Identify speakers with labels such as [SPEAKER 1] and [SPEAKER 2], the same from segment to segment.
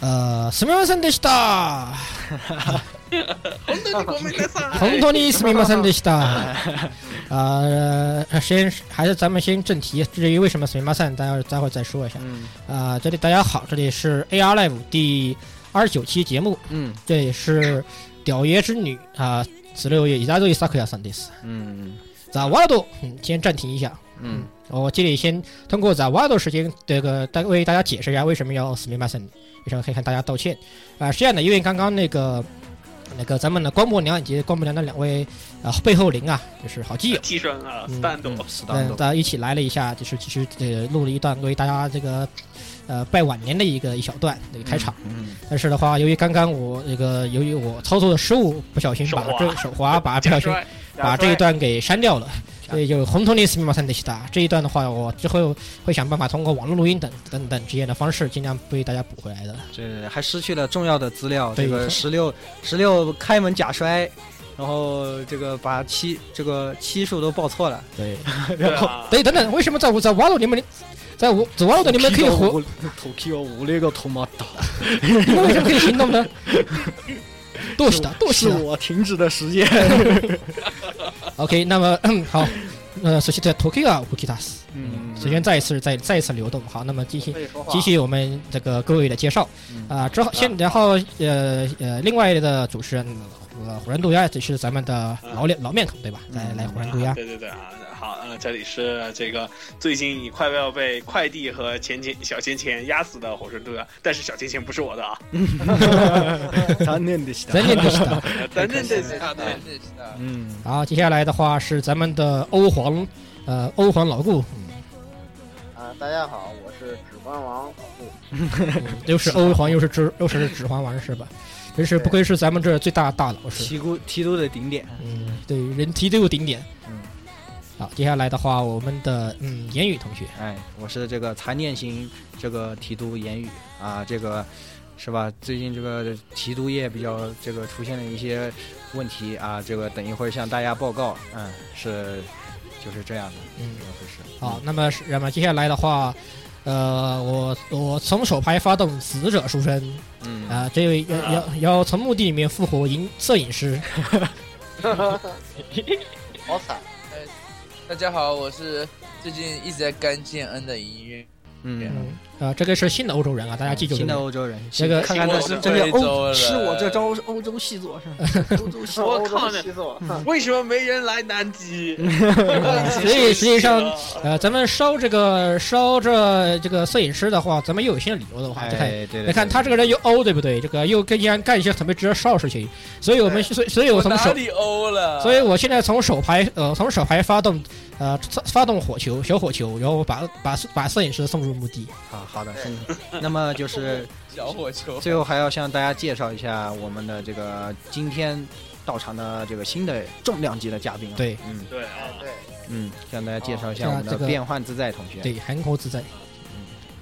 [SPEAKER 1] あーすみませんでした
[SPEAKER 2] 本当にごめん
[SPEAKER 3] 嗯
[SPEAKER 2] なさ
[SPEAKER 1] 本
[SPEAKER 2] い。
[SPEAKER 1] 当にすみませんでした。啊、呃，先还是咱们先正题，至于为什么すみません，待会儿待会儿再说一下。
[SPEAKER 3] 嗯
[SPEAKER 1] 啊、这里大家好，这里是 AR Live 第二十九期节目，
[SPEAKER 3] 嗯
[SPEAKER 1] 这里是屌爷之女啊，十六夜伊扎瑞萨克亚桑迪斯。
[SPEAKER 3] 嗯
[SPEAKER 1] 咋哇都，嗯，先暂停一下。
[SPEAKER 3] 嗯
[SPEAKER 1] 我这里先通过咋哇都时间这个大为大家解释一下为什么要呃すみません，为什么可以向大家道歉啊、是这样的，因为刚刚那个那个咱们的关伯娘以及关伯娘的两位啊、背后灵啊，就是好基友。
[SPEAKER 2] 替身啊
[SPEAKER 1] 嗯
[SPEAKER 2] ，stand
[SPEAKER 1] 嗯嗯，
[SPEAKER 3] ，stand
[SPEAKER 1] 大家一起来了一下，就是其实呃录了一段为大家这个呃拜晚年的一个一小段那个开场。，
[SPEAKER 3] 嗯
[SPEAKER 1] 但是的话，由于刚刚我这个由于我操作的失误，不小心把
[SPEAKER 2] 手滑
[SPEAKER 1] 这手滑把不小心
[SPEAKER 2] 摔，
[SPEAKER 1] 把这一段给删掉了。所以就红头尼斯密马三德西达这一段的话，我之后会想办法通过网络录音等等等之类的方式，尽量为大家补回来的。
[SPEAKER 3] 这还失去了重要的资料，
[SPEAKER 1] 对
[SPEAKER 3] 这个十六十六开门假摔，然后这个把期这个期数都报错了，
[SPEAKER 1] 对，
[SPEAKER 2] 对啊，
[SPEAKER 1] 对，等等，为什么在我在网络里面，在我在网络里面可以活，
[SPEAKER 3] 头踢我五那个头妈打，
[SPEAKER 1] 你们为什么可以行动呢？多西达，多西
[SPEAKER 3] 是
[SPEAKER 1] 达。
[SPEAKER 3] 我停止的时间。
[SPEAKER 1] OK，那么嗯好，呃，首先在 Tokyo 啊 k i t a s
[SPEAKER 3] 嗯，
[SPEAKER 1] 首先再一次再再一次流动。好，那么继续
[SPEAKER 2] 可以说话啊
[SPEAKER 1] 继续我们这个各位的介绍
[SPEAKER 3] 嗯
[SPEAKER 1] 啊、之后先然后呃呃，另外的主持人呃，火人渡鸦也是咱们的老脸老面孔对吧？
[SPEAKER 3] 嗯
[SPEAKER 1] 来来，火人渡
[SPEAKER 2] 啊
[SPEAKER 1] 鸦，
[SPEAKER 2] 对对对啊，好，呃，这里是这个最近你快要被快递和钱钱小钱钱压死的火神队啊，但是小钱钱不是我 的啊，
[SPEAKER 3] 残念でした
[SPEAKER 1] 咱念的是的。
[SPEAKER 2] 但是这
[SPEAKER 4] 对啊，对对的，
[SPEAKER 3] 嗯，
[SPEAKER 1] 好，接下来的话是咱们的欧皇，呃，欧皇老顾，
[SPEAKER 2] 嗯
[SPEAKER 4] 啊，大家好，我是指环王老顾，
[SPEAKER 1] 嗯又是欧皇又是指又是指环王是吧？真是不愧是咱们这最大的大佬是。
[SPEAKER 3] 提督提督的顶点，
[SPEAKER 1] 嗯，对，人体都有顶点。
[SPEAKER 3] 嗯，
[SPEAKER 1] 好，接下来的话，我们的嗯言语同学，
[SPEAKER 3] 哎，我是这个残念型这个提督言语啊，这个是吧？最近这个提督业比较这个出现了一些问题啊，这个等一会儿向大家报告，嗯，是就是这样的，
[SPEAKER 1] 嗯
[SPEAKER 3] 怎，么回事？
[SPEAKER 1] 好，那么是那么接下来的话，呃，我我从手牌发动死者赎身
[SPEAKER 3] 嗯，
[SPEAKER 1] 啊、这位要要要从墓地里面复活影摄影师，
[SPEAKER 4] 好惨，
[SPEAKER 5] 大家好，我是最近一直在干建恩的音乐。
[SPEAKER 3] 嗯，
[SPEAKER 1] 嗯，啊、这个是新的欧洲人啊，大家记住嗯这
[SPEAKER 3] 新
[SPEAKER 1] 个
[SPEAKER 3] 的欧洲人，
[SPEAKER 1] 这个
[SPEAKER 3] 嗯看看
[SPEAKER 5] 我
[SPEAKER 3] 这
[SPEAKER 5] 是
[SPEAKER 3] 这个
[SPEAKER 5] 非洲
[SPEAKER 3] 欧，
[SPEAKER 5] 人
[SPEAKER 3] 是我 这招欧洲细作是吧？欧洲细
[SPEAKER 2] 我
[SPEAKER 3] 作，
[SPEAKER 2] 靠
[SPEAKER 4] 气死哦
[SPEAKER 3] 嗯
[SPEAKER 4] 我了！
[SPEAKER 2] 为什么没人来南极？
[SPEAKER 1] 所 以实际上，呃，咱们烧这个烧这这个摄影师的话，咱们又有一些理由的话，就看
[SPEAKER 3] 哎，对，
[SPEAKER 1] 你看他这个人又欧，对不对？这个又跟人干一些特别值得烧的事情，所以我们所以所以我从
[SPEAKER 5] 哪
[SPEAKER 1] 手，
[SPEAKER 5] 里欧了？
[SPEAKER 1] 所以我现在从手牌呃从手牌发动呃发发动火球小火球，然后把把把摄影师送入墓地。
[SPEAKER 3] 好好的，是你。那么就是
[SPEAKER 5] 小火球。
[SPEAKER 3] 最后还要向大家介绍一下我们的这个今天到场的这个新的重量级的嘉宾、啊。，
[SPEAKER 1] 对
[SPEAKER 3] 嗯
[SPEAKER 2] 对
[SPEAKER 4] 哎
[SPEAKER 2] 啊，
[SPEAKER 4] 对
[SPEAKER 3] 嗯，向大家介绍一下
[SPEAKER 1] 哦
[SPEAKER 3] 我们
[SPEAKER 1] 这
[SPEAKER 3] 的
[SPEAKER 1] 个
[SPEAKER 3] 变幻自在同学。
[SPEAKER 1] 对，韩国自在。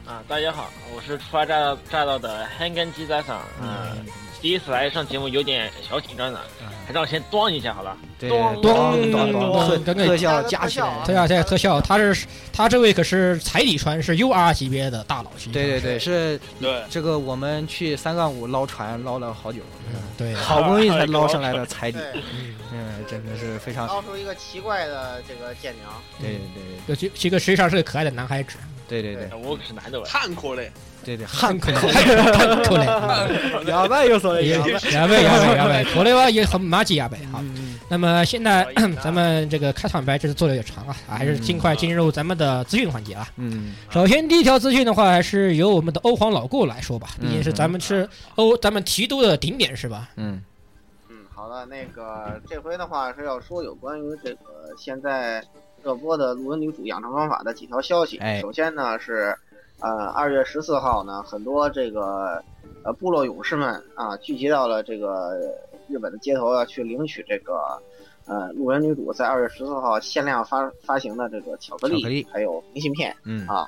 [SPEAKER 6] 啊，大家好，我是初发乍到乍到的憨干鸡仔嗓啊，
[SPEAKER 3] 嗯，
[SPEAKER 6] 第一次来上节目有点小紧张呢，还让我先咣一下好了。
[SPEAKER 3] 对，
[SPEAKER 4] 咚
[SPEAKER 1] 咚
[SPEAKER 3] 咚
[SPEAKER 1] 咚
[SPEAKER 3] 特
[SPEAKER 1] 咚
[SPEAKER 3] 特效加起
[SPEAKER 4] 啊
[SPEAKER 3] 来
[SPEAKER 1] 特。效现在特效，他是他这位可是彩底船是 UR 级别的大佬级。
[SPEAKER 3] 对对对，是
[SPEAKER 2] 对，
[SPEAKER 3] 这个我们去三杠五捞船捞了好久，
[SPEAKER 1] 嗯对，
[SPEAKER 3] 好不容易才捞上来的彩礼，
[SPEAKER 4] 对，
[SPEAKER 1] 嗯，
[SPEAKER 3] 嗯，真的是非常，
[SPEAKER 4] 捞出一个奇怪的这个舰娘，
[SPEAKER 3] 对
[SPEAKER 1] 这嗯呃这这个实际上是个可爱的男孩子，
[SPEAKER 3] 对对对对
[SPEAKER 6] 我可是男的喂，
[SPEAKER 2] 汉国嘞，
[SPEAKER 3] 对对，汉口，
[SPEAKER 1] 看出来。
[SPEAKER 3] 哑巴又说了一
[SPEAKER 1] 也
[SPEAKER 3] 个，
[SPEAKER 1] 也呗也呗也呗，国内话也很麻吉也呗。好，
[SPEAKER 3] 嗯
[SPEAKER 1] 那么现在
[SPEAKER 2] 可以的
[SPEAKER 1] 咱们这个开场白这是做的有点长啊，啊还是尽快进入咱们的资讯环节啊。
[SPEAKER 3] 嗯
[SPEAKER 1] 首先第一条资讯的话，还是由我们的欧皇老顾来说吧，
[SPEAKER 3] 嗯
[SPEAKER 1] 毕竟是咱们是欧咱们提督的顶点是吧？
[SPEAKER 3] 嗯
[SPEAKER 4] 嗯，好的，那个这回的话是要说有关于这个现在热播的陆文女主养成方法的几条消息。
[SPEAKER 3] 哎
[SPEAKER 4] 首先呢是，呃，二月十四号呢，很多这个呃部落勇士们啊聚集到了这个日本的街头啊，去领取这个呃陆文女主在二月十四号限量发发行的这个巧克力，
[SPEAKER 3] 巧克力
[SPEAKER 4] 还有明信片。
[SPEAKER 3] 嗯
[SPEAKER 4] 啊。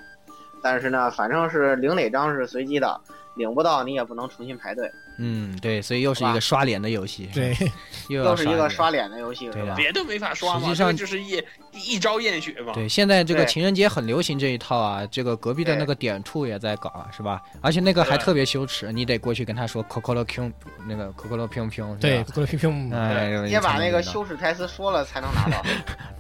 [SPEAKER 4] 但是呢，反正是领哪张是随机的，领不到你也不能重新排队，
[SPEAKER 3] 嗯，对，所以又是一个刷脸的游戏，
[SPEAKER 1] 对，
[SPEAKER 3] 又要
[SPEAKER 4] 都是一个
[SPEAKER 3] 脸
[SPEAKER 4] 刷脸的游戏，是
[SPEAKER 3] 对
[SPEAKER 4] 吧
[SPEAKER 6] 啊
[SPEAKER 3] 的？
[SPEAKER 2] 别的没法刷嘛，
[SPEAKER 3] 实际上
[SPEAKER 2] 这个就是一一招验血嘛。
[SPEAKER 3] 对，现在这个
[SPEAKER 4] 对
[SPEAKER 3] 情人节很流行这一套啊，这个隔壁的那个点处也在搞啊，是吧？而且那个还
[SPEAKER 2] 对
[SPEAKER 3] 特别羞耻，你得过去跟他说 “coco lo q”，那个 “coco lo q q”，
[SPEAKER 1] 对，各位 P P
[SPEAKER 3] 哎，你才
[SPEAKER 4] 先把
[SPEAKER 3] 能
[SPEAKER 4] 那
[SPEAKER 3] 领
[SPEAKER 4] 个
[SPEAKER 3] 到
[SPEAKER 4] 羞耻台词说了才能拿到，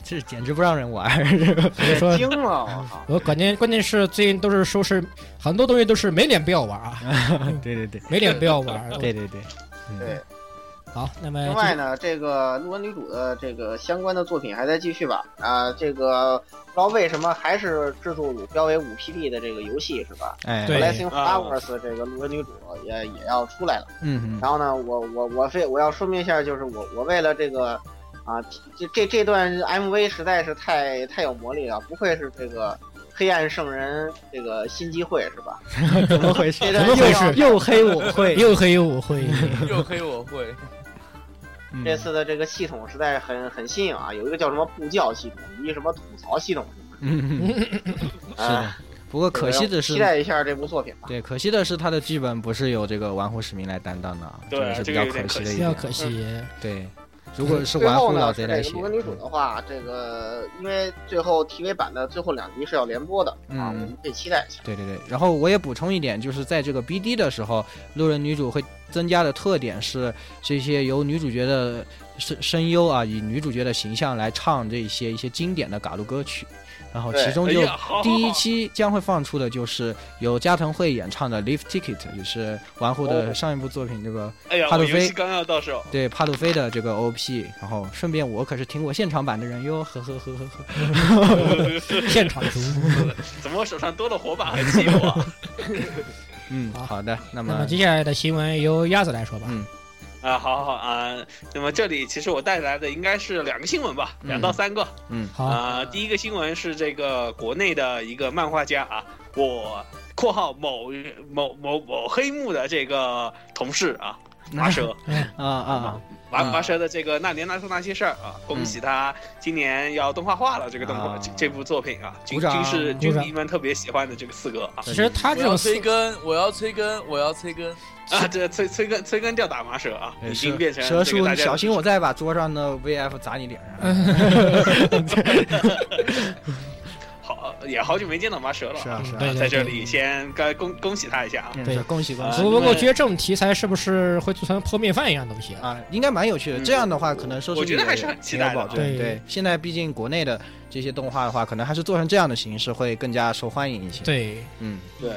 [SPEAKER 3] 这简直不让人玩 儿，这个
[SPEAKER 1] 说
[SPEAKER 4] 惊了，我 靠！
[SPEAKER 1] 我关键关键是最近都是说是很多东西都是没脸不要玩 啊，
[SPEAKER 3] 对对对
[SPEAKER 1] 没脸不要玩。
[SPEAKER 3] 对对对，嗯
[SPEAKER 4] 对，
[SPEAKER 1] 好，那
[SPEAKER 4] 另
[SPEAKER 1] 么
[SPEAKER 4] 外呢，这个陆文女主的这个相关的作品还在继续吧？啊、这个不知道为什么还是制作组标为五 PD 的这个游戏是吧
[SPEAKER 3] 哎，
[SPEAKER 1] 对
[SPEAKER 4] ？Blessing
[SPEAKER 2] 啊
[SPEAKER 4] Flowers 这个陆文女主也也要出来了。
[SPEAKER 3] 嗯
[SPEAKER 4] 然后呢，我我我非我要说明一下，就是我我为了这个啊，这这这段 MV 实在是太太有魔力了，不愧是这个黑暗圣人这个新机会是吧？
[SPEAKER 3] 哼，怎么回事？
[SPEAKER 4] 这段又要
[SPEAKER 3] 又黑我会，
[SPEAKER 1] 又黑又我 会，
[SPEAKER 5] 又黑我会，
[SPEAKER 3] 嗯
[SPEAKER 4] 这次的这个系统实在是很很新颖啊，有一个叫什么布教系统，一个什么吐槽系统什
[SPEAKER 3] 嗯嗯
[SPEAKER 4] 么
[SPEAKER 3] 是的
[SPEAKER 4] 啊。。
[SPEAKER 3] 不过可惜的
[SPEAKER 4] 期
[SPEAKER 3] 是，
[SPEAKER 4] 待一下这部作品吧。
[SPEAKER 3] 对，可惜的是他的剧本不是由这个玩忽使命来担当的啊，
[SPEAKER 2] 对
[SPEAKER 3] 个是比
[SPEAKER 2] 这个
[SPEAKER 3] 较
[SPEAKER 2] 有点
[SPEAKER 3] 惜
[SPEAKER 2] 可
[SPEAKER 3] 的
[SPEAKER 2] 惜
[SPEAKER 3] 一
[SPEAKER 1] 比较
[SPEAKER 3] 点。
[SPEAKER 1] 可惜。
[SPEAKER 3] 对，如果是
[SPEAKER 4] 最
[SPEAKER 3] 玩
[SPEAKER 4] 后
[SPEAKER 3] 忽老
[SPEAKER 4] 呢，
[SPEAKER 3] 贼
[SPEAKER 4] 是
[SPEAKER 3] 来
[SPEAKER 4] 这个
[SPEAKER 3] 写嗯
[SPEAKER 4] 陆，文女主的话，这个因为最后 TV 版的最后两集是要联播的啊，我
[SPEAKER 3] 嗯
[SPEAKER 4] 们可以期待一下。
[SPEAKER 3] 对对对，然后我也补充一点，就是在这个 BD 的时候，路人女主会增加的特点是这些由女主角的声声优啊，以女主角的形象来唱这些一些经典的嘎鲁歌曲，然后其
[SPEAKER 4] 对
[SPEAKER 3] 中
[SPEAKER 2] 哎
[SPEAKER 3] 就
[SPEAKER 2] 呀，好好好
[SPEAKER 3] 第一期将会放出的就是由加藤惠演唱的《Leave Ticket》，也是玩户
[SPEAKER 2] 哦
[SPEAKER 3] 的上一部作品这个
[SPEAKER 2] 哎呀，
[SPEAKER 3] 帕
[SPEAKER 2] 我
[SPEAKER 3] 鲁
[SPEAKER 2] 游
[SPEAKER 3] 菲
[SPEAKER 2] 戏刚要到手，
[SPEAKER 3] 对帕鲁菲的这个 OP，然后顺便我可是听过现场版的人哟，呵呵呵呵呵，
[SPEAKER 1] 现场 读。
[SPEAKER 2] 怎么我手上多了火把和气我啊
[SPEAKER 3] 嗯，
[SPEAKER 1] 好
[SPEAKER 3] 好的，
[SPEAKER 1] 那
[SPEAKER 3] 那
[SPEAKER 1] 么
[SPEAKER 3] 么
[SPEAKER 1] 接下来的新闻由鸭子来说吧
[SPEAKER 3] 嗯。
[SPEAKER 2] 啊？好好好啊，那么这里其实我带来的应该是两个新闻吧，
[SPEAKER 3] 嗯
[SPEAKER 2] 两到三个。
[SPEAKER 1] 好，
[SPEAKER 2] 啊、第一个新闻是这个国内的一个漫画家啊，我（括号某某某某黑幕的这个同事啊，麻蛇
[SPEAKER 3] 啊啊，
[SPEAKER 2] 麻
[SPEAKER 3] 啊
[SPEAKER 2] 麻蛇的这个那年那说那些事儿啊，恭喜他今年要动画化了这个动画、
[SPEAKER 3] 啊
[SPEAKER 2] 这这部作品啊，军
[SPEAKER 3] 鼓掌
[SPEAKER 2] 军事
[SPEAKER 1] 鼓
[SPEAKER 2] 军
[SPEAKER 1] 掌
[SPEAKER 2] 迷们特别喜欢的这个四哥啊
[SPEAKER 1] 其实 他
[SPEAKER 5] 我
[SPEAKER 1] 这
[SPEAKER 5] 要
[SPEAKER 1] 种四
[SPEAKER 5] 催更，我要催更，我要催更。
[SPEAKER 2] 啊，这催催根催根吊打麻蛇啊，
[SPEAKER 3] 哎
[SPEAKER 2] 已
[SPEAKER 3] 蛇
[SPEAKER 2] 经变成
[SPEAKER 3] 蛇
[SPEAKER 2] 这个
[SPEAKER 3] 叔，
[SPEAKER 2] 大
[SPEAKER 3] 你
[SPEAKER 2] 家
[SPEAKER 3] 小心我再把桌上的 VF 砸你脸
[SPEAKER 2] 嗯
[SPEAKER 3] 上。
[SPEAKER 2] 好也好久没见到麻蛇了
[SPEAKER 3] 是啊是啊
[SPEAKER 1] 对
[SPEAKER 2] 在
[SPEAKER 1] 对
[SPEAKER 2] 这
[SPEAKER 1] 对
[SPEAKER 2] 里先该恭恭喜他一下啊。
[SPEAKER 3] 嗯
[SPEAKER 1] 对
[SPEAKER 3] 是恭喜恭喜
[SPEAKER 1] 不过我觉得这种题材是不是会做成泡面饭一样的东西啊？
[SPEAKER 3] 啊，应该蛮有趣的。
[SPEAKER 2] 嗯
[SPEAKER 3] 这样的话，可能收视
[SPEAKER 2] 我
[SPEAKER 3] 率
[SPEAKER 2] 觉得还
[SPEAKER 3] 也
[SPEAKER 2] 是很期
[SPEAKER 3] 挺有
[SPEAKER 2] 待的
[SPEAKER 3] 保
[SPEAKER 2] 啊
[SPEAKER 3] 证。
[SPEAKER 1] 对
[SPEAKER 3] 对，现在毕竟国内的这些动画的话，可能还是做成这样的形式会更加受欢迎一些。，
[SPEAKER 1] 对，
[SPEAKER 3] 嗯
[SPEAKER 2] 对，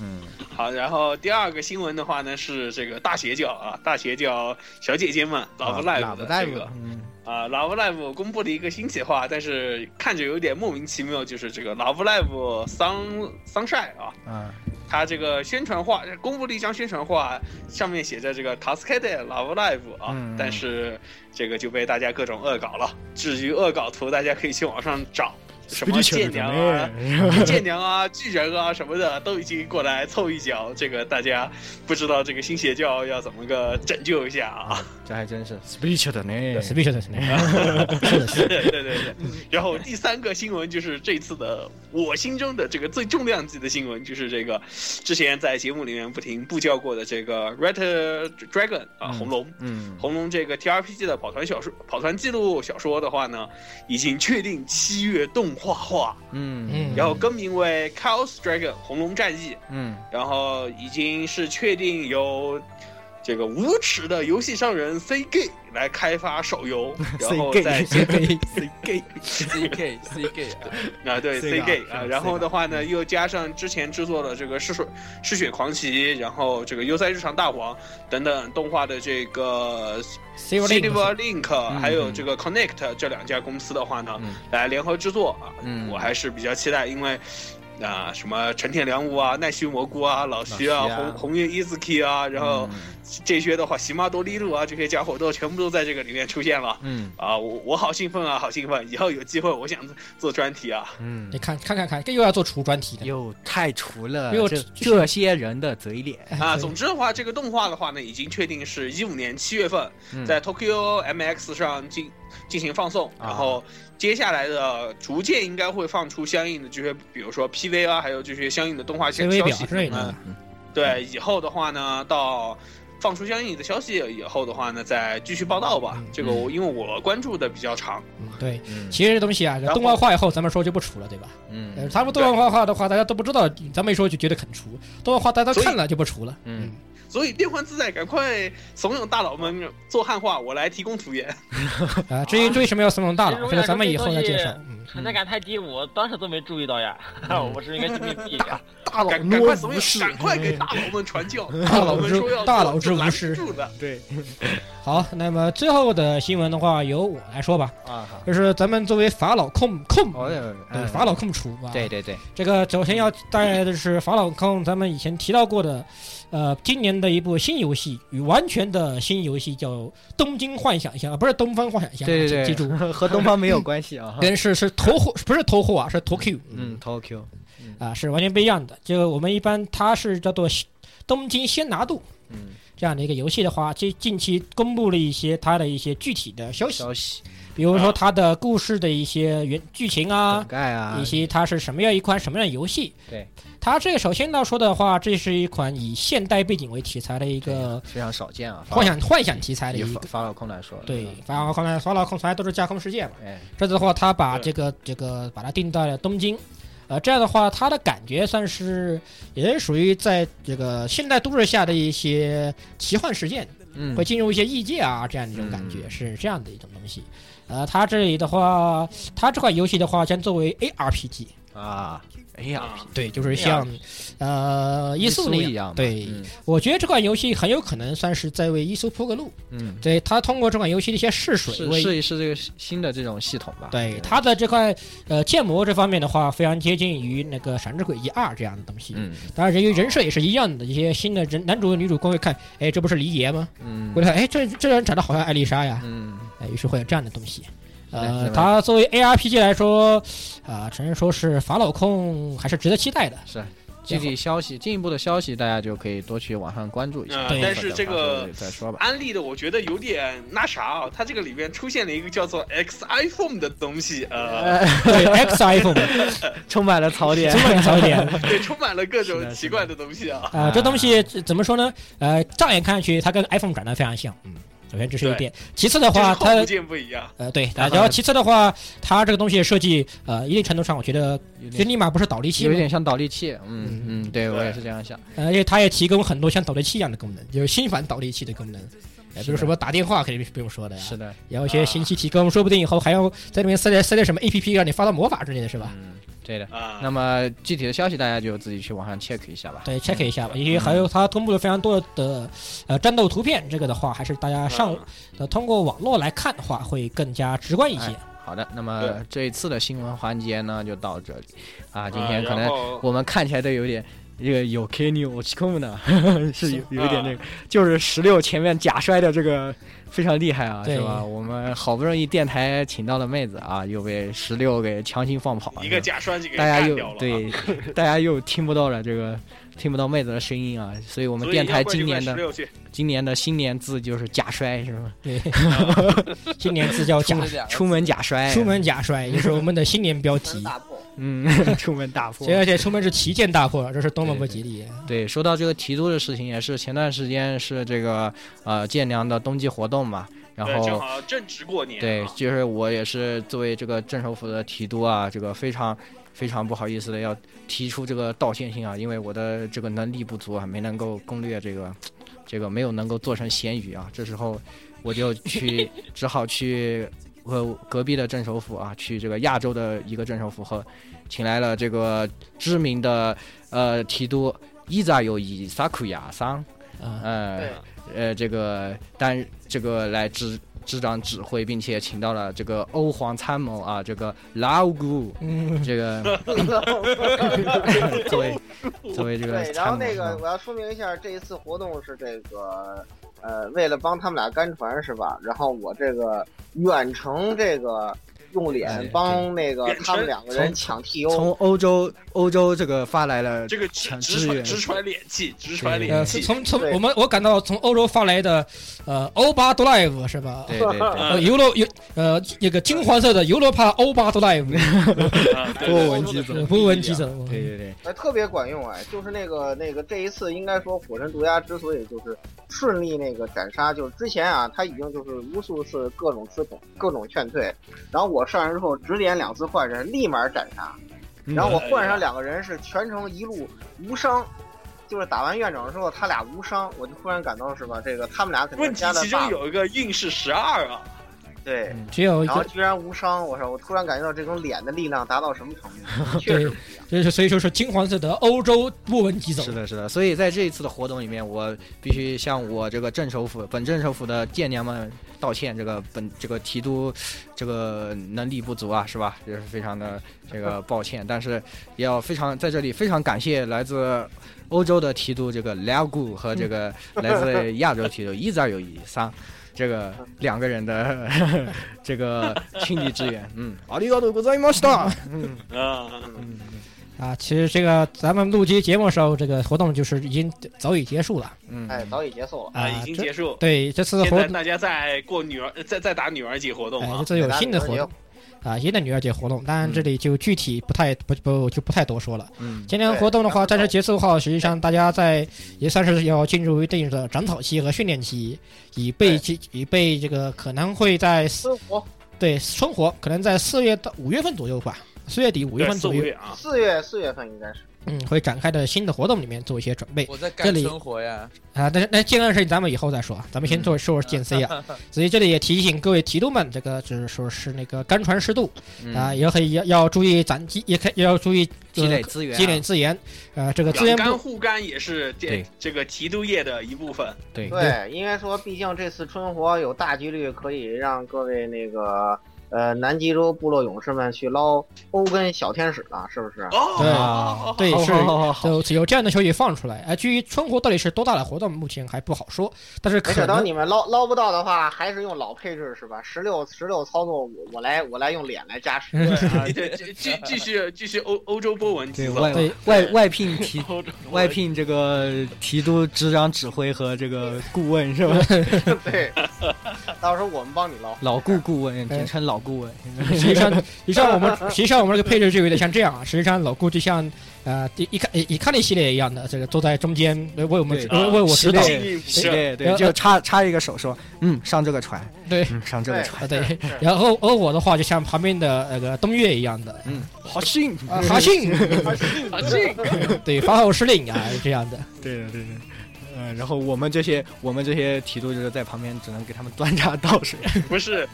[SPEAKER 3] 嗯，
[SPEAKER 2] 好，然后第二个新闻的话呢是这个大邪教啊，大邪教小姐姐们
[SPEAKER 3] 啊
[SPEAKER 2] Love
[SPEAKER 3] 老不
[SPEAKER 2] Live 的
[SPEAKER 3] 大
[SPEAKER 2] 这
[SPEAKER 3] 夫
[SPEAKER 2] 个，
[SPEAKER 3] 嗯
[SPEAKER 2] 啊 Love Live 公布了一个新企划，但是看着有点莫名其妙，就是这个 Love Live 桑桑晒啊，
[SPEAKER 3] 啊，
[SPEAKER 2] 他这个宣传画公布了一张宣传画，上面写着这个 Cascade Love Live 啊，
[SPEAKER 3] 嗯嗯
[SPEAKER 2] 但是这个就被大家各种恶搞了。至于恶搞图，大家可以去网上找，什么舰娘啊、 舰娘啊、巨人啊什么的，都已经过来凑一脚。这个大家不知道这个新邪教要怎么个拯救一下啊？
[SPEAKER 3] 这还真是 speech 的 呢。
[SPEAKER 1] s p e c i a l 是的，
[SPEAKER 2] 对对对对。然后第三个新闻就是这次的我心中的这个最重量级的新闻，就是这个之前在节目里面不停布教过的这个 Red Dragon 啊，
[SPEAKER 3] 嗯
[SPEAKER 2] 红龙。
[SPEAKER 3] 嗯，
[SPEAKER 2] 红龙这个 TRPG 的跑团小说、跑团记录小说的话呢，已经确定七月动画化，
[SPEAKER 3] 嗯
[SPEAKER 1] 嗯
[SPEAKER 2] 然后更名为 Chaos Dragon 红龙战记，
[SPEAKER 3] 嗯
[SPEAKER 2] 然后已经是确定由这个无耻的游戏商人 CG 来开发手 游，然后
[SPEAKER 3] gay
[SPEAKER 2] 在
[SPEAKER 3] gay
[SPEAKER 2] CG
[SPEAKER 5] C K C K，
[SPEAKER 2] 啊，对
[SPEAKER 3] Sega，
[SPEAKER 2] CG 啊，
[SPEAKER 3] 是
[SPEAKER 2] 然后
[SPEAKER 3] Sega，
[SPEAKER 2] 的话呢，又加上之前制作的这个《嗜水嗜血狂骑》，然后这个《悠哉日常大王》等等动画的这个
[SPEAKER 1] s i l v e
[SPEAKER 2] Silver
[SPEAKER 1] Link
[SPEAKER 2] Link，还有这个 Connect 这两家公司的话呢
[SPEAKER 3] 嗯，
[SPEAKER 2] 来联合制作啊
[SPEAKER 3] 嗯，
[SPEAKER 2] 我还是比较期待，因为。啊，什么陈田良吾啊、奈须蘑菇啊、老徐
[SPEAKER 3] 老
[SPEAKER 2] 啊、
[SPEAKER 3] 徐啊嗯
[SPEAKER 2] 红红月伊兹 k 啊，然后这些的话，喜妈多利路啊，这些家伙都全部都在这个里面出现了
[SPEAKER 3] 嗯
[SPEAKER 2] 啊！我我好兴奋啊，好兴奋！以后有机会，我想做专题啊。
[SPEAKER 3] 嗯
[SPEAKER 1] 你，看看看看，这又要做厨专题的。
[SPEAKER 3] 又太除了
[SPEAKER 1] 又
[SPEAKER 3] 这
[SPEAKER 1] 就是
[SPEAKER 3] 这些人的嘴脸。
[SPEAKER 1] 哎
[SPEAKER 2] 啊，
[SPEAKER 1] 对
[SPEAKER 2] 总之的话，这个动画的话呢，已经确定是一五年七月份
[SPEAKER 3] 嗯
[SPEAKER 2] 在 Tokyo MX 上进进行放送，
[SPEAKER 3] 啊
[SPEAKER 2] 然后接下来的逐渐应该会放出相应的这些，比如说 PV 啊，还有这些相应的动画消
[SPEAKER 1] CV
[SPEAKER 2] 消
[SPEAKER 1] 表
[SPEAKER 2] 息
[SPEAKER 1] 之类
[SPEAKER 2] 嗯
[SPEAKER 1] 的，
[SPEAKER 2] 对，以后的话呢，到放出相应的消息以后的话呢，再继续报道吧
[SPEAKER 1] 嗯。
[SPEAKER 2] 这个我因为我关注的比较长，
[SPEAKER 1] 嗯，对，
[SPEAKER 3] 嗯
[SPEAKER 1] 其实这东西啊，
[SPEAKER 2] 然后
[SPEAKER 1] 动画化以后咱们说就不出了，对吧？呃
[SPEAKER 3] 嗯
[SPEAKER 1] 他们动画化的话，大家都不知道，咱们一说就觉得肯出；动画化大家
[SPEAKER 2] 所以
[SPEAKER 1] 看了就不出了。
[SPEAKER 3] 嗯，
[SPEAKER 2] 所以变换自在，赶快怂恿大佬们做汉化，我来提供图源。
[SPEAKER 1] 啊，至于为什么要怂恿大佬，这个咱们以后再介绍。嗯，
[SPEAKER 6] 存在感太低，我当时都没注意到呀，我是不是应该去面壁 一下？
[SPEAKER 2] 大佬赶赶快怂恿，赶快
[SPEAKER 3] 哎
[SPEAKER 2] 给大佬们传 教。
[SPEAKER 1] 大佬
[SPEAKER 2] 们
[SPEAKER 1] 之
[SPEAKER 2] 说要
[SPEAKER 1] 大
[SPEAKER 2] 做
[SPEAKER 1] 佬之
[SPEAKER 2] 就
[SPEAKER 1] 无
[SPEAKER 2] 拦不
[SPEAKER 1] 师
[SPEAKER 2] 住的。
[SPEAKER 3] 对
[SPEAKER 1] 好，那么最后的新闻的话，由我来说吧，呃
[SPEAKER 3] 啊好，
[SPEAKER 1] 就是咱们作为法老控控，
[SPEAKER 3] 哦
[SPEAKER 1] 对
[SPEAKER 3] 对
[SPEAKER 1] 法老控出啊，
[SPEAKER 3] 对对对，
[SPEAKER 1] 这个首先要带的是法老控，咱们以前提到过的，呃，今年的一部新游戏，与完全的新游戏叫《东京幻想乡》，啊，不是《东方幻想乡》，
[SPEAKER 3] 对对对
[SPEAKER 1] 记记住，
[SPEAKER 3] 和东方没有关系啊。
[SPEAKER 1] 跟是是头货，不是头货啊，是头 Q，
[SPEAKER 3] 嗯，Tokyo，
[SPEAKER 1] 啊，是完全不一样的。就我们一般它是叫做西东京先拿度
[SPEAKER 3] 嗯，
[SPEAKER 1] 这样的一个游戏的话，近近期公布了一些它的一些具体的消息，
[SPEAKER 3] 消息啊
[SPEAKER 1] 比如说它的故事的一些原剧情啊
[SPEAKER 3] 梗，概啊
[SPEAKER 1] 以，及它是什么样一款什么样的游戏。
[SPEAKER 3] 对，
[SPEAKER 1] 它这个首先要说的话，这是一款以现代背景为题材的一个
[SPEAKER 3] 非常少见啊。
[SPEAKER 1] 幻想幻想题材的
[SPEAKER 3] 以
[SPEAKER 1] 一
[SPEAKER 3] 法
[SPEAKER 1] 个。
[SPEAKER 3] 法老控来说，
[SPEAKER 1] 对，法老控来法老控从来都是架空世界嘛。
[SPEAKER 3] 哎，
[SPEAKER 1] 这次的话，他把这个这个把它定在了东京，呃，这样的话，他的感觉算是也是属于在这个现代都市下的一些奇幻实践，
[SPEAKER 3] 嗯
[SPEAKER 1] 会，进入一些异界啊这样的一种感觉，
[SPEAKER 3] 嗯
[SPEAKER 1] 是这样的一种东西。呃，它这里的话，它这款游戏的话将作为 ARPG，
[SPEAKER 3] 啊，哎呀，
[SPEAKER 2] 啊
[SPEAKER 1] 对，就是像呃伊
[SPEAKER 3] 苏
[SPEAKER 1] 那样。
[SPEAKER 3] 一样嘛，
[SPEAKER 1] 对
[SPEAKER 3] 嗯
[SPEAKER 1] 我觉得这款游戏很有可能算是在为伊苏铺个路，
[SPEAKER 3] 嗯，
[SPEAKER 1] 对他通过这款游戏的一些试水，
[SPEAKER 3] 试
[SPEAKER 1] 为
[SPEAKER 3] 试一试这个新的这种系统吧。
[SPEAKER 1] 对，它的这块呃建模这方面的话，非常接近于那个《闪之轨迹二》这样的东西。
[SPEAKER 3] 嗯
[SPEAKER 1] 当然，人与人设也是一样的，一些新的人男主女主公会看，哎，这不是黎爷吗？
[SPEAKER 3] 嗯
[SPEAKER 1] 会看，哎，这这人长得好像艾丽莎呀，
[SPEAKER 3] 嗯，
[SPEAKER 1] 哎，于是会有这样的东西。
[SPEAKER 3] 是
[SPEAKER 1] 呃，
[SPEAKER 3] 的
[SPEAKER 1] 它作为 ARPG 来说，啊、承认说是法老控还是值得期待的。
[SPEAKER 3] 是。具体消息，进一步的消息，大家就可以多去网上关注一下。
[SPEAKER 2] 嗯
[SPEAKER 1] 对
[SPEAKER 2] 但是这个
[SPEAKER 3] 再说 吧。
[SPEAKER 2] 安利的我觉得有点那啥啊，它这个里边出现了一个叫做 X iPhone 的东西，呃，
[SPEAKER 3] 哎
[SPEAKER 1] 对 X iPhone，
[SPEAKER 3] 充满了槽点
[SPEAKER 1] 这么槽点。
[SPEAKER 2] 对，充满了各
[SPEAKER 3] 是
[SPEAKER 2] 种
[SPEAKER 3] 的
[SPEAKER 2] 奇怪的东西啊。
[SPEAKER 1] 啊，这东西这怎么说呢？呃，乍眼看上去它跟 iPhone 长得非常像，嗯，首先这是一
[SPEAKER 2] 对
[SPEAKER 1] 点。其次的
[SPEAKER 2] 就是
[SPEAKER 1] 话，
[SPEAKER 2] 后
[SPEAKER 1] 它
[SPEAKER 2] 部件不一样，
[SPEAKER 1] 呃对，
[SPEAKER 3] 然
[SPEAKER 1] 然
[SPEAKER 3] 后
[SPEAKER 1] 后其次的话，它这个东西的设计，呃，一定程度上我觉得源尼玛不是倒立器
[SPEAKER 3] 有
[SPEAKER 1] 吗？
[SPEAKER 3] 点像导力器，嗯嗯，对我也是这样想。
[SPEAKER 1] 呃，因为它也提供很多像倒立器一样的功能，有新版倒立器的功能。呃比
[SPEAKER 3] 是
[SPEAKER 1] 如
[SPEAKER 3] 的
[SPEAKER 1] 什么打电话肯定是不用说的呀，
[SPEAKER 3] 是的，
[SPEAKER 1] 然后一些信息提供，说不定以后还要在里面塞点塞点什么 A P P 让你发到魔法之类的是吧？
[SPEAKER 3] 嗯，对的。
[SPEAKER 2] 啊，
[SPEAKER 3] 那么具体的消息，大家就自己去网上 check 一下吧。
[SPEAKER 1] 对，check 一下吧，因
[SPEAKER 3] 嗯
[SPEAKER 1] 为还有它公布了非常多的呃战斗图片，这个的话还是大家上
[SPEAKER 2] 嗯
[SPEAKER 1] 呃通过网络来看的话会更加直观一些
[SPEAKER 3] 哎。好的，那么
[SPEAKER 2] 对
[SPEAKER 3] 这一次的新闻环节呢，就到这里啊。今
[SPEAKER 2] 啊
[SPEAKER 3] 天可
[SPEAKER 2] 然
[SPEAKER 3] 能
[SPEAKER 2] 后
[SPEAKER 3] 我们看起来都有点这个有 K 牛，我去空呢， 是有有一点
[SPEAKER 2] 啊
[SPEAKER 3] 那个，就是十六前面假摔的这个非常厉害啊，
[SPEAKER 1] 对
[SPEAKER 3] 是吧？我们好不容易电台请到了妹子啊，又被十六给强行放跑了，
[SPEAKER 2] 一个
[SPEAKER 3] 是吧
[SPEAKER 2] 假栓就给
[SPEAKER 3] 大家
[SPEAKER 2] 干
[SPEAKER 3] 又
[SPEAKER 2] 掉了啊。
[SPEAKER 3] 对，大家又听不到了这个听不到妹子的声音啊，所以我
[SPEAKER 2] 我
[SPEAKER 3] 们电台今年
[SPEAKER 2] 十
[SPEAKER 3] 的
[SPEAKER 2] 六去，
[SPEAKER 3] 今年的新年字就是假摔，是吗？
[SPEAKER 1] 对，今年字叫假
[SPEAKER 5] 出了两个
[SPEAKER 3] 出门假摔，
[SPEAKER 1] 出门假摔，也是我们的新年标
[SPEAKER 4] 门
[SPEAKER 1] 题。
[SPEAKER 4] 大破。
[SPEAKER 3] 嗯，出门大破
[SPEAKER 1] 所以。而且出门是旗舰大破，这是多么不吉利！啊
[SPEAKER 3] 对，说到这个提督的事情，也是前段时间是这个呃建良的冬季活动嘛，然
[SPEAKER 2] 对，正
[SPEAKER 3] 后
[SPEAKER 2] 好正值过年啊，
[SPEAKER 3] 对，就是我也是作为这个镇守府的提督啊，这个非常非常不好意思的要提出这个道歉信啊，因为我的这个能力不足啊，没能够攻略这个这个没有能够做成咸鱼啊，这时候我就 去只好去。和隔壁的镇守府啊，去这个亚洲的一个镇守府和，请来了这个知名的呃提督伊扎有伊萨库亚桑，
[SPEAKER 1] 啊，
[SPEAKER 3] 呃呃，这个担这个来执执掌指挥，并且请到了这个欧皇参谋啊，这个老古
[SPEAKER 1] 嗯，
[SPEAKER 3] 这 个作为作为这个
[SPEAKER 4] 对，然
[SPEAKER 3] 参谋啊
[SPEAKER 4] 后那
[SPEAKER 3] 是
[SPEAKER 4] 个
[SPEAKER 3] 吧，
[SPEAKER 4] 我要说明一下，这一次活动是这个，呃，为了帮他们俩干船是吧？然后我这个远程这个用
[SPEAKER 3] 哎
[SPEAKER 4] 脸帮那个
[SPEAKER 2] 远程
[SPEAKER 4] 他们两个人
[SPEAKER 3] 从
[SPEAKER 4] 抢 TO，
[SPEAKER 3] 从欧洲欧洲这个发来了
[SPEAKER 2] 这个
[SPEAKER 3] 抢
[SPEAKER 2] 直
[SPEAKER 3] 支
[SPEAKER 2] 直
[SPEAKER 3] 援
[SPEAKER 2] 传直传脸气，直传
[SPEAKER 3] 对
[SPEAKER 1] 呃，
[SPEAKER 2] 脸
[SPEAKER 1] 是
[SPEAKER 2] 气。
[SPEAKER 1] 从从
[SPEAKER 4] 对
[SPEAKER 1] 我们我感到从欧洲发来的呃欧巴 drive 是吧？
[SPEAKER 3] 对对对，
[SPEAKER 1] 呃，尤罗尤呃那个金黄色的尤罗帕欧巴 drive，
[SPEAKER 2] 啊对
[SPEAKER 3] 多
[SPEAKER 2] 对
[SPEAKER 3] 闻 几种
[SPEAKER 1] 呃波纹急诊。
[SPEAKER 3] 对对对，
[SPEAKER 4] 哎，特别管用哎，就是那个那个这一次应该说火神毒鸦之所以就是顺利那个斩杀，就是之前啊他已经就是无数次各种吃苦，各种劝退，然后我上来之后指点两次坏人，立马斩杀，
[SPEAKER 3] 嗯
[SPEAKER 4] 然后我换上两个人是全程一路无伤。就是打完院长之后，他俩无伤，我就忽然感到是吧？这个他们俩肯定
[SPEAKER 2] 问题
[SPEAKER 4] 加了
[SPEAKER 2] 其中
[SPEAKER 4] buff，
[SPEAKER 2] 有一个运势十二啊，
[SPEAKER 4] 对，
[SPEAKER 3] 嗯
[SPEAKER 1] 只有一
[SPEAKER 4] 然后
[SPEAKER 1] 个，
[SPEAKER 4] 居然无伤，我操！我突然感觉到这种脸的力量达到什么程度，确实不一样。
[SPEAKER 1] 就是所以说是金黄色的欧洲波纹急诊
[SPEAKER 3] 是。的，是的，所以在这一次的活动里面，我必须向我这个镇首府、本镇首府的舰娘们道歉，这个本这个提督这个能力不足啊，是吧？也是非常的这 个抱歉，但是也要非常在这里非常感谢来自欧洲的提督这个莱尔古和这 个来自亚洲提督伊扎友谊桑。这个两个人的 这个亲密支援，嗯， ありがとうございました。嗯
[SPEAKER 2] 啊，
[SPEAKER 3] 嗯，
[SPEAKER 1] 啊，其实这个咱们录期节目的时候，这个活动就是已经早已结束了。
[SPEAKER 3] 嗯，
[SPEAKER 4] 哎，早已结束了。
[SPEAKER 2] 啊，已经
[SPEAKER 1] 这
[SPEAKER 2] 结束。
[SPEAKER 1] 对这次的
[SPEAKER 2] 现
[SPEAKER 1] 活
[SPEAKER 2] 在
[SPEAKER 1] 动，
[SPEAKER 2] 大家在过女儿，在在打女儿节活动
[SPEAKER 1] 哎，这
[SPEAKER 2] 啊。
[SPEAKER 1] 次有新的活
[SPEAKER 4] 给大
[SPEAKER 1] 动啊，新的女儿节活动，当然这里就具体不太不不就不太多说了。
[SPEAKER 3] 嗯，
[SPEAKER 1] 今天活动的话，
[SPEAKER 4] 对
[SPEAKER 1] 暂时结束后，实际上大家在也算是要进入一定的长草期和训练期，以备其以备这个可能会在四
[SPEAKER 4] 生活
[SPEAKER 1] 对生活可能在四月到五月份左右吧，四月底五月
[SPEAKER 2] 对，
[SPEAKER 1] 份
[SPEAKER 2] 四
[SPEAKER 1] 左
[SPEAKER 2] 五
[SPEAKER 1] 右，
[SPEAKER 2] 月啊，
[SPEAKER 4] 四月四月份应该是
[SPEAKER 1] 嗯，会展开的新的活动里面做一些准备
[SPEAKER 5] 我在
[SPEAKER 1] 这
[SPEAKER 5] 干
[SPEAKER 1] 里
[SPEAKER 5] 生活呀，
[SPEAKER 1] 啊。但是那这个事情咱们以后再说，啊，咱们先做说说 GNC 啊。所以这里也提醒各位提督们，这个就是说是那个干船适度
[SPEAKER 3] 嗯
[SPEAKER 1] 啊，也可以要要注意攒积，也可也要注意呃
[SPEAKER 3] 积累资源啊，
[SPEAKER 1] 积累资源，呃，这个资
[SPEAKER 2] 养
[SPEAKER 1] 源
[SPEAKER 2] 肝
[SPEAKER 1] 部
[SPEAKER 2] 护肝也是这
[SPEAKER 3] 对
[SPEAKER 2] 这个提督业的一部分。
[SPEAKER 3] 对
[SPEAKER 4] 对，因为说毕竟这次春活有大几率可以让各位那个呃南极洲部落勇士们去捞欧根小天使了，是不是？
[SPEAKER 1] 对啊
[SPEAKER 2] 哦，
[SPEAKER 1] 对是
[SPEAKER 3] 好好好好，
[SPEAKER 1] 就只有这样的消息放出来。哎，至于春活到底是多大的活动，目前还不好说，但是
[SPEAKER 4] 没
[SPEAKER 1] 可
[SPEAKER 4] 事，等
[SPEAKER 1] 能
[SPEAKER 4] 你们捞捞不到的话，还是用老配置是吧？十六十六操作，我我来我来用脸来加持。
[SPEAKER 2] 对啊，对，继继继续继续欧欧洲波纹
[SPEAKER 3] 对
[SPEAKER 2] 节奏
[SPEAKER 3] 外
[SPEAKER 1] 对
[SPEAKER 3] 外外聘提
[SPEAKER 6] 欧洲
[SPEAKER 3] 外聘这个提督执掌指挥和这个顾问 是吧？
[SPEAKER 4] 对，到时候我们帮你捞。
[SPEAKER 3] 老顾顾问，
[SPEAKER 1] 哎
[SPEAKER 3] 简称老顾问。
[SPEAKER 1] 实际上，实际上我们 实际上我们这个配置就有点像这样啊。实际上，老顾就像呃第一看一看那系列一样的，这个坐在中间为为我们
[SPEAKER 3] 对
[SPEAKER 1] 为为 我
[SPEAKER 3] 是
[SPEAKER 1] 指
[SPEAKER 3] 的
[SPEAKER 1] 导。
[SPEAKER 2] 进一步
[SPEAKER 3] 对对
[SPEAKER 1] 然
[SPEAKER 3] 对，
[SPEAKER 1] 后
[SPEAKER 3] 就插插一个手说，嗯，上这个船，
[SPEAKER 1] 对
[SPEAKER 3] 嗯，上这个船，
[SPEAKER 1] 啊对， 然后而我的话就像旁边的那个东岳一 样的，
[SPEAKER 3] 嗯，好信，
[SPEAKER 1] 啊哈信，
[SPEAKER 2] 啊，这个
[SPEAKER 1] 对，发号施令 啊这样的。
[SPEAKER 3] 对的对的。嗯，然后我们这些我们这些提督就是在旁边，只能给他们端茶倒水。
[SPEAKER 2] 不是，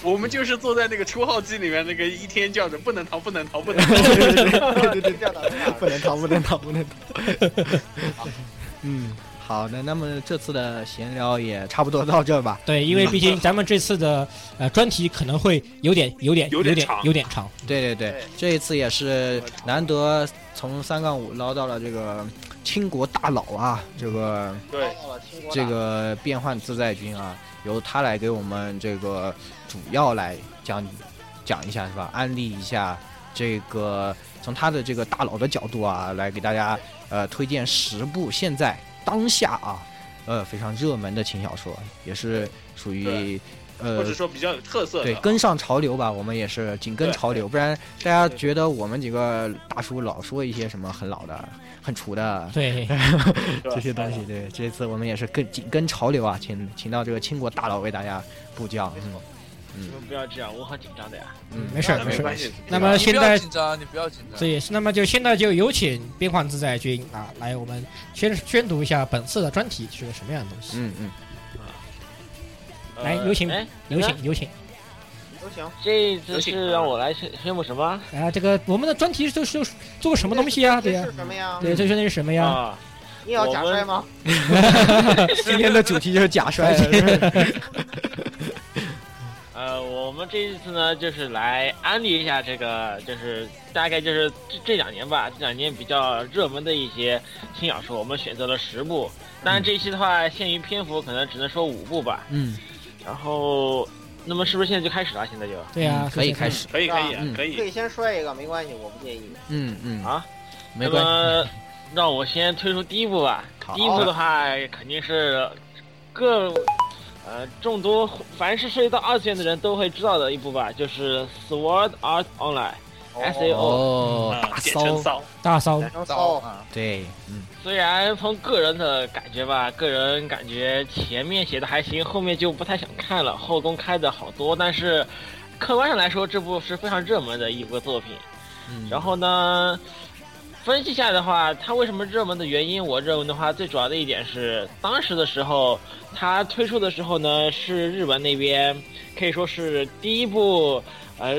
[SPEAKER 2] 我们就是坐在那个出号机里面，那个一天叫着不能逃，不能逃，不 能逃。
[SPEAKER 3] 对对对对对对，
[SPEAKER 4] 这样的这样的
[SPEAKER 3] 不能逃，不能逃，不能逃。 嗯，好的，那么这次的闲聊也差不多到这吧。
[SPEAKER 1] 对，因为毕
[SPEAKER 4] 嗯
[SPEAKER 1] 竟咱们这次的呃专题可能会有点有点
[SPEAKER 2] 有点
[SPEAKER 1] 点
[SPEAKER 2] 长
[SPEAKER 1] 有点长，
[SPEAKER 3] 对对对
[SPEAKER 4] 对，
[SPEAKER 3] 这一次也是难得从三杠五捞到了这个倾国大佬啊，这个
[SPEAKER 4] 捞
[SPEAKER 2] 对，
[SPEAKER 4] 到了清国
[SPEAKER 3] 这
[SPEAKER 4] 大
[SPEAKER 3] 个变换自在军啊，由他来给我们这个主要来讲讲一下是吧？安利一下这个从他的这个大佬的角度啊，来给大家呃推荐十部现在当下啊呃非常热门的轻小说，也是属于呃
[SPEAKER 2] 或者说比较有特色的。啊
[SPEAKER 3] 对，跟上潮流吧，我们也是紧跟
[SPEAKER 2] 对
[SPEAKER 3] 潮流，不然大家觉得我们几个大叔老说一些什么很老的、很土的
[SPEAKER 1] 对，
[SPEAKER 3] 这些东西。对，这次我们也是跟紧跟潮流啊，请请到这个清国大佬为大家布教。嗯
[SPEAKER 6] 你们不要这样，我很紧张的呀。
[SPEAKER 3] 嗯，
[SPEAKER 1] 没事儿
[SPEAKER 2] 那
[SPEAKER 1] 没
[SPEAKER 2] 啊没
[SPEAKER 1] 事儿。
[SPEAKER 2] 关系。
[SPEAKER 1] 那么
[SPEAKER 5] 你
[SPEAKER 1] 现
[SPEAKER 5] 不要
[SPEAKER 1] 在
[SPEAKER 5] 紧张，你不要紧张。
[SPEAKER 1] 所以，那么就现在就有请变幻自在君啊，来我们宣宣读一下本次的专题是个什么样的东西。
[SPEAKER 3] 嗯嗯，
[SPEAKER 1] 来
[SPEAKER 6] 呃
[SPEAKER 1] 有请
[SPEAKER 6] 哎，
[SPEAKER 1] 有
[SPEAKER 6] 你呢
[SPEAKER 1] 请，有请。
[SPEAKER 4] 都行。
[SPEAKER 6] 这一
[SPEAKER 2] 有
[SPEAKER 6] 次
[SPEAKER 2] 请啊
[SPEAKER 6] 是让我来宣宣布什么
[SPEAKER 1] 啊，这个我们的专题就是就是做个什么东西啊？
[SPEAKER 4] 这
[SPEAKER 1] 对呀
[SPEAKER 4] 是，什么呀？
[SPEAKER 1] 对，这是那是什么呀？
[SPEAKER 6] 啊？
[SPEAKER 4] 你也要假摔吗？
[SPEAKER 3] 今天的主题 就是假摔，
[SPEAKER 6] 呃，我们这一次呢，就是来安利一下这个，就是大概就是这这两年吧，这两年比较热门的一些轻小说，我们选择了十部。
[SPEAKER 1] 嗯
[SPEAKER 6] 当然这一期的话，限于篇幅，可能只能说五部吧。
[SPEAKER 3] 嗯
[SPEAKER 6] 然后，那么是不是现在就开始了？现在就
[SPEAKER 1] 对啊，
[SPEAKER 3] 可以开
[SPEAKER 1] 始。
[SPEAKER 3] 始，
[SPEAKER 2] 可以可以
[SPEAKER 3] 嗯
[SPEAKER 2] 可
[SPEAKER 4] 可
[SPEAKER 2] 以，
[SPEAKER 4] 以先摔一个，没关系，我不介意。
[SPEAKER 3] 嗯嗯，
[SPEAKER 6] 啊，
[SPEAKER 3] 没
[SPEAKER 6] 那
[SPEAKER 3] 关系，
[SPEAKER 6] 么让我先推出第一步吧。
[SPEAKER 3] 好
[SPEAKER 6] 第一步的话，肯定是各呃众多凡是涉及到二次元的人都会知道的一部吧，就是《Sword Art Online》S
[SPEAKER 4] 哎
[SPEAKER 6] A O。
[SPEAKER 3] 哦，
[SPEAKER 2] 啊
[SPEAKER 3] 大，
[SPEAKER 2] 简称
[SPEAKER 3] 骚，
[SPEAKER 2] 骚，
[SPEAKER 1] 大骚，
[SPEAKER 4] 能
[SPEAKER 5] 糟
[SPEAKER 4] 骚
[SPEAKER 5] 啊！
[SPEAKER 3] 对，嗯，
[SPEAKER 6] 虽然从个人的感觉吧，个人感觉前面写的还行，后面就不太想看了，后宫开的好多，但是客观上来说，这部是非常热门的一部作品。
[SPEAKER 3] 嗯
[SPEAKER 6] 然后呢，分析下来的话，它为什么热门的原因，我认为的话，最主要的一点是，当时的时候，它推出的时候呢，是日本那边可以说是第一部呃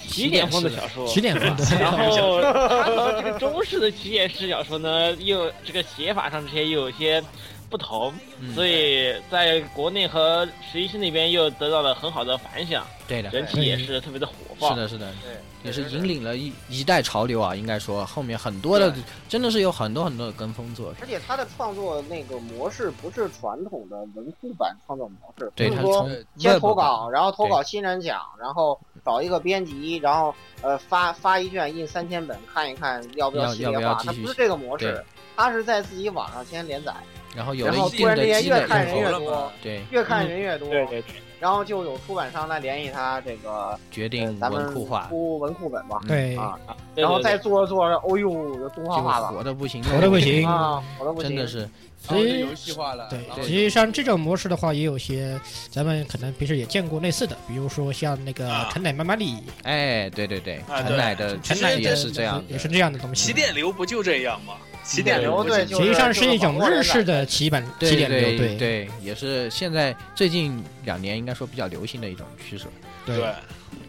[SPEAKER 6] 起点风的小说。
[SPEAKER 1] 起点风，
[SPEAKER 6] 然
[SPEAKER 1] 对，
[SPEAKER 6] 后，它和这个中式的起点式小说呢，又这个写法上这些又有一些不同，
[SPEAKER 3] 嗯
[SPEAKER 6] 所以在国内和十一区那边又得到了很好的反响，
[SPEAKER 3] 对的，
[SPEAKER 6] 人气也是特别的火爆。
[SPEAKER 3] 是的，是的，
[SPEAKER 5] 对，
[SPEAKER 3] 也是引领了一一代潮流啊，应该说后面很多的真的是有很多很多的跟风作品，
[SPEAKER 4] 而且他的创作那个模式不是传统的文库版创作模式，
[SPEAKER 3] 对，
[SPEAKER 4] 就
[SPEAKER 3] 他
[SPEAKER 4] 是
[SPEAKER 3] 是
[SPEAKER 4] 说
[SPEAKER 3] 从
[SPEAKER 4] 先
[SPEAKER 3] Web
[SPEAKER 4] 投
[SPEAKER 3] 版
[SPEAKER 4] 稿，然后投稿新人奖，然后找一个编辑，然后呃发发一卷印三千本，看一看要不
[SPEAKER 3] 要
[SPEAKER 4] 系
[SPEAKER 3] 要
[SPEAKER 4] 列
[SPEAKER 3] 不要
[SPEAKER 4] 化。
[SPEAKER 3] 继
[SPEAKER 4] 它
[SPEAKER 3] 续
[SPEAKER 4] 不是
[SPEAKER 3] 写
[SPEAKER 4] 这个模式
[SPEAKER 3] 对，
[SPEAKER 4] 它是在自己网上先连载，
[SPEAKER 3] 然后有
[SPEAKER 4] 然
[SPEAKER 3] 了
[SPEAKER 4] 后
[SPEAKER 3] 一
[SPEAKER 4] 突
[SPEAKER 3] 定
[SPEAKER 4] 然
[SPEAKER 3] 的
[SPEAKER 4] 之间
[SPEAKER 3] 积
[SPEAKER 4] 越
[SPEAKER 3] 累
[SPEAKER 4] 看人
[SPEAKER 3] 以
[SPEAKER 4] 越
[SPEAKER 3] 后，
[SPEAKER 4] 多，
[SPEAKER 3] 嗯对，
[SPEAKER 4] 越看人越多，
[SPEAKER 6] 对对对，
[SPEAKER 4] 然后就有出版商来联系他这个
[SPEAKER 3] 决
[SPEAKER 4] 呃
[SPEAKER 3] 定
[SPEAKER 4] 咱们
[SPEAKER 3] 文库化，
[SPEAKER 4] 出文库本吧，
[SPEAKER 1] 对，
[SPEAKER 4] 啊，
[SPEAKER 6] 对
[SPEAKER 4] 然后
[SPEAKER 6] 对
[SPEAKER 4] 再
[SPEAKER 6] 对
[SPEAKER 4] 做着做着，哦呦，就动
[SPEAKER 3] 就
[SPEAKER 4] 画化了
[SPEAKER 3] 火的不行，
[SPEAKER 1] 火得不行
[SPEAKER 4] 啊，我都不
[SPEAKER 3] 真的
[SPEAKER 4] 行。
[SPEAKER 3] 是，
[SPEAKER 2] 哦
[SPEAKER 5] 然后就游戏化了，
[SPEAKER 1] 对
[SPEAKER 5] 然，后
[SPEAKER 1] 其实像这种模式的话，也有些咱们可能平时也见过类似的，比如说像那个
[SPEAKER 2] 啊
[SPEAKER 1] 陈乃妈妈里，
[SPEAKER 3] 哎，对对对，
[SPEAKER 2] 啊
[SPEAKER 3] 陈
[SPEAKER 2] 对
[SPEAKER 3] 奶的
[SPEAKER 1] 陈
[SPEAKER 2] 其实
[SPEAKER 1] 乃
[SPEAKER 3] 呃
[SPEAKER 2] 这
[SPEAKER 3] 也是这样
[SPEAKER 1] 也
[SPEAKER 3] 的，
[SPEAKER 1] 是这样的东西。
[SPEAKER 2] 起点流不就这样吗？起
[SPEAKER 4] 点
[SPEAKER 2] 点
[SPEAKER 4] 流
[SPEAKER 2] 流
[SPEAKER 4] 对，
[SPEAKER 1] 实际上是一种日式的起版
[SPEAKER 3] 对
[SPEAKER 1] 起点流，
[SPEAKER 3] 对
[SPEAKER 1] 对
[SPEAKER 3] 对，也是现在最近两年应该说比较流行的一种趋势。
[SPEAKER 1] 对
[SPEAKER 2] 对，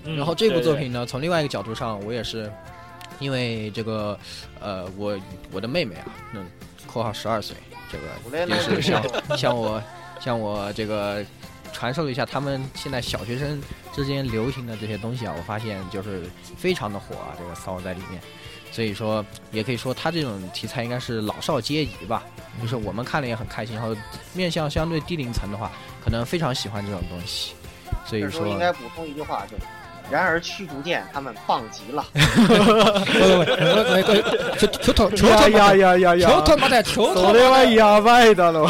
[SPEAKER 6] 嗯
[SPEAKER 3] 然后这部
[SPEAKER 6] 对
[SPEAKER 3] 作
[SPEAKER 6] 对
[SPEAKER 3] 品呢，从另外一个角度上，我也是因为这个，呃，我我的妹妹啊，嗯，括号十二岁，这
[SPEAKER 4] 我
[SPEAKER 3] 个
[SPEAKER 4] 连
[SPEAKER 3] 也是
[SPEAKER 4] 那个
[SPEAKER 3] 向向我向我这个传授了一下他们现在小学生之间流行的这些东西啊，我发现就是非常的火啊，这个骚在里面。所以说，也可以说他这种题材应该是老少皆宜吧，就是我们看了也很开心。然后面向相对低龄层的话，可能非常喜欢这种东西。所以
[SPEAKER 4] 这时候
[SPEAKER 3] 说
[SPEAKER 4] 应，该补充一句话，就是然而驱逐舰他们棒极了。
[SPEAKER 1] 喂喂喂喂喂，球球头球头
[SPEAKER 7] 呀呀呀
[SPEAKER 1] 球
[SPEAKER 7] 呀！
[SPEAKER 1] 头妈的球
[SPEAKER 7] そ
[SPEAKER 1] 头，
[SPEAKER 7] れはやばいだろ。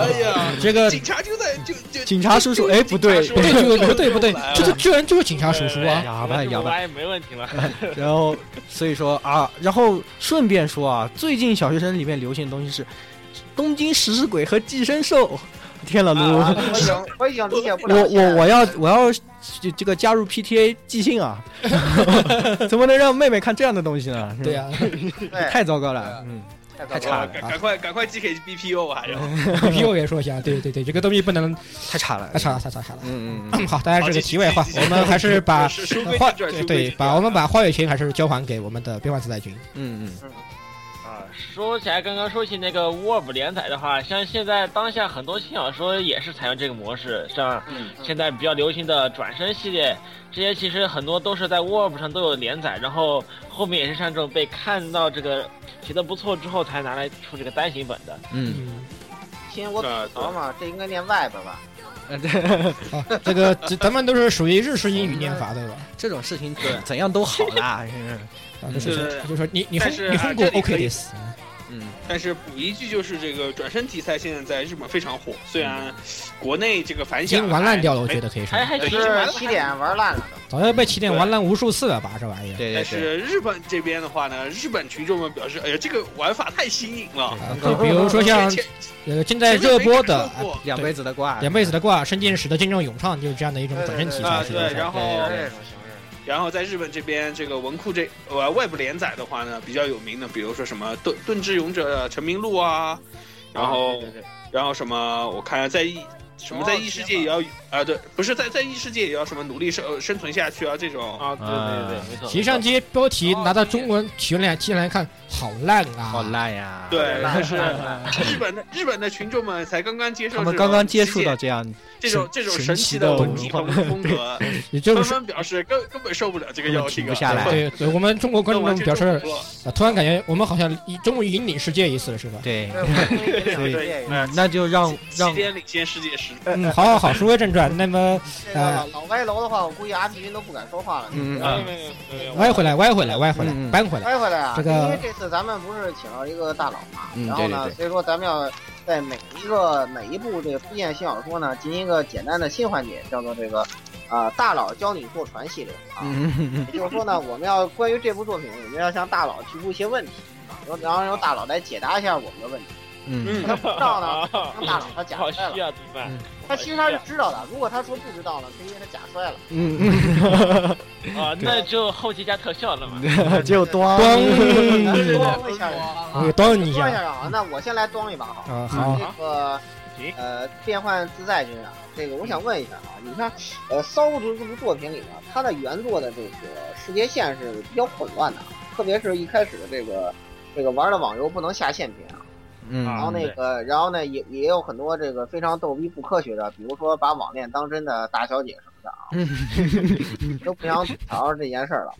[SPEAKER 2] 哎呀，
[SPEAKER 1] 这个
[SPEAKER 2] 警察就在就就
[SPEAKER 7] 警察叔叔
[SPEAKER 2] 就
[SPEAKER 7] 哎
[SPEAKER 2] 警察
[SPEAKER 7] 不对
[SPEAKER 2] 叔叔
[SPEAKER 1] 不对，
[SPEAKER 2] 就
[SPEAKER 1] 不对不对
[SPEAKER 2] 就来，了
[SPEAKER 1] 这就居然就是警察叔叔啊！
[SPEAKER 3] 哑巴哑巴
[SPEAKER 6] 巴，哎没问题了。
[SPEAKER 3] 然后，所以说啊，然后顺便说啊，最近小学生里面流行的东西是《东京食尸鬼》和《寄生兽》。 天了噜！
[SPEAKER 6] 啊
[SPEAKER 4] 我已经我已经理解不了
[SPEAKER 3] 我
[SPEAKER 4] 现在
[SPEAKER 3] 我我要我要这这个加入 PTA 寄信啊！ 怎么能让妹妹看这样的东西呢？
[SPEAKER 1] 对呀，
[SPEAKER 4] 对
[SPEAKER 3] 太糟糕
[SPEAKER 5] 对
[SPEAKER 3] 了
[SPEAKER 5] 啊，
[SPEAKER 3] 嗯，
[SPEAKER 4] 太
[SPEAKER 3] 太
[SPEAKER 4] 糟
[SPEAKER 3] 差
[SPEAKER 4] 糕
[SPEAKER 3] 了
[SPEAKER 4] 了。
[SPEAKER 2] 赶
[SPEAKER 3] 啊
[SPEAKER 2] 赶快赶快寄给 BPO 还有，
[SPEAKER 1] 皮我也说一下，对对对，这个东西不能
[SPEAKER 3] 太差了
[SPEAKER 1] 啊，，查了查了查了。
[SPEAKER 3] 嗯嗯嗯，
[SPEAKER 1] 好，大家这个题外话，我们还是把
[SPEAKER 2] 是书归
[SPEAKER 1] 话对
[SPEAKER 2] 正传，书归
[SPEAKER 1] 对，
[SPEAKER 2] 正
[SPEAKER 1] 把
[SPEAKER 2] 传
[SPEAKER 1] 我们把话语权还是交还给我们的变幻自在君。
[SPEAKER 3] 嗯嗯，
[SPEAKER 6] 啊，说起来，刚刚说起那个 Word 连载的话，像现在当下很多轻小说也是采用这个模式，像
[SPEAKER 4] 嗯
[SPEAKER 6] 现在比较流行的转身系列，这些其实很多都是在 Word 上都有连载，然后后面也是像这种被看到这个写的不错之后才拿来出这个单行本的。
[SPEAKER 3] 嗯
[SPEAKER 1] 嗯，
[SPEAKER 4] 听我吐槽嘛，这应该念 web 吧？
[SPEAKER 3] 嗯，对，
[SPEAKER 1] 好，这个这咱们都是属于日式英语念法，对吧？
[SPEAKER 3] 这种事情怎怎样都好啦， 嗯
[SPEAKER 1] 啊，就是
[SPEAKER 2] 对对
[SPEAKER 1] 说
[SPEAKER 2] 对
[SPEAKER 1] 就是说你你
[SPEAKER 2] 但
[SPEAKER 1] 封
[SPEAKER 2] 是
[SPEAKER 1] 你
[SPEAKER 2] 啊
[SPEAKER 1] 封过
[SPEAKER 2] 这里
[SPEAKER 1] OK
[SPEAKER 2] 可以
[SPEAKER 1] this，
[SPEAKER 3] 嗯，
[SPEAKER 2] 但是补一句，就是这个转身题材现在在日本非常火，虽然国内这个反
[SPEAKER 1] 已
[SPEAKER 2] 响
[SPEAKER 1] 经玩烂掉了，
[SPEAKER 2] 还
[SPEAKER 1] 我觉
[SPEAKER 2] 没，
[SPEAKER 1] 得可以说
[SPEAKER 6] 还，还
[SPEAKER 2] 对
[SPEAKER 6] 其
[SPEAKER 2] 已经
[SPEAKER 6] 实
[SPEAKER 2] 完
[SPEAKER 4] 是
[SPEAKER 2] 了
[SPEAKER 4] 起点玩烂了都。
[SPEAKER 1] 早就被起点玩烂无数次了吧？这玩意儿，
[SPEAKER 3] 对对对，
[SPEAKER 2] 但是日本这边的话呢，日本群众们表示，哎呀，这个玩法太新颖了。
[SPEAKER 1] 啊就比如说像
[SPEAKER 2] 前
[SPEAKER 1] 呃正在热播的
[SPEAKER 2] 前面没看过
[SPEAKER 1] 啊
[SPEAKER 3] 两杯子的瓜，
[SPEAKER 1] 两辈子的挂，深见识的真正咏唱就是这样的一种转身题材，
[SPEAKER 2] 啊，
[SPEAKER 1] 实际上
[SPEAKER 2] 对，
[SPEAKER 1] 是
[SPEAKER 2] 然后
[SPEAKER 3] 对
[SPEAKER 4] 这种形式，
[SPEAKER 2] 然后在日本这边，这个文库这呃外部连载的话呢，比较有名的，比如说什么《盾盾之勇者》呃陈明路啊，然后然后什么，我看啊在异什么在异世界也要啊，对，不是在在异世界也要什么努力生生存下去啊这种。
[SPEAKER 6] 啊，对对对，没错。
[SPEAKER 1] 实际上这些标题拿到中文起源来起源来看，好烂啊！
[SPEAKER 3] 好烂呀，
[SPEAKER 2] 对，但是
[SPEAKER 4] 烂烂烂
[SPEAKER 2] 日本的日本的群众们才刚刚接
[SPEAKER 3] 他
[SPEAKER 2] 受这种
[SPEAKER 3] 们刚刚接触到这样，
[SPEAKER 2] 这种这种神奇的文体和风格，
[SPEAKER 1] 也就
[SPEAKER 2] 纷
[SPEAKER 1] 是
[SPEAKER 2] 纷表示根根本受不了这个
[SPEAKER 3] 根
[SPEAKER 2] 啊
[SPEAKER 3] 本
[SPEAKER 2] 妖
[SPEAKER 3] 停
[SPEAKER 2] 精
[SPEAKER 3] 不下来
[SPEAKER 1] 对对，我们中国观众表示，啊突然感觉我们好像已 终于引领世界一次了，是吧？
[SPEAKER 3] 对，
[SPEAKER 4] 对，我听你这种
[SPEAKER 3] 对
[SPEAKER 4] 介意
[SPEAKER 2] 嗯
[SPEAKER 3] 那就让
[SPEAKER 2] 起
[SPEAKER 3] 让
[SPEAKER 2] 点领先世界师。
[SPEAKER 1] 嗯，好好好，书归正传。那么
[SPEAKER 4] 这个老老歪楼的话，我估计阿皮都不敢说话了。
[SPEAKER 3] 嗯
[SPEAKER 2] 啊
[SPEAKER 6] 没有没有没有，
[SPEAKER 1] 歪回来，歪回来，歪回来，
[SPEAKER 3] 嗯嗯
[SPEAKER 1] 搬回来。
[SPEAKER 4] 歪回来啊，
[SPEAKER 1] 这个
[SPEAKER 4] 因为这次咱们不是请了一个大佬嘛，
[SPEAKER 3] 嗯
[SPEAKER 4] 然后
[SPEAKER 3] 对
[SPEAKER 4] 呢，
[SPEAKER 3] 对对
[SPEAKER 4] 所以说咱们要在每一个每一部这个推荐新小说呢，进行一个简单的新环节，叫做这个啊、呃大佬教你坐船系列啊。
[SPEAKER 3] 嗯
[SPEAKER 4] 也就是说 呢，我们要关于这部作品，我们要向大佬提出一些问题啊，然后让大佬来解答一下我们的 问题。
[SPEAKER 3] 嗯，
[SPEAKER 4] 他不知 道呢，
[SPEAKER 6] 啊
[SPEAKER 4] 让大佬他假
[SPEAKER 6] 好
[SPEAKER 4] 摔
[SPEAKER 6] 需
[SPEAKER 4] 了。
[SPEAKER 6] 要怎么办？
[SPEAKER 4] 他其实他是知道的，如果他说不知道呢，是因为他假摔了。
[SPEAKER 6] 啊，那就后期加特效了嘛。
[SPEAKER 3] 就 多
[SPEAKER 4] 咱
[SPEAKER 1] 咣，
[SPEAKER 4] 们装一下人啊
[SPEAKER 1] 你，端你一
[SPEAKER 4] 装一
[SPEAKER 1] 下
[SPEAKER 2] 哎
[SPEAKER 4] 下人啊。那我先来装一把好了。
[SPEAKER 1] 啊！
[SPEAKER 3] 嗯
[SPEAKER 1] 好，
[SPEAKER 4] 这个呃，变换自在军啊，这个我想问一下啊，你看，呃，《骚族》这部作品里呢，它的原作的这个世界线是比较混乱的啊，特别是一开始的这个这个玩的网游不能下线篇啊，然后
[SPEAKER 3] 嗯，
[SPEAKER 4] 那个，然后呢，也也有很多这个非常逗逼不科学的，比如说把网恋当真的大小姐什么的啊，都不想吐槽这件事儿了。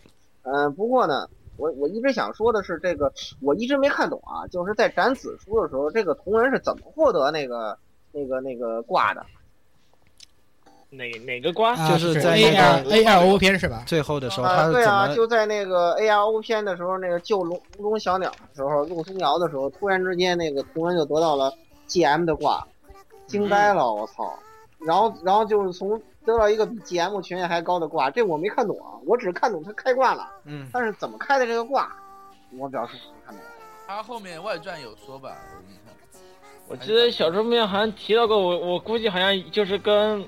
[SPEAKER 4] 嗯、不过呢，我我一直想说的是，这个我一直没看懂啊，就是在斩子书的时候，这个同人是怎么获得那个那个那个挂的？
[SPEAKER 6] 哪哪个瓜？
[SPEAKER 1] 啊
[SPEAKER 3] 就是在
[SPEAKER 1] A
[SPEAKER 3] 那
[SPEAKER 1] R
[SPEAKER 3] 个
[SPEAKER 1] A R O 篇是吧？
[SPEAKER 3] 最后的时候
[SPEAKER 4] 啊、
[SPEAKER 3] 他是
[SPEAKER 4] 对
[SPEAKER 3] 怎
[SPEAKER 4] 啊，
[SPEAKER 3] 么？
[SPEAKER 4] 就在那个 A R O 片的时候，那个救笼笼中小鸟的时候，陆松瑶的时候，突然之间那个同人就得到了 G M 的挂，惊呆了，我操！然后然后就是从得到一个比 G M 权限还高的挂，这我没看懂啊，我只看懂他开挂了，
[SPEAKER 3] 嗯，
[SPEAKER 4] 但是怎么开的这个挂，我表示没看懂。
[SPEAKER 5] 他后面外传有说吧？我印象
[SPEAKER 6] 我记得小说里面好像提到过，我我估计好像就是跟，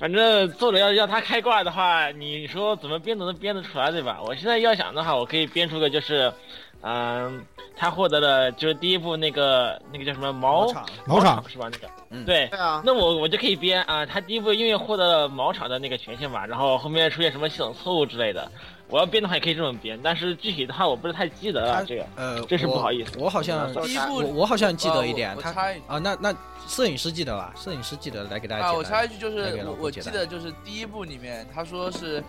[SPEAKER 6] 反正作者要要他开挂的话，你说怎么编都能编得出来，对吧？我现在要想的话，我可以编出个就是，嗯、他获得了就是第一部那个那个叫什么毛
[SPEAKER 3] 场，
[SPEAKER 1] 毛场
[SPEAKER 6] 是吧？那个，
[SPEAKER 3] 嗯
[SPEAKER 6] 对。
[SPEAKER 4] 对啊，
[SPEAKER 6] 那我我就可以编啊，他第一部因为获得了毛场的那个权限嘛，然后后面出现什么系统错误之类的，我要编的话也可以这么编，但是具体的话我不是太记得
[SPEAKER 3] 他
[SPEAKER 6] 了这个。
[SPEAKER 3] 呃，
[SPEAKER 6] 真是不
[SPEAKER 3] 我
[SPEAKER 6] 好意思
[SPEAKER 3] 我好像
[SPEAKER 5] 第一
[SPEAKER 3] 我
[SPEAKER 5] 部
[SPEAKER 3] 我好像记得一
[SPEAKER 5] 啊
[SPEAKER 3] 点，
[SPEAKER 5] 我
[SPEAKER 3] 他
[SPEAKER 5] 我插一句
[SPEAKER 3] 啊，那那摄影师记得吧？摄影师记得来给大家
[SPEAKER 5] 啊，
[SPEAKER 3] 解
[SPEAKER 5] 我
[SPEAKER 3] 答
[SPEAKER 5] 插一句，就
[SPEAKER 3] 那
[SPEAKER 5] 是
[SPEAKER 3] 个老
[SPEAKER 5] 我
[SPEAKER 3] 夫
[SPEAKER 5] 我
[SPEAKER 3] 解
[SPEAKER 5] 记
[SPEAKER 3] 答
[SPEAKER 5] 得就是第一部里面他说是，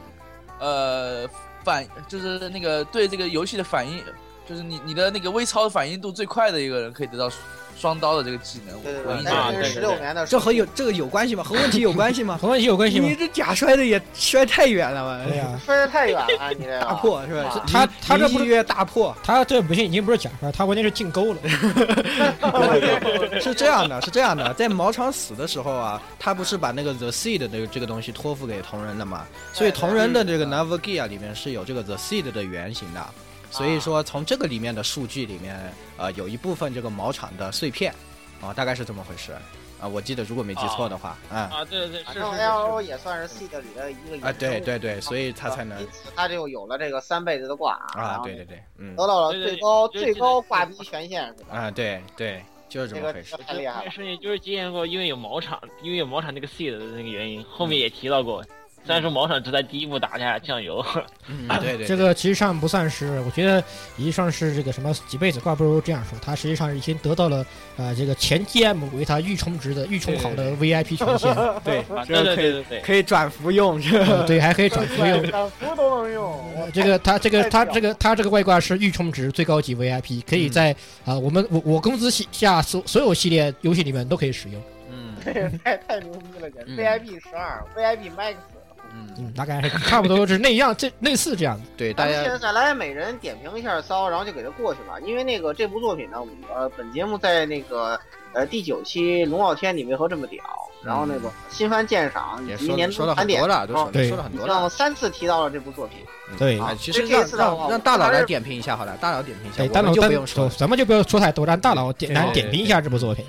[SPEAKER 5] 呃，反就是那个对这个游戏的反应，就是你你的那个微操反应度最快的一个人可以得到双刀的这个技能。
[SPEAKER 4] 对对
[SPEAKER 5] 我
[SPEAKER 4] 对，
[SPEAKER 5] 印象
[SPEAKER 4] 但
[SPEAKER 6] 啊
[SPEAKER 4] 是这
[SPEAKER 6] 对对
[SPEAKER 4] 是十六年的
[SPEAKER 3] 这和有这个有关系吗？和问题有关系 吗？
[SPEAKER 1] 和问题有关系吗
[SPEAKER 3] 你？这假摔的也摔太远了吧？
[SPEAKER 1] 对呀，
[SPEAKER 4] 摔得太远了，啊你这个
[SPEAKER 3] 大破是吧？
[SPEAKER 1] 他他这不
[SPEAKER 3] 不越大破
[SPEAKER 1] 他这不行，已经不是假摔，他完全是进沟了。
[SPEAKER 3] 是这样的，是这样的，在毛场死的时候啊，他不是把那个 the seed 的这个东西托付给同人了嘛？所以同人的这个 Navagia 里面是有这个 the seed 的原型的，所以说从这个里面的数据里面，呃，有一部分这个毛场的碎片，啊、大概是这么回事，啊、我记得如果没记错的话，嗯。
[SPEAKER 6] 啊，对对对，是
[SPEAKER 4] 反
[SPEAKER 6] 是
[SPEAKER 4] 正
[SPEAKER 6] 是
[SPEAKER 4] L O
[SPEAKER 6] 是。
[SPEAKER 4] 也算是 seed 里的一个
[SPEAKER 3] 啊，
[SPEAKER 4] 衍
[SPEAKER 3] 对
[SPEAKER 4] 生物
[SPEAKER 3] 对对，所以他才能
[SPEAKER 4] 因此啊他就有了这个三辈子的挂然
[SPEAKER 3] 啊，
[SPEAKER 4] 后
[SPEAKER 3] 对对对，嗯，
[SPEAKER 4] 得到了
[SPEAKER 6] 对对
[SPEAKER 4] 最高
[SPEAKER 6] 就是
[SPEAKER 4] 最
[SPEAKER 6] 这个
[SPEAKER 4] 高挂逼权限是吧？
[SPEAKER 3] 啊，对对，就是这
[SPEAKER 4] 这
[SPEAKER 3] 么
[SPEAKER 4] 个
[SPEAKER 3] 回事
[SPEAKER 4] 这。个太厉害 了。
[SPEAKER 6] 瞬间就是经验过，因为有毛场，因为有毛场那个 seed 的那个原因，后面也提到
[SPEAKER 4] 嗯
[SPEAKER 6] 过。虽然说毛场只在第一部打下酱油，
[SPEAKER 3] 嗯，对对，
[SPEAKER 1] 这个其实上不算是，我觉得一及上是这个什么几辈子挂，不如这样说，他实际上已经得到了呃这个前 GM 为他预充值的预充好的 VIP 权限，
[SPEAKER 3] 对
[SPEAKER 6] 啊对对对对对，
[SPEAKER 3] 可以转服用，这
[SPEAKER 1] 嗯对，还可以转服用。
[SPEAKER 4] 转服都能 用，
[SPEAKER 1] 这个他这个
[SPEAKER 4] 太
[SPEAKER 1] 他
[SPEAKER 4] 屌
[SPEAKER 1] 这个他这个外挂是预充值最高级 VIP，可以
[SPEAKER 3] 嗯
[SPEAKER 1] 在啊、我们我我公司系下所所有系列游戏里面都可以使用，
[SPEAKER 3] 嗯
[SPEAKER 4] 太太牛逼了，简直
[SPEAKER 3] 嗯
[SPEAKER 4] VIP 十二，VIP Max。
[SPEAKER 3] 嗯，
[SPEAKER 1] 嗯，大概是差不多是那样，这类似这样的。
[SPEAKER 3] 对，
[SPEAKER 4] 咱
[SPEAKER 3] 大
[SPEAKER 4] 们现
[SPEAKER 3] 家
[SPEAKER 4] 在再来每人点评一下骚，然后就给他过去吧。因为那个这部作品呢，我呃本节目在那个呃第九期《龙傲天》你为何这么屌，然后那个新番鉴赏以
[SPEAKER 3] 嗯也
[SPEAKER 4] 及
[SPEAKER 3] 说
[SPEAKER 4] 年
[SPEAKER 3] 了说
[SPEAKER 4] 度
[SPEAKER 3] 了
[SPEAKER 4] 盘
[SPEAKER 3] 很
[SPEAKER 4] 点
[SPEAKER 3] 多，了，都说
[SPEAKER 1] 对
[SPEAKER 3] 了说了很
[SPEAKER 4] 已
[SPEAKER 3] 多
[SPEAKER 4] 经
[SPEAKER 3] 了。
[SPEAKER 4] 三次提到了这部作品。
[SPEAKER 1] 对，
[SPEAKER 3] 啊，其
[SPEAKER 4] 所
[SPEAKER 3] 实
[SPEAKER 4] 以这
[SPEAKER 3] 让
[SPEAKER 4] 次的话
[SPEAKER 3] 让让大佬
[SPEAKER 4] 我还
[SPEAKER 3] 来
[SPEAKER 4] 是
[SPEAKER 3] 点评一下好了，大佬点评一下，
[SPEAKER 1] 对，
[SPEAKER 3] 我
[SPEAKER 1] 哎大
[SPEAKER 3] 们
[SPEAKER 1] 佬
[SPEAKER 3] 就
[SPEAKER 1] 单
[SPEAKER 3] 不用说了。
[SPEAKER 1] 咱们就不要说太多，让大佬点
[SPEAKER 3] 对
[SPEAKER 1] 来
[SPEAKER 3] 对
[SPEAKER 1] 点评一下这部作品。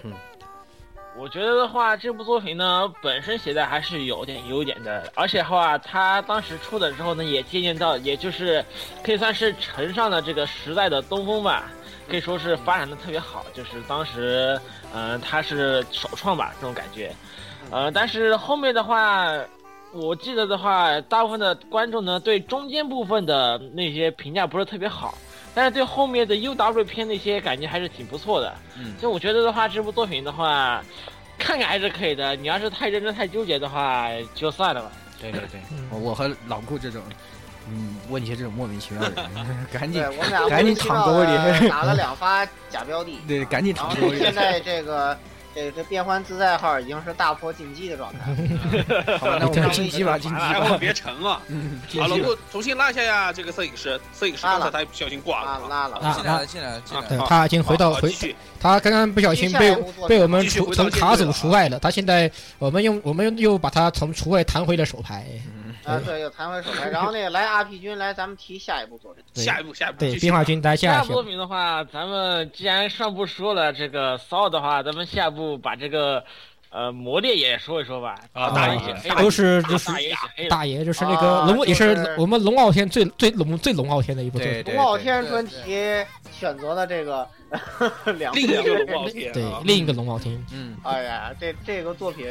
[SPEAKER 6] 我觉得的话，这部作品呢本身写的还是有点优点的，而且的话，它当时出的时候呢，也借鉴到，也就是可以算是乘上了这个时代的东风吧，可以说是发展的特别好，就是当时，嗯、它是首创吧这种感觉，呃，但是后面的话。我记得的话，大部分的观众呢对中间部分的那些评价不是特别好，但是对后面的 UW 片那些感觉还是挺不错的。
[SPEAKER 3] 嗯
[SPEAKER 6] 所以我觉得的话，这部作品的话，看看还是可以的。你要是太认真、太纠结的话，就算了吧。
[SPEAKER 3] 对对对，
[SPEAKER 1] 嗯
[SPEAKER 3] 我我和老顾这种，嗯，问一些这种莫名其妙的人，赶紧
[SPEAKER 4] 对，我们俩
[SPEAKER 3] 赶紧
[SPEAKER 4] 莫名其妙
[SPEAKER 3] 躺沟里。
[SPEAKER 4] 地打了两发假标的
[SPEAKER 3] 对赶紧
[SPEAKER 4] 然
[SPEAKER 3] 躺
[SPEAKER 4] 后
[SPEAKER 3] 沟里
[SPEAKER 4] 现在这个这这变换自在号已经是大破进击的状态。
[SPEAKER 3] 好吧，那我
[SPEAKER 4] 这
[SPEAKER 3] 们
[SPEAKER 4] 是
[SPEAKER 3] 晋级吧，晋级
[SPEAKER 2] 哎， 我
[SPEAKER 3] 吧，
[SPEAKER 2] 别沉了，
[SPEAKER 3] 嗯，晋
[SPEAKER 2] 啊，老
[SPEAKER 3] 级吧。
[SPEAKER 2] 陆重新拉一下呀，这个摄影师，摄影师
[SPEAKER 4] 拉
[SPEAKER 2] 刚
[SPEAKER 4] 了
[SPEAKER 2] 才他不小心挂了
[SPEAKER 4] 拉
[SPEAKER 2] 啊。
[SPEAKER 4] 了拉了，
[SPEAKER 1] 啊
[SPEAKER 5] 进来了，进来了，进来
[SPEAKER 1] 对
[SPEAKER 5] 了。
[SPEAKER 1] 他已经回到
[SPEAKER 2] 好
[SPEAKER 1] 回
[SPEAKER 2] 继，续
[SPEAKER 1] 他刚刚不小心被
[SPEAKER 4] 接下来工作
[SPEAKER 1] 被我们
[SPEAKER 2] 继续
[SPEAKER 1] 除
[SPEAKER 2] 回到
[SPEAKER 1] 从
[SPEAKER 2] 舰
[SPEAKER 1] 卡
[SPEAKER 2] 队
[SPEAKER 1] 组
[SPEAKER 2] 了
[SPEAKER 1] 除外了。他现在我们用我们又把他从除外弹回了手牌。
[SPEAKER 3] 嗯
[SPEAKER 4] 啊，对，有弹回手牌。然后那个来 RP 君来，咱们提下一步作品。
[SPEAKER 1] 对
[SPEAKER 2] 下一步，下一步，
[SPEAKER 1] 对，
[SPEAKER 2] 继续
[SPEAKER 1] 冰化军来下一
[SPEAKER 6] 下一部作
[SPEAKER 1] 步，
[SPEAKER 6] 品的话，咱们既然上部说了这个骚的话，咱们下部把这个呃魔猎也说一说吧。
[SPEAKER 2] 啊，
[SPEAKER 6] 大
[SPEAKER 2] 大
[SPEAKER 6] 爷
[SPEAKER 1] 啊
[SPEAKER 6] 写
[SPEAKER 2] 爷，大
[SPEAKER 6] 黑了
[SPEAKER 1] 都是就
[SPEAKER 6] 大
[SPEAKER 1] 是
[SPEAKER 6] 大爷写黑了。
[SPEAKER 1] 大爷，就是那个
[SPEAKER 4] 啊
[SPEAKER 1] 龙，也
[SPEAKER 4] 就是是
[SPEAKER 1] 我们龙傲天最最龙最龙傲天的一部作
[SPEAKER 3] 对
[SPEAKER 1] 品。
[SPEAKER 3] 对
[SPEAKER 4] 龙傲
[SPEAKER 3] 对，
[SPEAKER 4] 天专题选择了这个 两
[SPEAKER 2] 另一
[SPEAKER 4] 部
[SPEAKER 2] 个龙傲天
[SPEAKER 1] 对
[SPEAKER 2] 啊，，
[SPEAKER 1] 另一个龙傲天，
[SPEAKER 3] 嗯，
[SPEAKER 4] 哎呀，这这个作品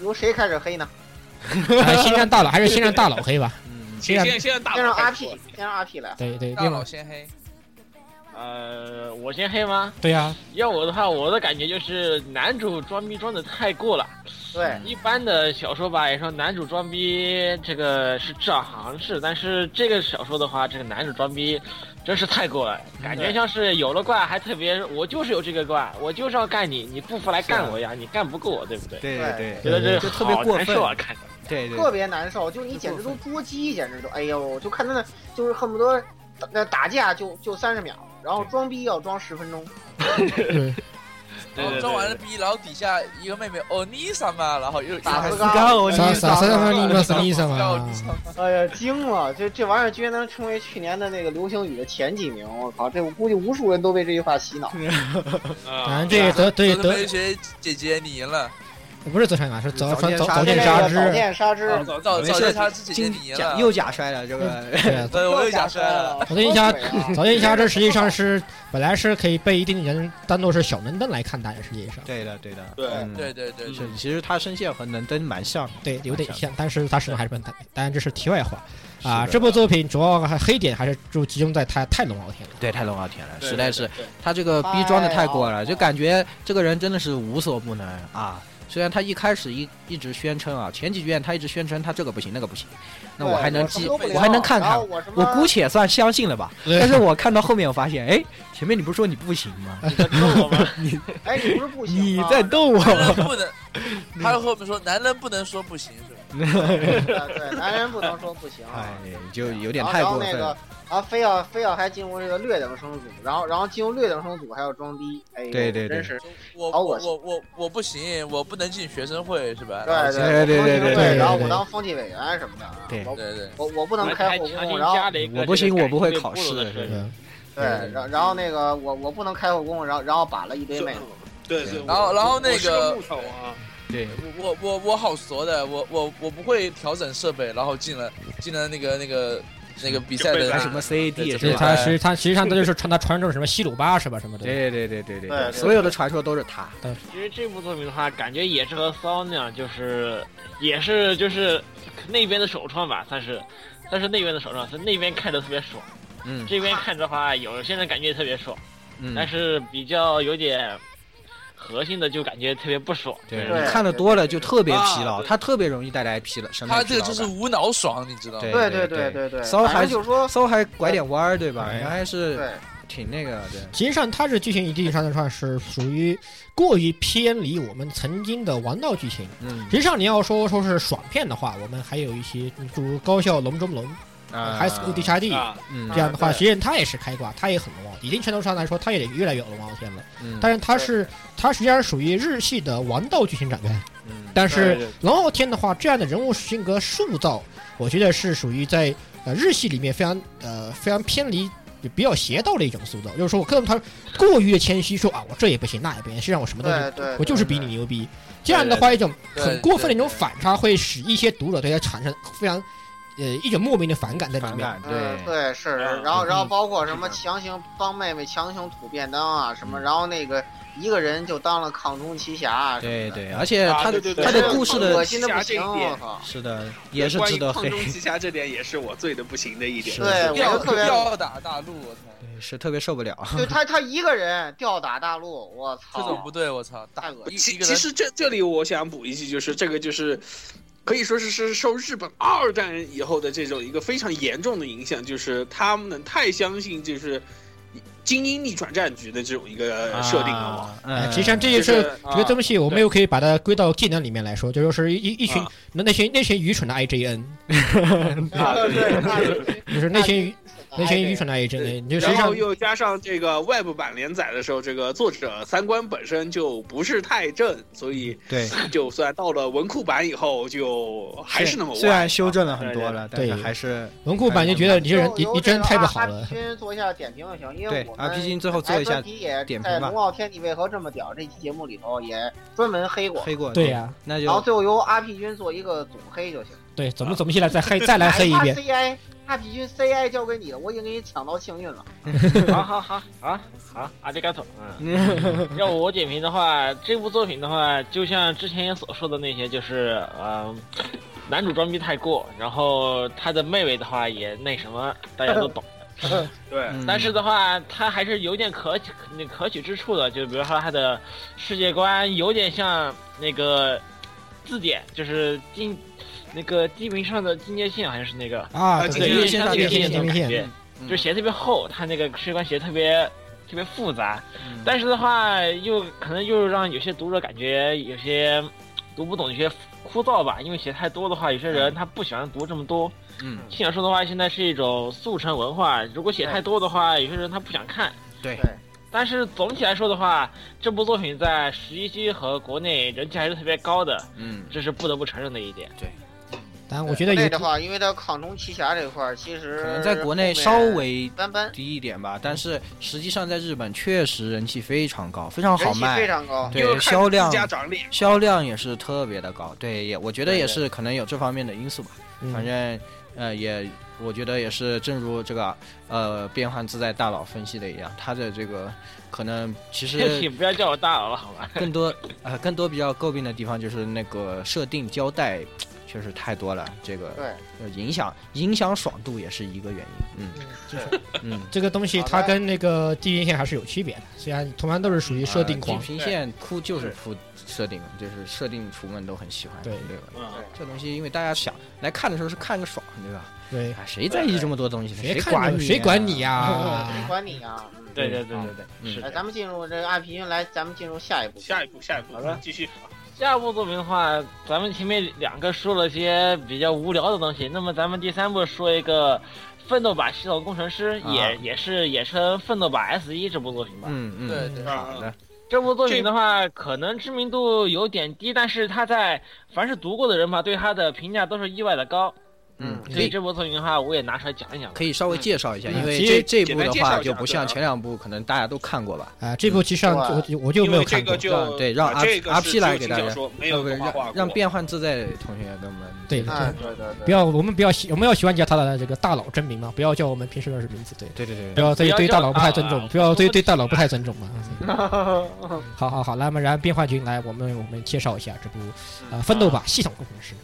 [SPEAKER 4] 由谁开始黑呢？
[SPEAKER 1] 啊，先让大佬还是先让大佬黑吧。
[SPEAKER 3] 嗯，
[SPEAKER 2] 先先先大
[SPEAKER 4] 先让
[SPEAKER 2] 佬开
[SPEAKER 4] RP，
[SPEAKER 2] 始说
[SPEAKER 4] 先让 RP 来。
[SPEAKER 1] 对对，
[SPEAKER 5] 大
[SPEAKER 1] 另
[SPEAKER 5] 佬
[SPEAKER 1] 外
[SPEAKER 5] 先黑，
[SPEAKER 6] 呃，我先黑吗？
[SPEAKER 1] 对啊呀，
[SPEAKER 6] 要我的话，我的感觉就是男主装逼装的太过了。
[SPEAKER 4] 对，
[SPEAKER 6] 一般的小说吧，也说男主装逼这个是至少行市，但是这个小说的话，这个男主装逼真是太过了，
[SPEAKER 3] 嗯
[SPEAKER 6] 感觉像是有了怪还特别，我就是有这个怪，我就是要干你，你不服来干我呀，你干不过我，对不对？
[SPEAKER 3] 对啊对
[SPEAKER 6] 觉得这
[SPEAKER 3] 就特别
[SPEAKER 6] 好
[SPEAKER 3] 过
[SPEAKER 6] 难
[SPEAKER 3] 分
[SPEAKER 6] 受 啊，看着。
[SPEAKER 3] 对对
[SPEAKER 4] 特别难受，就你简直都捉鸡，简直都，哎呦，就看他那，就是恨不得打那打架就就三十秒，然后装逼要装十分钟。
[SPEAKER 5] 然后装完了逼，然后底下一个妹妹哦你什么，然后又
[SPEAKER 4] 打
[SPEAKER 5] 又
[SPEAKER 4] 四杠
[SPEAKER 3] 我
[SPEAKER 1] 啥啥啥啥尼玛什么意思
[SPEAKER 5] 高
[SPEAKER 1] 嘛？
[SPEAKER 4] 哎呀，惊了！这这玩意儿居然能成为去年的那个流行语的前几名，我靠！这我估计无数人都被这句话洗脑。
[SPEAKER 1] 反正
[SPEAKER 2] 啊，
[SPEAKER 1] 这个德对
[SPEAKER 5] 德
[SPEAKER 1] 德
[SPEAKER 5] 文学姐姐你赢了，
[SPEAKER 1] 不是德山啊，是早早早
[SPEAKER 3] 早
[SPEAKER 1] 见
[SPEAKER 3] 见
[SPEAKER 1] 沙啊
[SPEAKER 4] 那
[SPEAKER 1] 之
[SPEAKER 4] 个早见沙织，
[SPEAKER 2] 啊
[SPEAKER 5] 早早早
[SPEAKER 3] 没
[SPEAKER 5] 早
[SPEAKER 3] 事
[SPEAKER 5] 在她之姐姐
[SPEAKER 3] 金
[SPEAKER 5] 你啊赢
[SPEAKER 3] 甲
[SPEAKER 5] 了，
[SPEAKER 3] 右甲摔了，这个
[SPEAKER 1] 对啊，
[SPEAKER 5] 对我又假摔
[SPEAKER 4] 摔
[SPEAKER 5] 了。，
[SPEAKER 1] 我的印象
[SPEAKER 4] 喝水 啊
[SPEAKER 1] 早见沙之实际上是本来是可以被一定人当做是小门灯来看待的，实际上
[SPEAKER 3] 对的对的，
[SPEAKER 2] 对
[SPEAKER 3] 嗯
[SPEAKER 5] 对对对，
[SPEAKER 3] 是，其实他声线和能登蛮像的，
[SPEAKER 1] 对有点像，但是他始终还是笨蛋。当然这是题外话啊，
[SPEAKER 3] 是的
[SPEAKER 1] 这部作品主要还黑点还是就集中在他太龙傲天了。
[SPEAKER 3] 对太龙傲天了，
[SPEAKER 2] 对
[SPEAKER 3] 实在是，
[SPEAKER 2] 对对
[SPEAKER 3] 他这个逼装的太过
[SPEAKER 4] 哎
[SPEAKER 3] 了，
[SPEAKER 4] 呦
[SPEAKER 3] 就感觉这个人真的是无所不能啊。虽然他一开始一一直宣称啊，前几卷他一直宣称他这个不行那个不行，那我还能
[SPEAKER 4] 什
[SPEAKER 3] 记，
[SPEAKER 4] 么都不
[SPEAKER 3] 我还能看
[SPEAKER 4] 聊
[SPEAKER 3] 看
[SPEAKER 4] 然后，我什
[SPEAKER 3] 我
[SPEAKER 4] 么
[SPEAKER 3] 姑且算相信了吧。但是我看到后面我发现，哎，前面你不是说你不行吗？
[SPEAKER 4] 哎，你不是不行吗
[SPEAKER 3] 你在逗我。
[SPEAKER 5] 男人不能，他和我们说男人不能说不行是吧？
[SPEAKER 4] 对，男人不能说不行啊。
[SPEAKER 3] 哎，就有点
[SPEAKER 4] 然后
[SPEAKER 3] 太
[SPEAKER 4] 然
[SPEAKER 3] 过
[SPEAKER 4] 后那
[SPEAKER 3] 分
[SPEAKER 4] 个
[SPEAKER 3] 了。，
[SPEAKER 4] 啊，非要非要还进入这个略等生组，然后然后进入略等生组还要装逼，哎呦，
[SPEAKER 3] 对对对
[SPEAKER 4] 真是，
[SPEAKER 5] 我
[SPEAKER 4] 好
[SPEAKER 5] 我
[SPEAKER 4] 恶心
[SPEAKER 5] 我我我不行，我不能进学生会是吧？
[SPEAKER 4] 对
[SPEAKER 3] 对对对
[SPEAKER 4] 对
[SPEAKER 3] 对
[SPEAKER 1] 对
[SPEAKER 4] 然后
[SPEAKER 1] 对
[SPEAKER 4] 我当风纪委员什么的啊，
[SPEAKER 3] 对
[SPEAKER 4] 我
[SPEAKER 5] 对对，
[SPEAKER 4] 我我不能
[SPEAKER 6] 我
[SPEAKER 4] 开
[SPEAKER 6] 还
[SPEAKER 4] 后
[SPEAKER 6] 强
[SPEAKER 4] 宫，
[SPEAKER 6] 行
[SPEAKER 4] 然后
[SPEAKER 6] 加了一个
[SPEAKER 3] 我不行
[SPEAKER 6] 这个
[SPEAKER 3] 我不会
[SPEAKER 6] 感觉
[SPEAKER 3] 考试
[SPEAKER 6] 部落的设定
[SPEAKER 1] 嗯，
[SPEAKER 4] 对，然然后那个我我不能开后宫，然后然后把了一堆妹子，
[SPEAKER 2] 对对，
[SPEAKER 5] 然后
[SPEAKER 2] 我
[SPEAKER 5] 然后
[SPEAKER 2] 我
[SPEAKER 5] 那
[SPEAKER 2] 我是
[SPEAKER 5] 个
[SPEAKER 2] 木头啊，
[SPEAKER 3] 对，
[SPEAKER 5] 我我我我好怂的，我我我不会调整设备，然后进了进了那个那个那个比赛
[SPEAKER 2] 就被
[SPEAKER 5] 的
[SPEAKER 2] 打
[SPEAKER 3] 什么 CAD
[SPEAKER 1] 对
[SPEAKER 3] 是吧？
[SPEAKER 1] 他实他实际上他就是穿他穿这种什么西鲁巴是吧什么的，
[SPEAKER 3] 对对对对对
[SPEAKER 4] 对对
[SPEAKER 3] 所有的传说都是他。
[SPEAKER 6] 其实这部作品的话，感觉也是和骚那样，就是也是就是那边的首创吧，算是，但是那边的首创，是那边看着特别爽，
[SPEAKER 3] 嗯
[SPEAKER 6] 这边看着的话，有些人感觉特别爽，但
[SPEAKER 3] 嗯，
[SPEAKER 6] 是比较有点核心的就感觉特别不爽。
[SPEAKER 3] 对，
[SPEAKER 4] 对
[SPEAKER 3] 你看的多了就特别疲
[SPEAKER 2] 啊
[SPEAKER 3] 劳，
[SPEAKER 2] 对
[SPEAKER 3] 他特别容易带来疲劳。审美
[SPEAKER 5] 他这个
[SPEAKER 3] 疲
[SPEAKER 5] 就
[SPEAKER 3] 劳
[SPEAKER 5] 是
[SPEAKER 3] 感
[SPEAKER 5] 无脑爽，你知道吗？
[SPEAKER 3] 对
[SPEAKER 4] 对
[SPEAKER 3] 对
[SPEAKER 4] 对对，
[SPEAKER 3] 骚
[SPEAKER 4] 反
[SPEAKER 3] 还
[SPEAKER 4] 正就是说，
[SPEAKER 3] 稍还拐点弯儿，对吧？
[SPEAKER 1] 对
[SPEAKER 3] 然后还是
[SPEAKER 4] 对
[SPEAKER 3] 挺那个，对，
[SPEAKER 1] 实际上，它是剧情一定上的话是属于过于偏离我们曾经的王道剧情。
[SPEAKER 3] 嗯
[SPEAKER 1] 实际上，你要说说是爽片的话，我们还有一些诸如《高校龙中龙》
[SPEAKER 3] 啊
[SPEAKER 1] High School DxD》
[SPEAKER 2] 啊，
[SPEAKER 3] 嗯
[SPEAKER 1] 这样的话，
[SPEAKER 4] 啊对
[SPEAKER 1] 实际上它也是开挂，它也很龙傲，一定程度上来说，它也得越来越龙傲天了。
[SPEAKER 3] 嗯，
[SPEAKER 1] 但是它是它实际上属于日系的王道剧情展开，
[SPEAKER 3] 嗯
[SPEAKER 1] 但
[SPEAKER 2] 对
[SPEAKER 1] 是
[SPEAKER 2] 对
[SPEAKER 1] 龙傲天的话，这样的人物性格塑造，我觉得是属于在呃日系里面非常呃非常偏离。就比较邪道的一种塑造，就是说我看到他过于的谦虚，说啊我这也不行那也不行，实际上我什么都
[SPEAKER 4] 对
[SPEAKER 1] 西，
[SPEAKER 4] 对，
[SPEAKER 1] 我就是比你牛逼。这样的话，一种很过分的一种反差，会使一些读者对他产生非常呃一种莫名的反感在里
[SPEAKER 3] 反
[SPEAKER 1] 面。
[SPEAKER 3] 感
[SPEAKER 4] 嗯，
[SPEAKER 3] 对，
[SPEAKER 4] 对是，
[SPEAKER 2] 嗯
[SPEAKER 4] 然后然后
[SPEAKER 3] 嗯
[SPEAKER 4] 包括什么强行帮妹妹强行吐便当啊什
[SPEAKER 3] 嗯
[SPEAKER 4] 么，然后那个一个人就当了抗中奇侠啊什么
[SPEAKER 3] 对
[SPEAKER 4] 的，
[SPEAKER 3] 对，而且
[SPEAKER 2] 啊
[SPEAKER 3] 他
[SPEAKER 2] 对对对
[SPEAKER 3] 他
[SPEAKER 4] 这
[SPEAKER 3] 的
[SPEAKER 4] 个
[SPEAKER 3] 故事
[SPEAKER 4] 恶
[SPEAKER 3] 的
[SPEAKER 4] 心的不
[SPEAKER 2] 侠这一
[SPEAKER 4] 行，
[SPEAKER 2] 点
[SPEAKER 4] 我靠，
[SPEAKER 3] 是的，也是值得
[SPEAKER 2] 关
[SPEAKER 3] 黑
[SPEAKER 2] 于空，中奇侠这点也是我醉的不行的一点，
[SPEAKER 3] 是
[SPEAKER 4] 对，我
[SPEAKER 5] 吊
[SPEAKER 4] 就特别
[SPEAKER 5] 吊打大陆，我操，
[SPEAKER 3] 对是特别受不了。
[SPEAKER 4] 就他他一个人吊打大陆，我操，
[SPEAKER 5] 这种不对，我操，打
[SPEAKER 4] 太恶
[SPEAKER 5] 一
[SPEAKER 2] 其
[SPEAKER 5] 一个
[SPEAKER 2] 其
[SPEAKER 5] 人
[SPEAKER 2] 实这这里我想补一句，就是这个就是。可以说是是受日本二战以后的这种一个非常严重的影响，就是他们太相信就是精英逆转战局的这种一个
[SPEAKER 3] 啊
[SPEAKER 2] 设定了嘛。
[SPEAKER 1] 哎，
[SPEAKER 3] 嗯，
[SPEAKER 1] 实际上这
[SPEAKER 2] 就
[SPEAKER 1] 也
[SPEAKER 2] 是
[SPEAKER 1] 是这个东西，我们
[SPEAKER 2] 对
[SPEAKER 1] 又可以把它归到技能里面来说，就说是一一群
[SPEAKER 2] 啊
[SPEAKER 1] 那那群那群愚蠢的 IGN，
[SPEAKER 2] 啊，对对 对。
[SPEAKER 4] 对，
[SPEAKER 1] 就是那群那群
[SPEAKER 4] 哎
[SPEAKER 1] 愚蠢的 IGN，你就实际
[SPEAKER 2] 然后
[SPEAKER 1] 上
[SPEAKER 2] 又加上这个 Web 版连载的时候，这个作者三观本身就不是太正，所以
[SPEAKER 3] 对，
[SPEAKER 2] 就算到了文库版以后，就还是那么
[SPEAKER 3] 虽然
[SPEAKER 2] 歪。啊
[SPEAKER 3] 修正了很多了，但
[SPEAKER 1] 对
[SPEAKER 3] 是还是
[SPEAKER 1] 文库版就觉得你这人你你真太不好了。
[SPEAKER 4] 君做一下点评就行，因为
[SPEAKER 3] 对
[SPEAKER 4] 我们
[SPEAKER 3] RPG 君最后做一下
[SPEAKER 4] 台专题也
[SPEAKER 3] 点评
[SPEAKER 4] 在《
[SPEAKER 3] 吧
[SPEAKER 4] 龙傲天你为何这么屌》这期节目里头也专门黑过，
[SPEAKER 3] 黑过。
[SPEAKER 1] 对，呀，
[SPEAKER 3] 那
[SPEAKER 4] 然后
[SPEAKER 3] 就
[SPEAKER 4] 最后由 RPG 君做一个总黑就行。哎
[SPEAKER 1] 对，怎么怎么现在再黑再来黑一遍，
[SPEAKER 4] CI RPG 君 CI 交给你了，我已经给你抢到幸运了。
[SPEAKER 6] 好好好好好，阿迪嘎头，嗯， 要我点评的话，这部作品的话，就像之前也所说的那些，就是呃，男主装逼太过，然后他的妹妹的话也那什么，大家都懂。
[SPEAKER 2] 对，
[SPEAKER 3] 嗯
[SPEAKER 6] 但是的话，他还是有点可取可可取之处的，就比如说他的世界观有点像那个字典，就是金那个地平上的境界线，好像是那个，
[SPEAKER 1] 啊，
[SPEAKER 2] 啊
[SPEAKER 1] 对
[SPEAKER 6] 对，
[SPEAKER 2] 金界
[SPEAKER 6] 有
[SPEAKER 1] 对
[SPEAKER 6] 点
[SPEAKER 2] 线
[SPEAKER 6] 像那
[SPEAKER 1] 地平
[SPEAKER 6] 个界
[SPEAKER 1] 线地平
[SPEAKER 6] 感
[SPEAKER 1] 线
[SPEAKER 6] 觉，
[SPEAKER 3] 嗯
[SPEAKER 6] 就鞋特别厚，它那个世界观鞋特别特别复杂，
[SPEAKER 3] 嗯
[SPEAKER 6] 但是的话又可能又让有些读者感觉有些读不懂，有些枯燥吧，因为写太多的话，有些人他不喜欢读这么多。
[SPEAKER 3] 嗯，
[SPEAKER 6] 轻小说的话，现在是一种速成文化，如果写太多的话，有些人他不想看。
[SPEAKER 3] 对
[SPEAKER 4] 对
[SPEAKER 6] 但是总体来说的话，这部作品在十一期和国内人气还是特别高的，
[SPEAKER 3] 嗯，
[SPEAKER 6] 这是不得不承认的一点。
[SPEAKER 1] 但我觉得
[SPEAKER 4] 国
[SPEAKER 1] 有
[SPEAKER 4] 内的话，因为它抗中奇侠这块儿，其实
[SPEAKER 3] 可能在国内
[SPEAKER 4] 后面
[SPEAKER 3] 稍微
[SPEAKER 4] 一般般，
[SPEAKER 3] 低一点吧，但是实际上在日本确实人气非常高，非哦常好
[SPEAKER 4] 人气非
[SPEAKER 3] 卖，啊
[SPEAKER 4] 常高。
[SPEAKER 3] 对
[SPEAKER 2] 又看
[SPEAKER 3] 销量
[SPEAKER 2] 自家长脸，
[SPEAKER 3] 销量也是特别的高。对，也我觉得
[SPEAKER 6] 对
[SPEAKER 3] 也
[SPEAKER 6] 对
[SPEAKER 3] 是可能有这方面的因素吧。
[SPEAKER 1] 嗯
[SPEAKER 3] 反正呃也，我觉得也是，正如这个呃变幻自在大佬分析的一样，他的这个可能其
[SPEAKER 6] 请
[SPEAKER 3] 实
[SPEAKER 6] 不要叫我大佬了，好吧？
[SPEAKER 3] 更多呃更多比较诟病的地方就是那个设定交代确实太多了，这个
[SPEAKER 4] 对，
[SPEAKER 3] 呃影响影响爽度也是一个原因。嗯
[SPEAKER 1] 就是
[SPEAKER 3] 嗯。
[SPEAKER 1] 这个东西它跟那个地平线还是有区别的，虽然同样都是属于设定
[SPEAKER 3] 地
[SPEAKER 1] 狂，
[SPEAKER 3] 平呃线铺就是铺设定，就是设定厨们都很喜欢，
[SPEAKER 1] 对
[SPEAKER 3] 对吧？
[SPEAKER 2] 嗯，
[SPEAKER 3] 这东西因为大家想来看的时候是看个爽，对吧？
[SPEAKER 1] 对，
[SPEAKER 3] 哎，谁在意这么多东西呢？
[SPEAKER 1] 谁
[SPEAKER 3] 管
[SPEAKER 1] 看
[SPEAKER 3] 你？
[SPEAKER 1] 谁管你
[SPEAKER 3] 呀？
[SPEAKER 1] 呀？
[SPEAKER 4] 谁管你啊？嗯
[SPEAKER 6] 对对对对对。
[SPEAKER 3] 嗯
[SPEAKER 6] 是
[SPEAKER 4] 哎，咱们进入这个 RPG 君来，咱们进入下一步。
[SPEAKER 2] 下一步，下一步，
[SPEAKER 6] 好的
[SPEAKER 2] 继续。啊
[SPEAKER 6] 下部作品的话，咱们前面两个说了些比较无聊的东西，那么咱们第三部说一个《奋斗吧系统工程师》
[SPEAKER 3] 啊
[SPEAKER 6] 也也是也称《奋斗吧 S 一》这部作品吧。
[SPEAKER 3] 嗯嗯，
[SPEAKER 5] 对对
[SPEAKER 3] 好的，
[SPEAKER 6] 这部作品的话，可能知名度有点低，但是他在凡是读过的人吧，对他的评价都是意外的高。
[SPEAKER 3] 嗯，可
[SPEAKER 6] 所以
[SPEAKER 3] 以
[SPEAKER 6] 这部作品的话，我也拿出来讲一讲吧。
[SPEAKER 3] 可以稍微介绍一下，
[SPEAKER 1] 嗯
[SPEAKER 3] 因为
[SPEAKER 1] 其
[SPEAKER 3] 这
[SPEAKER 1] 实
[SPEAKER 3] 这
[SPEAKER 2] 简
[SPEAKER 3] 部
[SPEAKER 2] 单
[SPEAKER 3] 的
[SPEAKER 2] 介
[SPEAKER 3] 话
[SPEAKER 2] 绍一
[SPEAKER 3] 就
[SPEAKER 2] 下
[SPEAKER 3] 不
[SPEAKER 2] 对
[SPEAKER 3] 像
[SPEAKER 2] 啊
[SPEAKER 3] 前两部，可能大家都看过吧。
[SPEAKER 1] 啊，这部其实上
[SPEAKER 4] 嗯
[SPEAKER 1] 我我就
[SPEAKER 2] 因
[SPEAKER 1] 没有
[SPEAKER 2] 为
[SPEAKER 1] 看过
[SPEAKER 2] 这个，
[SPEAKER 3] 让
[SPEAKER 2] 就啊
[SPEAKER 3] 对让阿
[SPEAKER 2] 这个
[SPEAKER 3] 阿
[SPEAKER 2] 是
[SPEAKER 3] P 来
[SPEAKER 2] 就
[SPEAKER 3] 给
[SPEAKER 2] 是
[SPEAKER 3] 大
[SPEAKER 2] 小
[SPEAKER 3] 家
[SPEAKER 2] 说，没
[SPEAKER 3] 要
[SPEAKER 2] 有
[SPEAKER 3] 不
[SPEAKER 2] 动画化
[SPEAKER 3] 让
[SPEAKER 2] 过
[SPEAKER 3] 让变幻自在同学给我们
[SPEAKER 1] 对
[SPEAKER 3] 对
[SPEAKER 4] 哎，对对对，
[SPEAKER 1] 不要我们不要喜我们要喜欢叫他的这个大佬真名嘛，不要叫我们平时的名字，对，
[SPEAKER 3] 对对
[SPEAKER 1] 不
[SPEAKER 3] 对，
[SPEAKER 1] 要对
[SPEAKER 6] 不要
[SPEAKER 1] 对
[SPEAKER 6] 叫
[SPEAKER 1] 大佬不太
[SPEAKER 6] 啊
[SPEAKER 1] 尊重，不
[SPEAKER 6] 我
[SPEAKER 1] 要
[SPEAKER 6] 说
[SPEAKER 1] 对
[SPEAKER 6] 的
[SPEAKER 1] 对
[SPEAKER 6] 是
[SPEAKER 1] 大佬不太尊重嘛。嗯好好好，那么然后变化君来，我们我们介绍一下这部呃奋斗吧系统工程师，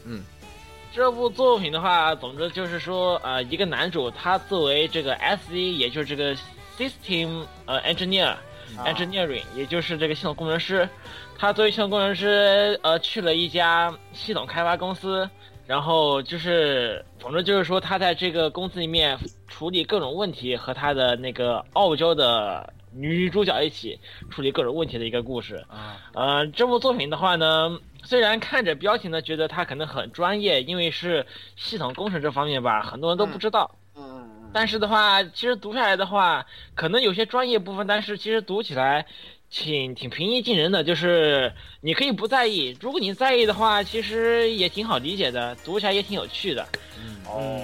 [SPEAKER 6] 这部作品的话，总之就是说，呃，一个男主他作为这个 S 一，也就是这个 System 呃 Engineer。
[SPEAKER 4] 啊
[SPEAKER 6] engineering，也就是这个系统工程师。他作为系统工程师，呃，去了一家系统开发公司，然后就是，总之就是说，他在这个公司里面处理各种问题，和他的那个傲娇的女主角一起处理各种问题的一个故事。
[SPEAKER 3] 啊，
[SPEAKER 6] 呃，这部作品的话呢，虽然看着标题呢，觉得他可能很专业，因为是系统工程这方面吧，很多人都不知道。
[SPEAKER 4] 嗯嗯嗯，
[SPEAKER 6] 但是的话，其实读下来的话，可能有些专业部分，但是其实读起来挺挺平易近人的，就是你可以不在意，如果你在意的话，其实也挺好理解的，读起来也挺有趣的。
[SPEAKER 3] 嗯，
[SPEAKER 6] 哦，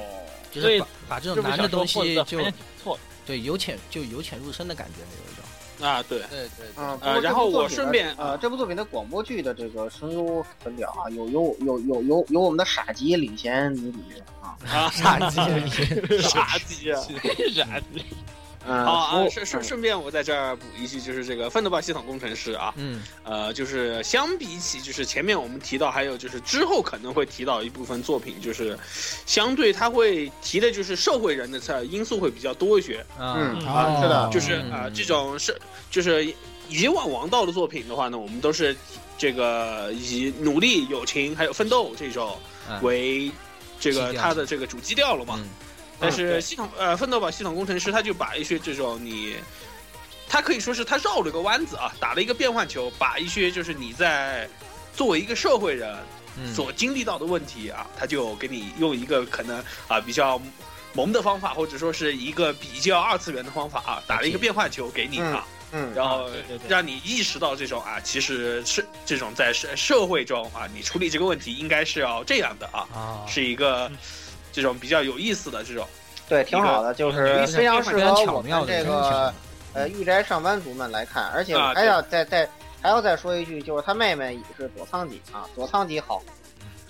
[SPEAKER 3] 就
[SPEAKER 6] 所
[SPEAKER 3] 是
[SPEAKER 6] 以
[SPEAKER 3] 把把这
[SPEAKER 6] 这
[SPEAKER 3] 种
[SPEAKER 6] 部
[SPEAKER 3] 难
[SPEAKER 6] 小
[SPEAKER 3] 的东
[SPEAKER 6] 说做
[SPEAKER 3] 西
[SPEAKER 6] 的
[SPEAKER 3] 就
[SPEAKER 6] 非常不错。
[SPEAKER 3] 对由浅就由浅入深的感觉，有一种。
[SPEAKER 2] 啊，对，
[SPEAKER 5] 对对对，
[SPEAKER 4] 嗯，不
[SPEAKER 2] 呃
[SPEAKER 4] 过这
[SPEAKER 2] 然
[SPEAKER 4] 部
[SPEAKER 2] 后
[SPEAKER 4] 作
[SPEAKER 2] 我
[SPEAKER 4] 品
[SPEAKER 2] 顺
[SPEAKER 4] 的
[SPEAKER 2] 便
[SPEAKER 4] 呃，这部作品的广播剧的这个声优很屌啊，有有有有有有我们的傻鸡李贤女主角啊，
[SPEAKER 2] 啊，
[SPEAKER 1] 傻鸡就是一些
[SPEAKER 2] 傻鸡啊！
[SPEAKER 6] 啥？
[SPEAKER 4] 嗯，
[SPEAKER 2] 好啊，
[SPEAKER 4] 服
[SPEAKER 2] 顺顺顺便我在这儿补一句，就是这个《奋斗吧系统工程师》啊，
[SPEAKER 3] 嗯
[SPEAKER 2] 呃，就是相比起就是前面我们提到，还有就是之后可能会提到一部分作品，就是相对它会提的就是社会人的这因素会比较多一些，
[SPEAKER 4] 嗯
[SPEAKER 3] 啊，
[SPEAKER 1] 哦
[SPEAKER 4] 是的
[SPEAKER 2] 就是
[SPEAKER 3] 嗯
[SPEAKER 2] 啊、呃这种是就是以往王道的作品的话呢，我们都是这个以努力、友情还有奋斗这种
[SPEAKER 3] 嗯
[SPEAKER 2] 为这
[SPEAKER 3] 基
[SPEAKER 2] 个
[SPEAKER 3] 调
[SPEAKER 2] 它的这个主基调了嘛。
[SPEAKER 3] 嗯
[SPEAKER 2] 但是系统呃，奋斗吧系统工程师他就把一些这种你他可以说是他绕了个弯子啊，打了一个变换球，把一些就是你在作为一个社会人
[SPEAKER 3] 嗯
[SPEAKER 2] 所经历到的问题啊，他就给你用一个可能啊比较萌的方法，或者说是一个比较二次元的方法啊，打了一个变换球给你啊，
[SPEAKER 4] 嗯
[SPEAKER 2] 然后
[SPEAKER 6] 对对对
[SPEAKER 2] 让你意识到这种啊，其实是这种在社社会中啊，你处理这个问题应该是要这样的啊，
[SPEAKER 3] 啊，
[SPEAKER 2] 是一个这种比较有意思的这种。
[SPEAKER 4] 对，挺好的，就是非常适合我们这个呃御宅上班族们来看，而且我还要再再还要再说一句，就是他妹妹也是佐仓己啊，佐仓己好，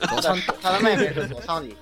[SPEAKER 3] 我操，
[SPEAKER 4] 他的妹妹是佐仓己，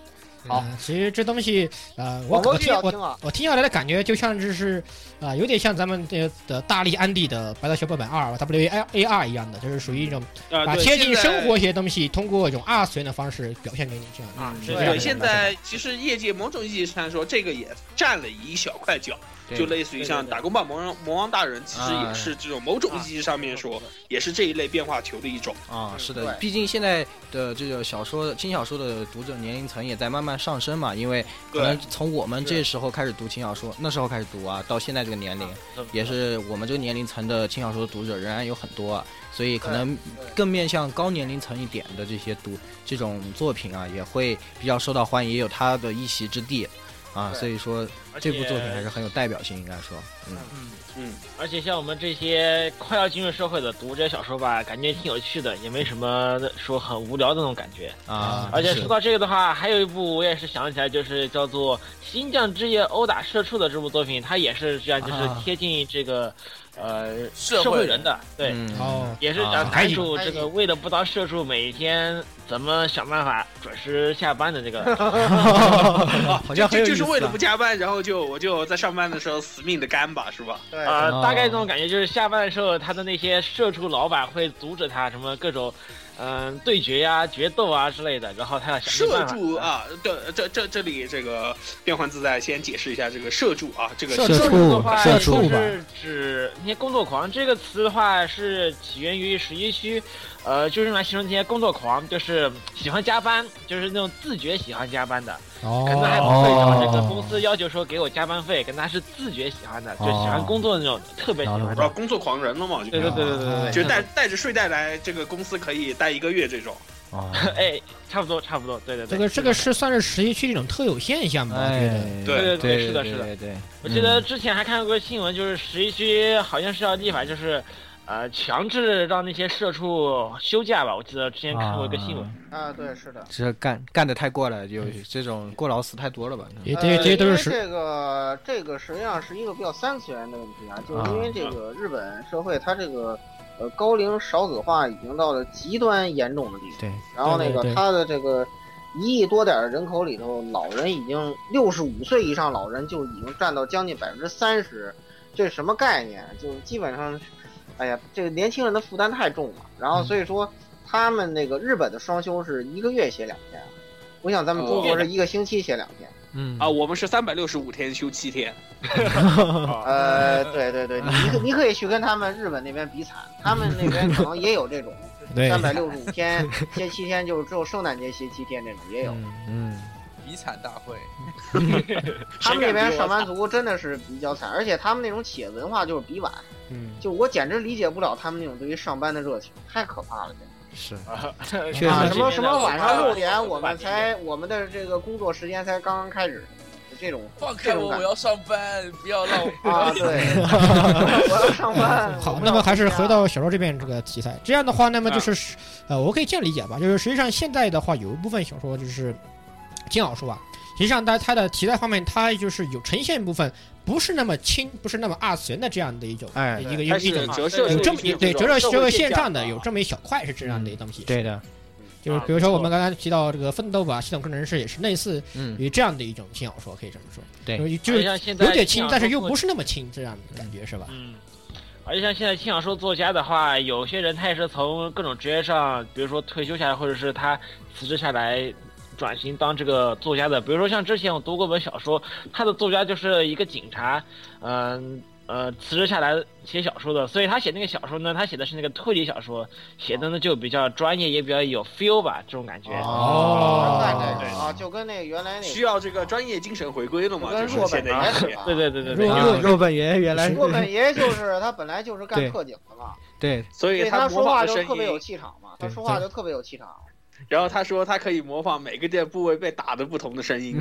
[SPEAKER 4] 好
[SPEAKER 1] 嗯其实这东西，呃，我
[SPEAKER 4] 广播
[SPEAKER 1] 我
[SPEAKER 4] 剧
[SPEAKER 1] 听
[SPEAKER 4] 要
[SPEAKER 1] 我
[SPEAKER 4] 听啊，
[SPEAKER 1] 我听下来的感觉就像是，啊、有点像咱们的的大力安迪的《白道小本本二》W A A R 一样的，就是属于一种
[SPEAKER 2] 啊，
[SPEAKER 1] 把
[SPEAKER 2] 对
[SPEAKER 1] 贴近
[SPEAKER 2] 现在
[SPEAKER 1] 生活一些东西，通过一种二次元的方式表现给你，这样
[SPEAKER 2] 啊，
[SPEAKER 1] 嗯
[SPEAKER 4] 对
[SPEAKER 1] 这样
[SPEAKER 2] 对，
[SPEAKER 1] 的
[SPEAKER 2] 现
[SPEAKER 1] 感觉
[SPEAKER 2] 在其实业界某种意义上说，这个也占了一小块脚，
[SPEAKER 3] 对
[SPEAKER 2] 就类似于像《打工吧魔王魔王大人》，其实也是这种某
[SPEAKER 6] 啊
[SPEAKER 2] 种意义上面说，也是这一类变化球的一种。
[SPEAKER 3] 啊，是的
[SPEAKER 4] 对，
[SPEAKER 3] 毕竟现在的这个小说轻小说的读者年龄层也在慢慢上升嘛，因为可能
[SPEAKER 2] 对
[SPEAKER 3] 从我们这时候开始读轻小说，那时候开始读啊，到现在这个年龄，也是我们这个年龄层的轻小说读者仍然有很多啊，所以可能
[SPEAKER 4] 对
[SPEAKER 3] 更面向高年龄层一点的这些读这种作品啊，也会比较受到欢迎，也有它的一席之地啊，
[SPEAKER 4] 对
[SPEAKER 3] 所以说
[SPEAKER 6] 而
[SPEAKER 3] 这部
[SPEAKER 6] 且
[SPEAKER 3] 作品还是很有代表性，应该说，嗯，
[SPEAKER 2] 嗯，
[SPEAKER 6] 而且像我们这些快要进入社会的读这些小说吧，感觉挺有趣的，也没什么说很无聊的那种感觉。
[SPEAKER 3] 啊，
[SPEAKER 6] 嗯而且
[SPEAKER 3] 是
[SPEAKER 6] 说到这个的话，还有一部我也是想起来，就是叫做《新疆之夜殴打社畜》的这部作品，它也是这样，就是
[SPEAKER 3] 啊
[SPEAKER 6] 贴近这个、呃
[SPEAKER 5] 社
[SPEAKER 6] 会
[SPEAKER 5] 会
[SPEAKER 6] 人的，对，
[SPEAKER 3] 嗯
[SPEAKER 1] 哦，
[SPEAKER 6] 也是
[SPEAKER 3] 啊
[SPEAKER 6] 讲
[SPEAKER 1] 还
[SPEAKER 6] 男
[SPEAKER 1] 有
[SPEAKER 6] 主
[SPEAKER 4] 还有
[SPEAKER 6] 这个为了不当社畜，每天怎么想办法准时下班的这个
[SPEAKER 3] 好像很有
[SPEAKER 2] 就
[SPEAKER 3] 意思
[SPEAKER 2] 是为了
[SPEAKER 3] 啊
[SPEAKER 2] 不。加班，然后就我就在上班的时候死命的干吧，是吧？
[SPEAKER 4] 对，
[SPEAKER 6] 呃
[SPEAKER 3] 哦，
[SPEAKER 6] 大概这种感觉就是下班的时候，他的那些社畜老板会阻止他什么各种，嗯、对决呀、决斗啊之类的，然后他要想尽
[SPEAKER 2] 社
[SPEAKER 6] 办法
[SPEAKER 2] 畜，啊，这这这这里这个变换自在，先解释一下这个社畜啊，这个
[SPEAKER 1] 社
[SPEAKER 6] 社
[SPEAKER 1] 畜
[SPEAKER 6] 的话
[SPEAKER 1] 社
[SPEAKER 6] 就
[SPEAKER 1] 畜吧
[SPEAKER 6] 是指那些工作狂这个词的话是起源于十一区，呃，就是用来形容那些工作狂，就是喜欢加班，就是那种自觉喜欢加班的，可能还
[SPEAKER 1] 哦，
[SPEAKER 6] 不会找这个公司要求说给我加班费，可能他是自觉喜欢的，就喜欢
[SPEAKER 3] 哦
[SPEAKER 6] 工作的那种，特别喜欢
[SPEAKER 3] 然后
[SPEAKER 6] 的
[SPEAKER 1] 哦
[SPEAKER 2] 啊工作狂人了嘛，就
[SPEAKER 6] 对对对对对对，
[SPEAKER 2] 就带带着睡袋来这个公司可以待一个月这种。
[SPEAKER 3] 哦
[SPEAKER 6] 哎，差不多差不多，对对对，
[SPEAKER 1] 这个这个是算是十一区这种特有现象吧？我觉得。
[SPEAKER 3] 哎，
[SPEAKER 2] 对
[SPEAKER 6] 对对
[SPEAKER 3] 对，
[SPEAKER 6] 是的
[SPEAKER 3] 对
[SPEAKER 6] 是的
[SPEAKER 3] 对对。
[SPEAKER 6] 我记得
[SPEAKER 3] 嗯
[SPEAKER 6] 之前还看过个新闻，就是十一区好像是要立法，就是，呃，强制让那些社畜休假吧。我记得之前看过一个新闻，
[SPEAKER 3] 啊
[SPEAKER 4] 啊，对，是的。
[SPEAKER 3] 这干干的太过了，有
[SPEAKER 6] 嗯
[SPEAKER 3] 这种过劳死太多了吧？
[SPEAKER 1] 也这这些都是
[SPEAKER 4] 呃
[SPEAKER 1] 十
[SPEAKER 4] 因为这个这个实际上是一个比较三次元的问题啊，就是因为这个日本社会它这个呃高龄少子化已经到了极端严重的地步，
[SPEAKER 3] 对，
[SPEAKER 4] 然后那
[SPEAKER 1] 对对
[SPEAKER 4] 个
[SPEAKER 1] 对
[SPEAKER 4] 它的这个一亿多点儿人口里头，老人已经六十五岁以上老人就已经占到将近百分之三十，这什么概念？啊就是基本上，哎呀，这个年轻人的负担太重了。然后所以
[SPEAKER 1] 嗯
[SPEAKER 4] 说，他们那个日本的双休是一个月歇两天，啊不像咱
[SPEAKER 1] 哦
[SPEAKER 4] 们中国是一个星期歇两天。
[SPEAKER 3] 嗯
[SPEAKER 2] 啊，，我们是三百六十五天休七天，
[SPEAKER 4] 呃，对对对，你你可你可以去跟他们日本那边比惨，他们那边可能也有这种
[SPEAKER 1] 对
[SPEAKER 4] 三百六十五天 歇七天，就是只有圣诞节歇七天这种也有。
[SPEAKER 3] 嗯，
[SPEAKER 5] 比惨大会，
[SPEAKER 4] 他们那边上班
[SPEAKER 2] 谁敢比
[SPEAKER 4] 族真的是比较惨，而且他们那种企业文化就是比晚，
[SPEAKER 1] 嗯，
[SPEAKER 4] 就我简直理解不了他们那种对于上班的热情，太可怕了。
[SPEAKER 3] 是
[SPEAKER 1] 对
[SPEAKER 4] 啊，
[SPEAKER 1] 那这
[SPEAKER 4] 什么什么晚上六点我们才我们的这个工作时间才刚刚开始，这种
[SPEAKER 5] 放开我，我要上班，不要让我
[SPEAKER 4] 啊， 对，我要上班。
[SPEAKER 1] 好
[SPEAKER 4] 我，不
[SPEAKER 1] 那
[SPEAKER 4] 要
[SPEAKER 1] 么还是
[SPEAKER 4] 回家
[SPEAKER 1] 回到小说这边这个题材。这样的话，那么就是，呃，我可以这样理解吧，就是实际上现在的话，有一部分小说就是金小说啊，实际上它它的题材方面，它就是有呈现部分不是那么轻，不是那么二次元的这样的一种，
[SPEAKER 3] 哎
[SPEAKER 1] 一个一
[SPEAKER 2] 它
[SPEAKER 1] 个
[SPEAKER 2] 是
[SPEAKER 1] 一种。
[SPEAKER 2] 折射
[SPEAKER 1] 有
[SPEAKER 2] 出
[SPEAKER 1] 这么
[SPEAKER 2] 一些
[SPEAKER 1] 对
[SPEAKER 2] 这
[SPEAKER 1] 折
[SPEAKER 2] 种
[SPEAKER 1] 射
[SPEAKER 2] 社
[SPEAKER 1] 社
[SPEAKER 2] 会
[SPEAKER 1] 会
[SPEAKER 2] 现
[SPEAKER 1] 现
[SPEAKER 2] 象啊
[SPEAKER 1] 象的有这么一小块是这样的一东西，
[SPEAKER 3] 嗯对的，
[SPEAKER 1] 就是比如说我们刚才提到这个《奋斗吧系统工程师》也是类似
[SPEAKER 3] 嗯，
[SPEAKER 1] 于这样的一种轻小说，可以这么说，
[SPEAKER 3] 对
[SPEAKER 1] 就是
[SPEAKER 6] 就
[SPEAKER 1] 就是是
[SPEAKER 6] 像现在
[SPEAKER 1] 有点轻，但是又
[SPEAKER 6] 青
[SPEAKER 1] 不
[SPEAKER 6] 鸟
[SPEAKER 1] 是那么轻，这样的感觉是吧
[SPEAKER 6] 作？嗯。而且像现在轻小说作家的话，有些人他也是从各种职业上，比如说退休下来，或者是他辞职下来，转型当这个作家的。比如说像之前我读过本小说，他的作家就是一个警察，嗯、呃辞职下来写小说的，所以他写那个小说呢，他写的是那个推理小说，写的呢就比较专业，也比较有 feel 吧，这种感觉。
[SPEAKER 1] 哦
[SPEAKER 4] 那那
[SPEAKER 2] 对
[SPEAKER 4] 个啊，就跟那个原来那
[SPEAKER 2] 需
[SPEAKER 4] 个
[SPEAKER 2] 要这个专业精神回归了嘛？
[SPEAKER 4] 跟
[SPEAKER 2] 就是
[SPEAKER 4] 若
[SPEAKER 2] 现
[SPEAKER 4] 本
[SPEAKER 2] 在
[SPEAKER 4] 来
[SPEAKER 2] 一方
[SPEAKER 4] 是吧
[SPEAKER 2] 面？
[SPEAKER 6] 对对对对对
[SPEAKER 1] 如果
[SPEAKER 3] 啊肉本爷原来
[SPEAKER 4] 若本爷就是他本来就是干特警的嘛，
[SPEAKER 3] 对
[SPEAKER 2] 所
[SPEAKER 4] 所
[SPEAKER 2] 以
[SPEAKER 4] 以他
[SPEAKER 2] 模
[SPEAKER 4] 说
[SPEAKER 2] 仿
[SPEAKER 4] 话
[SPEAKER 2] 的
[SPEAKER 4] 就
[SPEAKER 2] 声
[SPEAKER 4] 特别有
[SPEAKER 2] 音，
[SPEAKER 4] 气场嘛，
[SPEAKER 3] 对
[SPEAKER 4] 他说话就特别有气场。
[SPEAKER 2] 然后他说他可以模仿每个店部位被打的不同的 声音。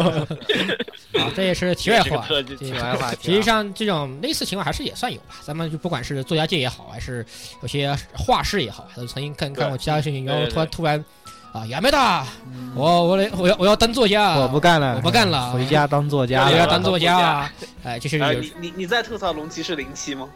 [SPEAKER 1] 啊，这也是题外
[SPEAKER 6] 这个
[SPEAKER 1] 话。
[SPEAKER 6] 特技
[SPEAKER 1] 这
[SPEAKER 3] 题外话，
[SPEAKER 1] 实际上，这种类似情况还是也算有吧。咱们就不管是作家界也好，还是有些画室也好，还是曾经看看过其他事情，然后突然突然啊，亚美达，我我来我要我要当作家，
[SPEAKER 3] 我不干了，
[SPEAKER 1] 啊我不干了
[SPEAKER 3] 回家当作家
[SPEAKER 1] 我
[SPEAKER 3] 了。
[SPEAKER 1] 要当作家，哎，就是
[SPEAKER 2] 啊，
[SPEAKER 1] 有
[SPEAKER 2] 你你你在吐槽龙骑士零七吗？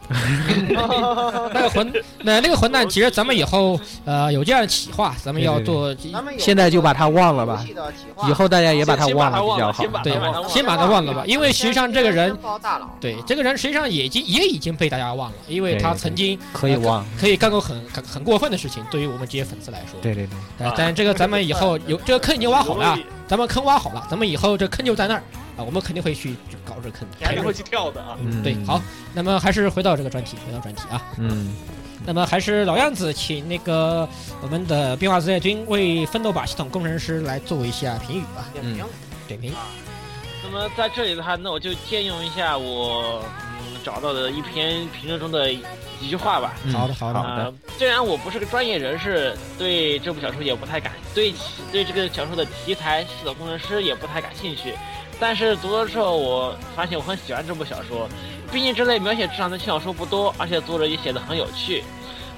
[SPEAKER 1] 那个混那那个混蛋。其实咱们以后呃有这样的企划，咱们要做
[SPEAKER 4] 咱们有
[SPEAKER 3] 现在就把他忘了吧
[SPEAKER 4] 游戏的企划
[SPEAKER 3] 以后大家也把他忘了比较好
[SPEAKER 2] 先把。
[SPEAKER 1] 对
[SPEAKER 2] 他忘
[SPEAKER 6] 了
[SPEAKER 1] 先把他忘了吧，因为实际上这个人
[SPEAKER 4] 先报大佬
[SPEAKER 1] 对这个人实际上也已经也已经被大家忘了，因为他曾经呃
[SPEAKER 3] 可以忘。
[SPEAKER 1] 可以干过很很很过分的事情，对于我们这些粉丝来说。
[SPEAKER 3] 对对对，
[SPEAKER 1] 但但这个咱们以后有这个坑已经挖好了，咱们坑挖好了，咱们以后这坑就在那儿啊，我们肯定会去搞这坑。
[SPEAKER 2] 你还是会去跳的 啊。
[SPEAKER 1] 对，好，那么还是回到这个专题，回到专题啊。
[SPEAKER 3] 嗯，
[SPEAKER 1] 那么还是老样子，请那个我们的变化职业军为奋斗吧系统工程师来做一下评语吧，
[SPEAKER 4] 点评
[SPEAKER 1] 点评。
[SPEAKER 6] 那么在这里的话，那我就借用一下我嗯找到的一篇评论中的一句话吧。
[SPEAKER 3] 嗯
[SPEAKER 1] 好的好的
[SPEAKER 3] 好的
[SPEAKER 6] 呃，虽然我不是个专业人士，对这部小说也不太感，对其对这个小说的题材系统工程师也不太感兴趣，但是读了之后，我发现我很喜欢这部小说，毕竟这类描写职场的小说不多，而且作者也写得很有趣。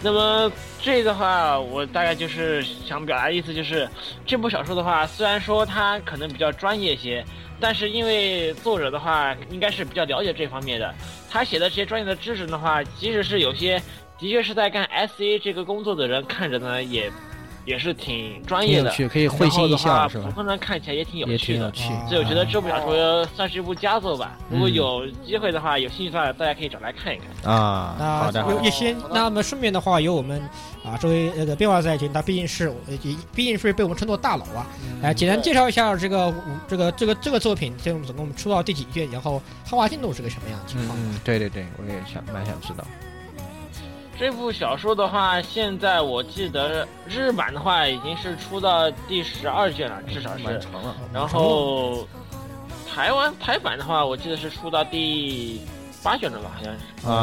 [SPEAKER 6] 那么这的话，我大概就是想表达的意思就是，这部小说的话，虽然说它可能比较专业些，但是因为作者的话应该是比较了解这方面的，他写的这些专业的知识的话，即使是有些的确是在干 S A 这个工作的人看着呢，也也是挺专
[SPEAKER 3] 挺
[SPEAKER 6] 业
[SPEAKER 3] 有
[SPEAKER 6] 的。
[SPEAKER 3] 趣，可以会心一
[SPEAKER 6] 然
[SPEAKER 3] 笑
[SPEAKER 6] 后
[SPEAKER 3] 是
[SPEAKER 6] 的话
[SPEAKER 3] 吧
[SPEAKER 6] 普？通人看起来也挺有
[SPEAKER 3] 也
[SPEAKER 6] 趣
[SPEAKER 3] 挺有
[SPEAKER 6] 的。
[SPEAKER 3] 趣。哦
[SPEAKER 6] 所以我觉得这部小说算是一部佳作吧。如果
[SPEAKER 3] 嗯
[SPEAKER 6] 有机会的话，有兴趣的话，大家可以找来看一看。
[SPEAKER 3] 啊，
[SPEAKER 1] 那
[SPEAKER 3] 好的，好
[SPEAKER 1] 有
[SPEAKER 3] 的
[SPEAKER 1] 一些，那么顺便的话，有我们啊，作为那个变化赛军，他毕竟是呃也毕竟是被我们称作大佬啊，
[SPEAKER 3] 嗯
[SPEAKER 1] 来简单介绍一下这个嗯这个这个这个作品，这我们总共出到第几卷，然后汉化进度是个什么样的情
[SPEAKER 3] 嗯
[SPEAKER 1] 况？
[SPEAKER 3] 嗯，对对对，我也想蛮想知道。
[SPEAKER 6] 这部小说的话，现在我记得日版的话已经是出到第十二卷了，至少是。
[SPEAKER 3] 长
[SPEAKER 1] 哦
[SPEAKER 3] 了，
[SPEAKER 6] 然后台湾台版的话，我记得是出到第八卷了吧，好像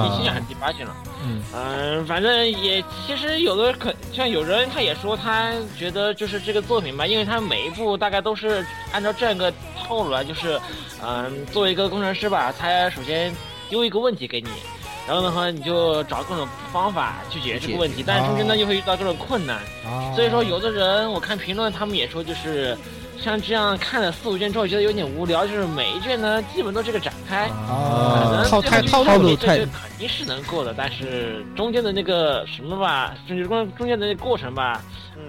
[SPEAKER 6] 是第七卷还
[SPEAKER 3] 啊，
[SPEAKER 6] 是第八卷了。
[SPEAKER 3] 嗯
[SPEAKER 6] 嗯，反正也其实有的可像有人他也说他觉得就是这个作品吧，因为他每一部大概都是按照这样一个套路来，就是嗯，作为一个工程师吧，他首先丢一个问题给你，然后的话你就找各种方法去解决这个问题，但是中间呢又会遇到各种困难，
[SPEAKER 1] 啊，
[SPEAKER 6] 所以说有的人我看评论他们也说就是。像这样看了四五卷之后，觉得有点无聊，就是每一卷呢，基本都这个展开，
[SPEAKER 1] 啊
[SPEAKER 3] 啊，
[SPEAKER 1] 套太套
[SPEAKER 3] 路
[SPEAKER 6] 路
[SPEAKER 3] 太
[SPEAKER 6] 肯定是能过的，但是中间的那个什么吧，就是中中间的那个过程吧，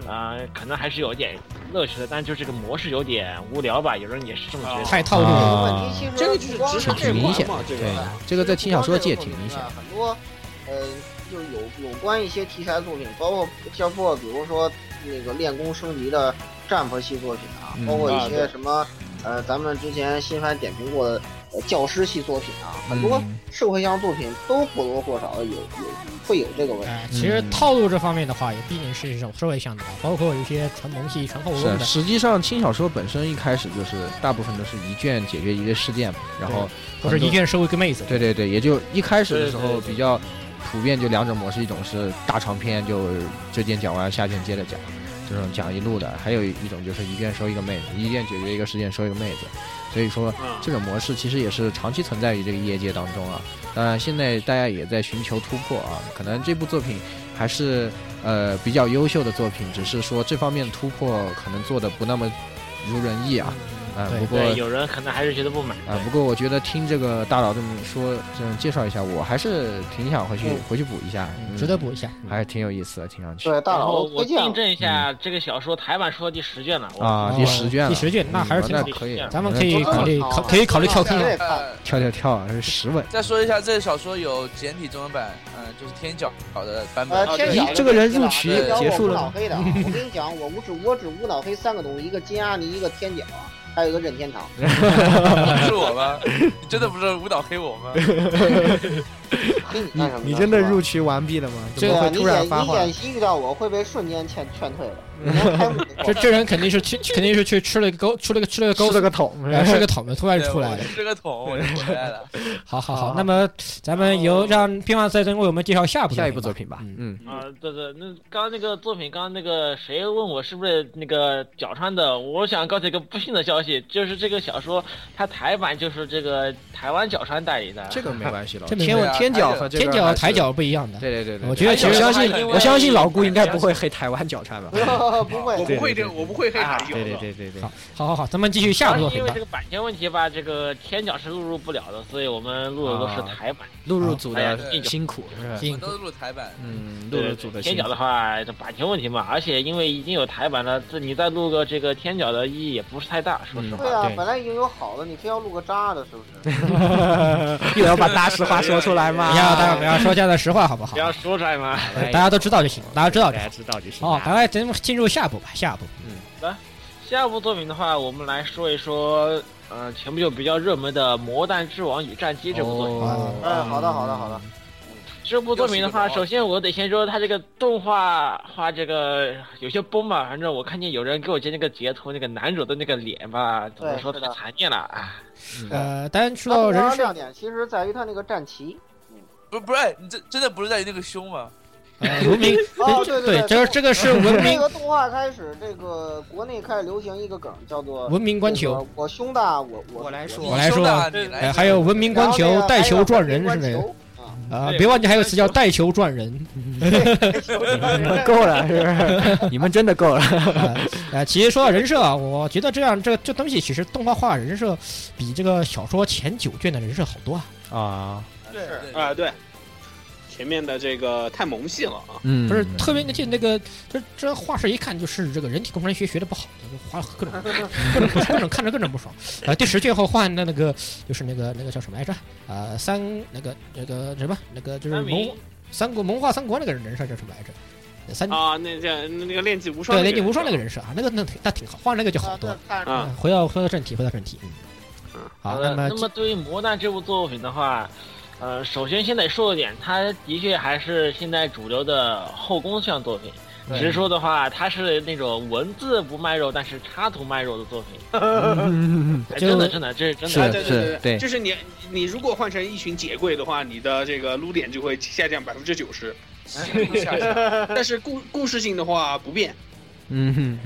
[SPEAKER 6] 啊、可能还是有点乐趣的，但就这个模式有点无聊吧，有人也是这么觉得。
[SPEAKER 1] 太套路了。
[SPEAKER 3] 啊
[SPEAKER 4] 问题其实
[SPEAKER 2] 这个就是职场
[SPEAKER 3] 挺明显
[SPEAKER 2] 嘛，这
[SPEAKER 3] 对
[SPEAKER 2] 个。，
[SPEAKER 3] 这个在轻小说界挺明显。
[SPEAKER 4] 啊很多，呃，就有有关一些题材作品，包括像包括比如说那个练功升级的战佛系作品啊，
[SPEAKER 3] 嗯
[SPEAKER 4] 包括
[SPEAKER 2] 啊
[SPEAKER 4] 一些
[SPEAKER 2] 对
[SPEAKER 4] 什么，呃，咱们之前新番点评过的、呃、教师系作品啊，很多
[SPEAKER 3] 嗯
[SPEAKER 4] 社会向作品都或多或少有有会有这个问题。
[SPEAKER 1] 哎，其实
[SPEAKER 3] 嗯
[SPEAKER 1] 套路这方面的话，也毕竟是一种社会向的吧，啊包括有一些纯萌系、纯后宫
[SPEAKER 3] 是，啊
[SPEAKER 1] 的，
[SPEAKER 3] 实际上轻小说本身一开始就是大部分都是一卷解决一个事件嘛，然后
[SPEAKER 1] 或者一卷收一个妹子，
[SPEAKER 3] 对对对，也就一开始的时
[SPEAKER 6] 对
[SPEAKER 3] 候
[SPEAKER 6] 对对
[SPEAKER 3] 比较普遍就两种模式，一种是大长篇，就这件讲完下件接着讲，这种讲一路的；还有一种就是一卷收一个妹子，一卷解决一个事件收一个妹子。所以说
[SPEAKER 2] 嗯
[SPEAKER 3] 这种模式其实也是长期存在于这个业界当中啊。当然现在大家也在寻求突破啊，可能这部作品还是呃比较优秀的作品，只是说这方面突破可能做的不那么如人意啊。啊、
[SPEAKER 1] 嗯对
[SPEAKER 3] 不过
[SPEAKER 6] 对，有人可能还是觉得不满。
[SPEAKER 3] 啊，不过我觉得听这个大佬这么说，这样介绍一下，我还是挺想回去、
[SPEAKER 4] 嗯
[SPEAKER 3] 回去补一下，嗯
[SPEAKER 1] 值得，补一下。
[SPEAKER 3] 还是挺有意思的，听上去
[SPEAKER 4] 对，大
[SPEAKER 6] 然
[SPEAKER 4] 佬
[SPEAKER 6] 后
[SPEAKER 4] 都
[SPEAKER 6] 我
[SPEAKER 4] 推荐
[SPEAKER 6] 订
[SPEAKER 4] 了。
[SPEAKER 6] 正一下，这个小说台版出到第十卷了。我
[SPEAKER 3] 嗯啊，
[SPEAKER 1] 哦
[SPEAKER 3] 第十卷了，
[SPEAKER 1] 第十卷那
[SPEAKER 3] 嗯
[SPEAKER 1] 还是挺
[SPEAKER 3] 那
[SPEAKER 1] 好
[SPEAKER 3] 可以，
[SPEAKER 1] 咱们可以考虑
[SPEAKER 4] 嗯
[SPEAKER 1] 考可以考虑跳坑啊
[SPEAKER 4] 对
[SPEAKER 1] 了。
[SPEAKER 4] 看
[SPEAKER 5] 呃
[SPEAKER 3] 跳跳跳啊，是十稳。
[SPEAKER 5] 再说一下，这小说有简体中文版，嗯、就是天角的版本。哦
[SPEAKER 4] 呃，
[SPEAKER 2] 啊
[SPEAKER 4] 天
[SPEAKER 2] 对
[SPEAKER 4] 晓
[SPEAKER 2] 咦
[SPEAKER 4] 得
[SPEAKER 3] 这个人
[SPEAKER 4] 天
[SPEAKER 3] 入
[SPEAKER 4] 晓得
[SPEAKER 5] 局
[SPEAKER 4] 天晓得
[SPEAKER 3] 结
[SPEAKER 4] 我
[SPEAKER 3] 束了
[SPEAKER 4] 无
[SPEAKER 3] 吗
[SPEAKER 4] 脑黑的啊，我跟你讲，我无只我只无脑黑三个东西，一个金阿尼，一个天角，还有一个任天堂。
[SPEAKER 5] 不是我吗？ 你真的不是舞蹈 黑我吗？
[SPEAKER 4] 给你
[SPEAKER 3] 你
[SPEAKER 4] 干什么呢？
[SPEAKER 3] 你真的
[SPEAKER 4] 是吧
[SPEAKER 3] 入局完毕了吗？怎
[SPEAKER 1] 对
[SPEAKER 3] 么
[SPEAKER 4] 对啊
[SPEAKER 3] 会
[SPEAKER 4] 你
[SPEAKER 3] 突然
[SPEAKER 4] 演
[SPEAKER 3] 发
[SPEAKER 4] 你
[SPEAKER 3] 话？
[SPEAKER 4] 演习遇到我会被瞬间劝劝退 的，你连开幕都
[SPEAKER 1] 这
[SPEAKER 4] 不
[SPEAKER 1] 这人肯定是去，肯定是去吃了一个钩，吃了个吃了个钩
[SPEAKER 3] 勾了
[SPEAKER 1] 子，
[SPEAKER 3] 个桶，
[SPEAKER 1] 哎是 个桶的，突然
[SPEAKER 5] 对
[SPEAKER 1] 出来
[SPEAKER 5] 我
[SPEAKER 1] 的。
[SPEAKER 5] 是个桶，我就回 来了。
[SPEAKER 1] 好好
[SPEAKER 3] 好
[SPEAKER 1] 好，那么咱们由让乒乓赛生为我们介绍下部
[SPEAKER 3] 下一部作
[SPEAKER 1] 吧
[SPEAKER 3] 品吧。
[SPEAKER 1] 嗯，
[SPEAKER 3] 嗯，
[SPEAKER 6] 啊，对对，那刚刚那个作品，刚刚那个谁问我是不是那个角川的？我想告诉一个不幸的消息，就是这个小说它台版就是这个台湾角川代理的。
[SPEAKER 3] 这个没关 系了。
[SPEAKER 1] 这没
[SPEAKER 3] 天
[SPEAKER 5] 关系
[SPEAKER 3] 天角和这个
[SPEAKER 1] 天角
[SPEAKER 3] 还是
[SPEAKER 1] 台，角不一样的，
[SPEAKER 3] 对对对对，
[SPEAKER 1] 我觉得
[SPEAKER 3] 对
[SPEAKER 1] 其实
[SPEAKER 3] 我相信
[SPEAKER 5] 还有
[SPEAKER 3] 我相信老顾应该不会黑台湾角 川吧？
[SPEAKER 4] 管 不
[SPEAKER 2] 我
[SPEAKER 4] 会，
[SPEAKER 2] 不会这个，我不会黑
[SPEAKER 1] 啊
[SPEAKER 2] 台球
[SPEAKER 3] 对对
[SPEAKER 2] 的。
[SPEAKER 3] 对对对
[SPEAKER 1] 好，好好好，咱们继续
[SPEAKER 6] 主
[SPEAKER 1] 下
[SPEAKER 6] 要
[SPEAKER 1] 部作
[SPEAKER 6] 是
[SPEAKER 1] 品
[SPEAKER 6] 因为
[SPEAKER 1] 吧
[SPEAKER 6] 这。个版权问题吧，这个天角是录入不了的，所以我们录的都是台版。
[SPEAKER 3] 录入组
[SPEAKER 6] 哎呀
[SPEAKER 3] 的辛苦是吧？
[SPEAKER 5] 我
[SPEAKER 1] 进
[SPEAKER 5] 们都是录台版，
[SPEAKER 3] 嗯，露露组的
[SPEAKER 6] 天
[SPEAKER 3] 辛
[SPEAKER 6] 角
[SPEAKER 3] 苦
[SPEAKER 6] 的。话，这版权问题嘛，而且因为已经有台版了，这你再录个这个天角的意义也不是太大，说实话。
[SPEAKER 4] 对啊
[SPEAKER 3] 对，
[SPEAKER 4] 本来已经有好的，你非要录个渣的，是不是？
[SPEAKER 3] 又要把大实话说出来吗？哎
[SPEAKER 1] 不要大家不要说这样的实话好不好
[SPEAKER 6] 不？要说出来嘛。
[SPEAKER 1] 呃大家都知道就行，大家知道
[SPEAKER 3] 大
[SPEAKER 1] 就
[SPEAKER 3] 家
[SPEAKER 1] 好。
[SPEAKER 3] 知道就行。哦
[SPEAKER 1] 好，赶快咱们进入下部吧，下部。
[SPEAKER 6] 下部作品的话，我们来说一说，呃，前不久比较热门的《魔弹之王与战机》这部作品。
[SPEAKER 3] 哦
[SPEAKER 4] 哎，好的，好的，好的。
[SPEAKER 6] 这部作品的
[SPEAKER 5] 又
[SPEAKER 6] 话，
[SPEAKER 5] 是一个
[SPEAKER 6] 首先我得先说它这个动画画这个有些崩吧，反正我看见有人给我截那个截图，那个男主的那个脸吧，怎么说
[SPEAKER 4] 对
[SPEAKER 6] 太
[SPEAKER 4] 是的
[SPEAKER 6] 残念了啊！
[SPEAKER 1] 呃，当然说
[SPEAKER 4] 它
[SPEAKER 1] 到
[SPEAKER 4] 主要
[SPEAKER 1] 人
[SPEAKER 4] 的
[SPEAKER 1] 设，
[SPEAKER 4] 亮点其实在于它那个 战旗。
[SPEAKER 5] 不不是哎你这真的不是在于那个胸吗？
[SPEAKER 1] 呃文明
[SPEAKER 4] 哦，对
[SPEAKER 1] 对，
[SPEAKER 4] 对，
[SPEAKER 1] 这个这个是文
[SPEAKER 4] 这
[SPEAKER 1] 明
[SPEAKER 4] 个动画开始，这个国内开始流行一个梗，叫做
[SPEAKER 1] 文明观球，，
[SPEAKER 4] 我胸大，我我
[SPEAKER 3] 我来说
[SPEAKER 5] 你
[SPEAKER 1] 我来说
[SPEAKER 5] 胸大你
[SPEAKER 3] 哎
[SPEAKER 1] 呃，
[SPEAKER 5] 来
[SPEAKER 1] 还有文明观球带球撞人
[SPEAKER 4] 是
[SPEAKER 1] 是那个
[SPEAKER 4] 啊，
[SPEAKER 1] 啊，
[SPEAKER 6] 对
[SPEAKER 1] 别忘记还有个词叫带球撞人。
[SPEAKER 4] 啊
[SPEAKER 3] 够了，是不 是？你们真的够了。
[SPEAKER 1] 啊，呃，其实说到人设啊，我觉得这样这这东西其实动画化人设比这个小说前九卷的人设好多啊。
[SPEAKER 3] 啊，
[SPEAKER 5] 对
[SPEAKER 4] 是
[SPEAKER 5] 对
[SPEAKER 2] 啊，对，前面的这个太萌系了啊。
[SPEAKER 3] 嗯
[SPEAKER 1] 不是特别那些那个，这这画师一看就是这个人体工程学学的不好，就画各种各种不爽，各种看着各种不爽。呃，第十卷后换的那个就是那个那个叫什么来着？呃，三那个那个什么那个就是
[SPEAKER 6] 三
[SPEAKER 1] 萌
[SPEAKER 6] 明
[SPEAKER 1] 三国萌化三国那个人设叫什么来着？三
[SPEAKER 2] 啊，那叫那个练级无双，
[SPEAKER 1] 对，雷霆无双那个人设啊，那个那挺那挺好，换那个就好
[SPEAKER 4] 啊，
[SPEAKER 1] 多
[SPEAKER 4] 对
[SPEAKER 1] 了。，
[SPEAKER 4] 看着
[SPEAKER 2] 啊
[SPEAKER 1] 嗯，回到回到正题，回到正题。嗯
[SPEAKER 2] 嗯，
[SPEAKER 1] 好，
[SPEAKER 6] 啊的，
[SPEAKER 1] 那么
[SPEAKER 6] 呃那么对于《魔弹》这部作品的话，呃，首先先得说一点，它的确还是现在主流的后宫向作品。
[SPEAKER 3] 对
[SPEAKER 6] 只是说的话，它是那种文字不卖肉，但是插图卖肉的作品。哎
[SPEAKER 1] 就
[SPEAKER 6] 真的真的，这是真的。
[SPEAKER 2] 啊，
[SPEAKER 3] 是
[SPEAKER 2] 对
[SPEAKER 3] 是
[SPEAKER 2] 对
[SPEAKER 3] 对
[SPEAKER 2] 就是你你如果换成一群姐贵的话，你的这个撸点就会下降百分之九十，
[SPEAKER 5] 对，下 下
[SPEAKER 2] 但是故故事性的话不变。
[SPEAKER 3] 嗯，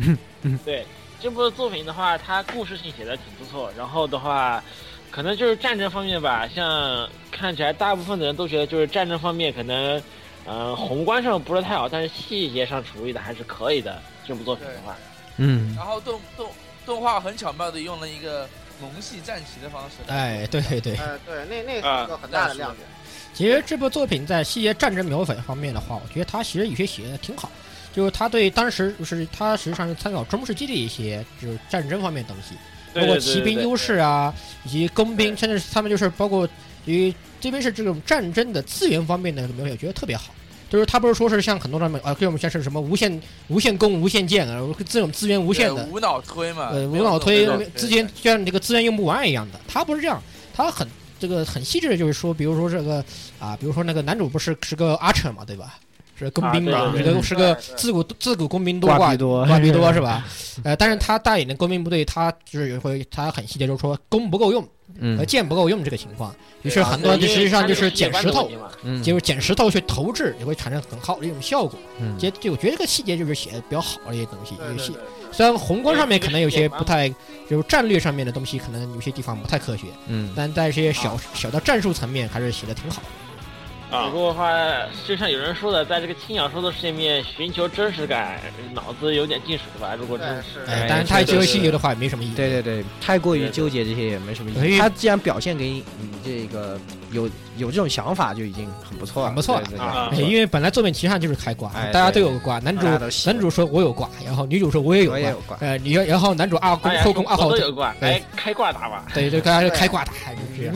[SPEAKER 6] 对，这部作品的话，它故事性写的挺不错，然后的话，可能就是战争方面吧，像看起来大部分的人都觉得就是战争方面可能，呃，宏观上不是太好，但是细节上处理的还是可以的。这部作品的话，
[SPEAKER 3] 嗯，
[SPEAKER 5] 然后动动动画很巧妙的用了一个萌系战旗的方式，
[SPEAKER 1] 哎，对对，
[SPEAKER 4] 哎，对，那那是一个很大的亮点。
[SPEAKER 1] 其实这部作品在细节战争描写方面的话，我觉得它其实有些写的挺好，就是它对当时就是它实际上是参考中世纪的一些就是战争方面的东西，包
[SPEAKER 6] 对
[SPEAKER 1] 括
[SPEAKER 6] 对
[SPEAKER 1] 骑兵优势啊，以及工兵，甚至是他们就是包括于这边是这种战争的资源方面的描写，我觉得特别好。就是他不是说是像很多上面啊，给我们像是什么无限无限弓、无限箭啊，这种资源无
[SPEAKER 5] 无
[SPEAKER 1] 限的，
[SPEAKER 5] 无脑推嘛，
[SPEAKER 1] 呃，
[SPEAKER 5] 啊没
[SPEAKER 1] 无
[SPEAKER 5] 有
[SPEAKER 1] 脑推
[SPEAKER 5] 那种
[SPEAKER 1] 资源就像这个资源用不完一样的。他不是这样，他很这个很细致的，就是说，比如说这个啊，比如说那个男主不是是个阿彻嘛，对吧？是个工兵
[SPEAKER 6] 啊
[SPEAKER 1] 嘛，
[SPEAKER 6] 对
[SPEAKER 1] 是个
[SPEAKER 4] 对
[SPEAKER 1] 是个
[SPEAKER 4] 对对
[SPEAKER 1] 自古自古工兵多
[SPEAKER 3] 挂
[SPEAKER 1] 挂
[SPEAKER 3] 皮多
[SPEAKER 1] 挂皮多是吧？呃，但是他带领的工兵部队，他就是有一回他很细节，就是说弓不够用和
[SPEAKER 3] 嗯
[SPEAKER 1] 箭不够用这个情况，于
[SPEAKER 5] 对
[SPEAKER 1] 是
[SPEAKER 5] 啊
[SPEAKER 1] 很多
[SPEAKER 5] 对
[SPEAKER 1] 就实际上就
[SPEAKER 6] 因为它
[SPEAKER 1] 是
[SPEAKER 6] 是
[SPEAKER 1] 捡石
[SPEAKER 6] 血管的问
[SPEAKER 1] 头
[SPEAKER 6] 题，嘛
[SPEAKER 3] 嗯
[SPEAKER 1] 就是捡石头去投掷，也会产生很好的一种效果。
[SPEAKER 3] 嗯
[SPEAKER 1] 这这我觉得这个细节就是写的比较好的一些东西，有些
[SPEAKER 4] 对
[SPEAKER 1] 虽然宏观上面可能有些不太，就是战略上面的东西，可能有些地方不太科学，
[SPEAKER 3] 嗯
[SPEAKER 1] 但在这些小小到战术层面还是写的挺好的。
[SPEAKER 2] 啊嗯
[SPEAKER 6] 不过的话，就像有人说的，在这个轻小说的世界面寻求真实感，脑子有点进水吧。如果真
[SPEAKER 4] 对
[SPEAKER 6] 是
[SPEAKER 4] 是。
[SPEAKER 1] 哎
[SPEAKER 3] 哎，
[SPEAKER 1] 当然它
[SPEAKER 3] 是
[SPEAKER 1] 只有
[SPEAKER 3] 的
[SPEAKER 1] 细节的话也没什么意义。
[SPEAKER 3] 对对对，太过于纠结这些也没什么
[SPEAKER 1] 对
[SPEAKER 3] 意
[SPEAKER 1] 对
[SPEAKER 3] 义。他既然表现给你这个有有这种想法，就已经很不错了，
[SPEAKER 1] 很不错了
[SPEAKER 3] 对对
[SPEAKER 2] 啊
[SPEAKER 1] 哎，因为本来作品其实上就是开挂，
[SPEAKER 3] 哎对
[SPEAKER 1] 大家都有个挂，男主
[SPEAKER 3] 大家都喜欢
[SPEAKER 1] 男主说我有挂，然后女主说我也有
[SPEAKER 3] 我也有
[SPEAKER 1] 挂，
[SPEAKER 3] 挂，
[SPEAKER 1] 呃，你要然后男主二
[SPEAKER 6] 哎
[SPEAKER 1] 宫
[SPEAKER 6] 呀，
[SPEAKER 1] 后宫二
[SPEAKER 6] 我
[SPEAKER 1] 号
[SPEAKER 6] 都
[SPEAKER 1] 对
[SPEAKER 6] 有挂，
[SPEAKER 1] 对
[SPEAKER 6] 哎，开挂打吧。
[SPEAKER 1] 对对，大家就开挂打，就是这样。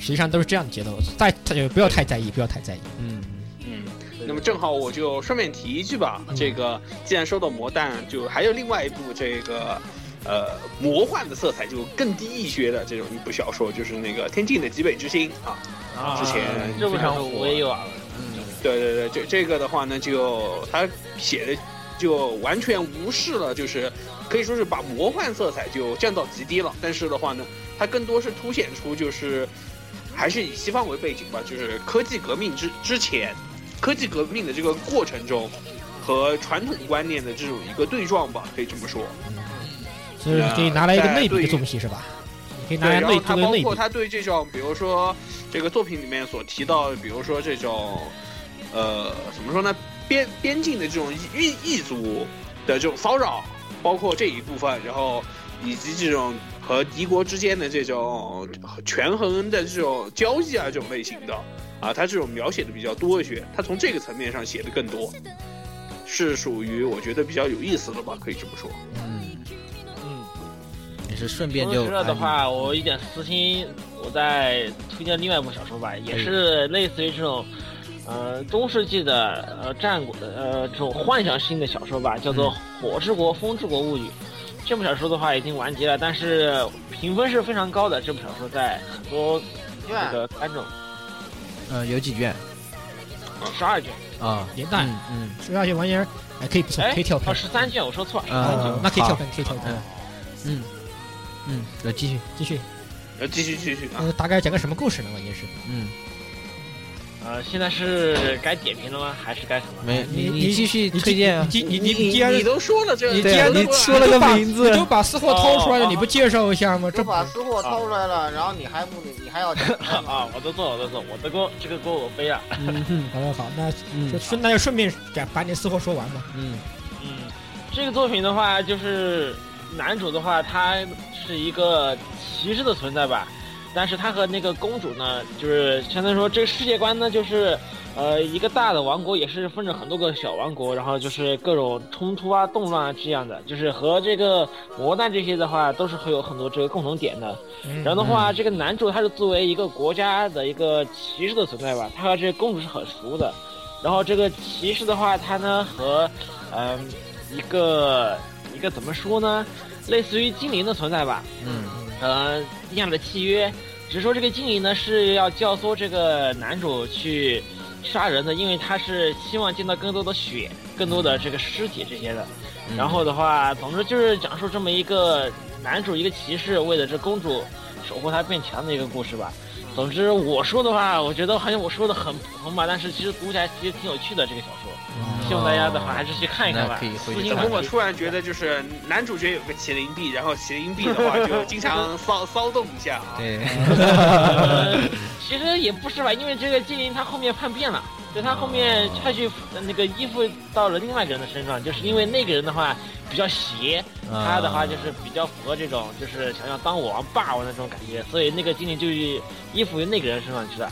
[SPEAKER 1] 实际上都是这样的节奏，再太不要太在意，不要太在意。
[SPEAKER 3] 嗯，
[SPEAKER 2] 嗯，那么正好我就顺便提一句吧
[SPEAKER 1] 嗯，
[SPEAKER 2] 这个既然说到魔弹，就还有另外一部这个呃魔幻的色彩就更低一些的这种一部小说，就是那个《天境的极北之心》啊。
[SPEAKER 6] 啊
[SPEAKER 2] 之
[SPEAKER 3] 嗯
[SPEAKER 2] 前
[SPEAKER 6] 这部
[SPEAKER 5] 非
[SPEAKER 6] 小
[SPEAKER 5] 常
[SPEAKER 6] 说
[SPEAKER 5] 火
[SPEAKER 6] 我也有啊，
[SPEAKER 2] 对对对，这这个的话呢，就他写的就完全无视了，就是可以说是把魔幻色彩就降到极低了。但是的话呢，它更多是凸显出就是还是以西方为背景吧，就是科技革命之之前，科技革命的这个过程中。和传统观念的这种一个对撞吧，可以这么说。
[SPEAKER 1] 所以你可以拿来一个
[SPEAKER 2] 对
[SPEAKER 1] 类比
[SPEAKER 2] 对
[SPEAKER 1] 的
[SPEAKER 2] 于
[SPEAKER 1] 东西是吧？你可以拿
[SPEAKER 2] 对，
[SPEAKER 1] 来
[SPEAKER 2] 然后
[SPEAKER 1] 类
[SPEAKER 2] 他
[SPEAKER 1] 作为
[SPEAKER 2] 包
[SPEAKER 1] 类比
[SPEAKER 2] 括，他对这种，比如说这个作品里面所提到，比如说这种，呃，怎么说呢？边边境的这种异异族的这种骚扰，包括这一部分，然后以及这种和敌国之间的这种权衡的这种交易啊，这种类型的啊，他这种描写的比较多一些，他从这个层面上写的更多，是属于我觉得比较有意思的吧，可以这么说。
[SPEAKER 3] 嗯，
[SPEAKER 6] 嗯，
[SPEAKER 3] 也是顺便
[SPEAKER 6] 说到
[SPEAKER 3] 就哎
[SPEAKER 6] 这
[SPEAKER 1] 哎
[SPEAKER 6] 的话，我一点私心，我再推荐另外一部小说吧，
[SPEAKER 1] 哎
[SPEAKER 6] 也是类似于这种，呃，中世纪的呃战国呃这种幻想性的小说吧，叫做《
[SPEAKER 1] 嗯
[SPEAKER 6] 火之国风之国物语》。这部小说的话已经完结了，但是评分是非常高的。这部小说在很多这个三种
[SPEAKER 3] 嗯有几卷
[SPEAKER 6] 十二卷
[SPEAKER 3] 啊，
[SPEAKER 1] 元旦
[SPEAKER 3] 嗯嗯
[SPEAKER 1] 说下去玩意儿，哎，可以不错，
[SPEAKER 6] 哎
[SPEAKER 1] 可以跳
[SPEAKER 6] 哦
[SPEAKER 1] 坑，
[SPEAKER 6] 十三卷，我说错了，
[SPEAKER 3] 啊
[SPEAKER 1] 哦那可以
[SPEAKER 3] 好
[SPEAKER 1] 跳坑，可以跳坑
[SPEAKER 3] 嗯，嗯嗯，那继续
[SPEAKER 1] 继续，
[SPEAKER 2] 呃，继续继续啊，
[SPEAKER 1] 呃，大概讲个什么故事呢？关键是，
[SPEAKER 3] 嗯
[SPEAKER 6] 呃，现在是该点评了吗？还是该什么？
[SPEAKER 3] 没
[SPEAKER 1] 你
[SPEAKER 3] 你
[SPEAKER 1] 你
[SPEAKER 3] 继续
[SPEAKER 1] 你
[SPEAKER 3] 推荐啊，
[SPEAKER 1] 你你
[SPEAKER 2] 你
[SPEAKER 1] 你你既然
[SPEAKER 2] 你都说了这，
[SPEAKER 1] 你既
[SPEAKER 3] 对啊，
[SPEAKER 1] 然
[SPEAKER 2] 都
[SPEAKER 3] 你
[SPEAKER 2] 过来
[SPEAKER 3] 说了
[SPEAKER 1] 你
[SPEAKER 3] 个
[SPEAKER 1] 都把
[SPEAKER 3] 名字哦
[SPEAKER 1] 你，就把私货掏出来了，你不介绍一下吗？这
[SPEAKER 4] 这把私货掏出来
[SPEAKER 3] 啊
[SPEAKER 4] 了，然后你还不你还要讲
[SPEAKER 6] 啊，我都做，我都做，我的锅，这个锅我背了。
[SPEAKER 3] 嗯哼
[SPEAKER 1] 好好好，那就
[SPEAKER 3] 嗯
[SPEAKER 1] 顺那就顺便把把你私货说完吧。
[SPEAKER 3] 嗯
[SPEAKER 6] 嗯，这个作品的话，就是男主的话，他是一个骑士的存在吧，但是他和那个公主呢，就是相当于说这个世界观呢，就是呃一个大的王国，也是分着很多个小王国，然后就是各种冲突啊、动乱啊这样的，就是和这个磨难这些的话，都是会有很多这个共同点的。
[SPEAKER 1] 嗯
[SPEAKER 6] 然后的话，这个男主他是作为一个国家的一个骑士的存在吧，他和这个公主是很熟的。然后这个骑士的话，他呢和，嗯、一个一个怎么说呢，类似于精灵的存在吧，
[SPEAKER 3] 嗯
[SPEAKER 6] 呃，定下了契约，只是说这个精灵呢是要教唆这个男主去杀人的，因为他是希望见到更多的血、更多的这个尸体这些的。
[SPEAKER 3] 嗯
[SPEAKER 6] 然后的话，总之就是讲述这么一个男主一个骑士为了这公主守护她变强的一个故事吧。总之我说的话，我觉得好像我说的很普通吧，但是其实读起来其实挺有趣的这个小说，希望大家的话还是去看一看
[SPEAKER 3] 哦嗯那
[SPEAKER 6] 吧
[SPEAKER 3] 可。以回
[SPEAKER 6] 不
[SPEAKER 3] 去
[SPEAKER 6] 行
[SPEAKER 2] 怎
[SPEAKER 3] 看
[SPEAKER 2] 么我突然觉得就是男主角有个麒麟臂，然后麒麟臂的话就经常骚骚动一下啊。
[SPEAKER 3] 对，
[SPEAKER 6] 呃， 其实也不是吧，因为这个精灵他后面叛变了，就他后
[SPEAKER 3] 哦
[SPEAKER 6] 面他去那个依附到了另外一个人的身上，就是因为那个人的话比较邪，
[SPEAKER 3] 啊
[SPEAKER 6] 他的话就是比较符合这种就是想要当我王霸王的这种感觉，所以那个精灵就依附于那个人身上去了，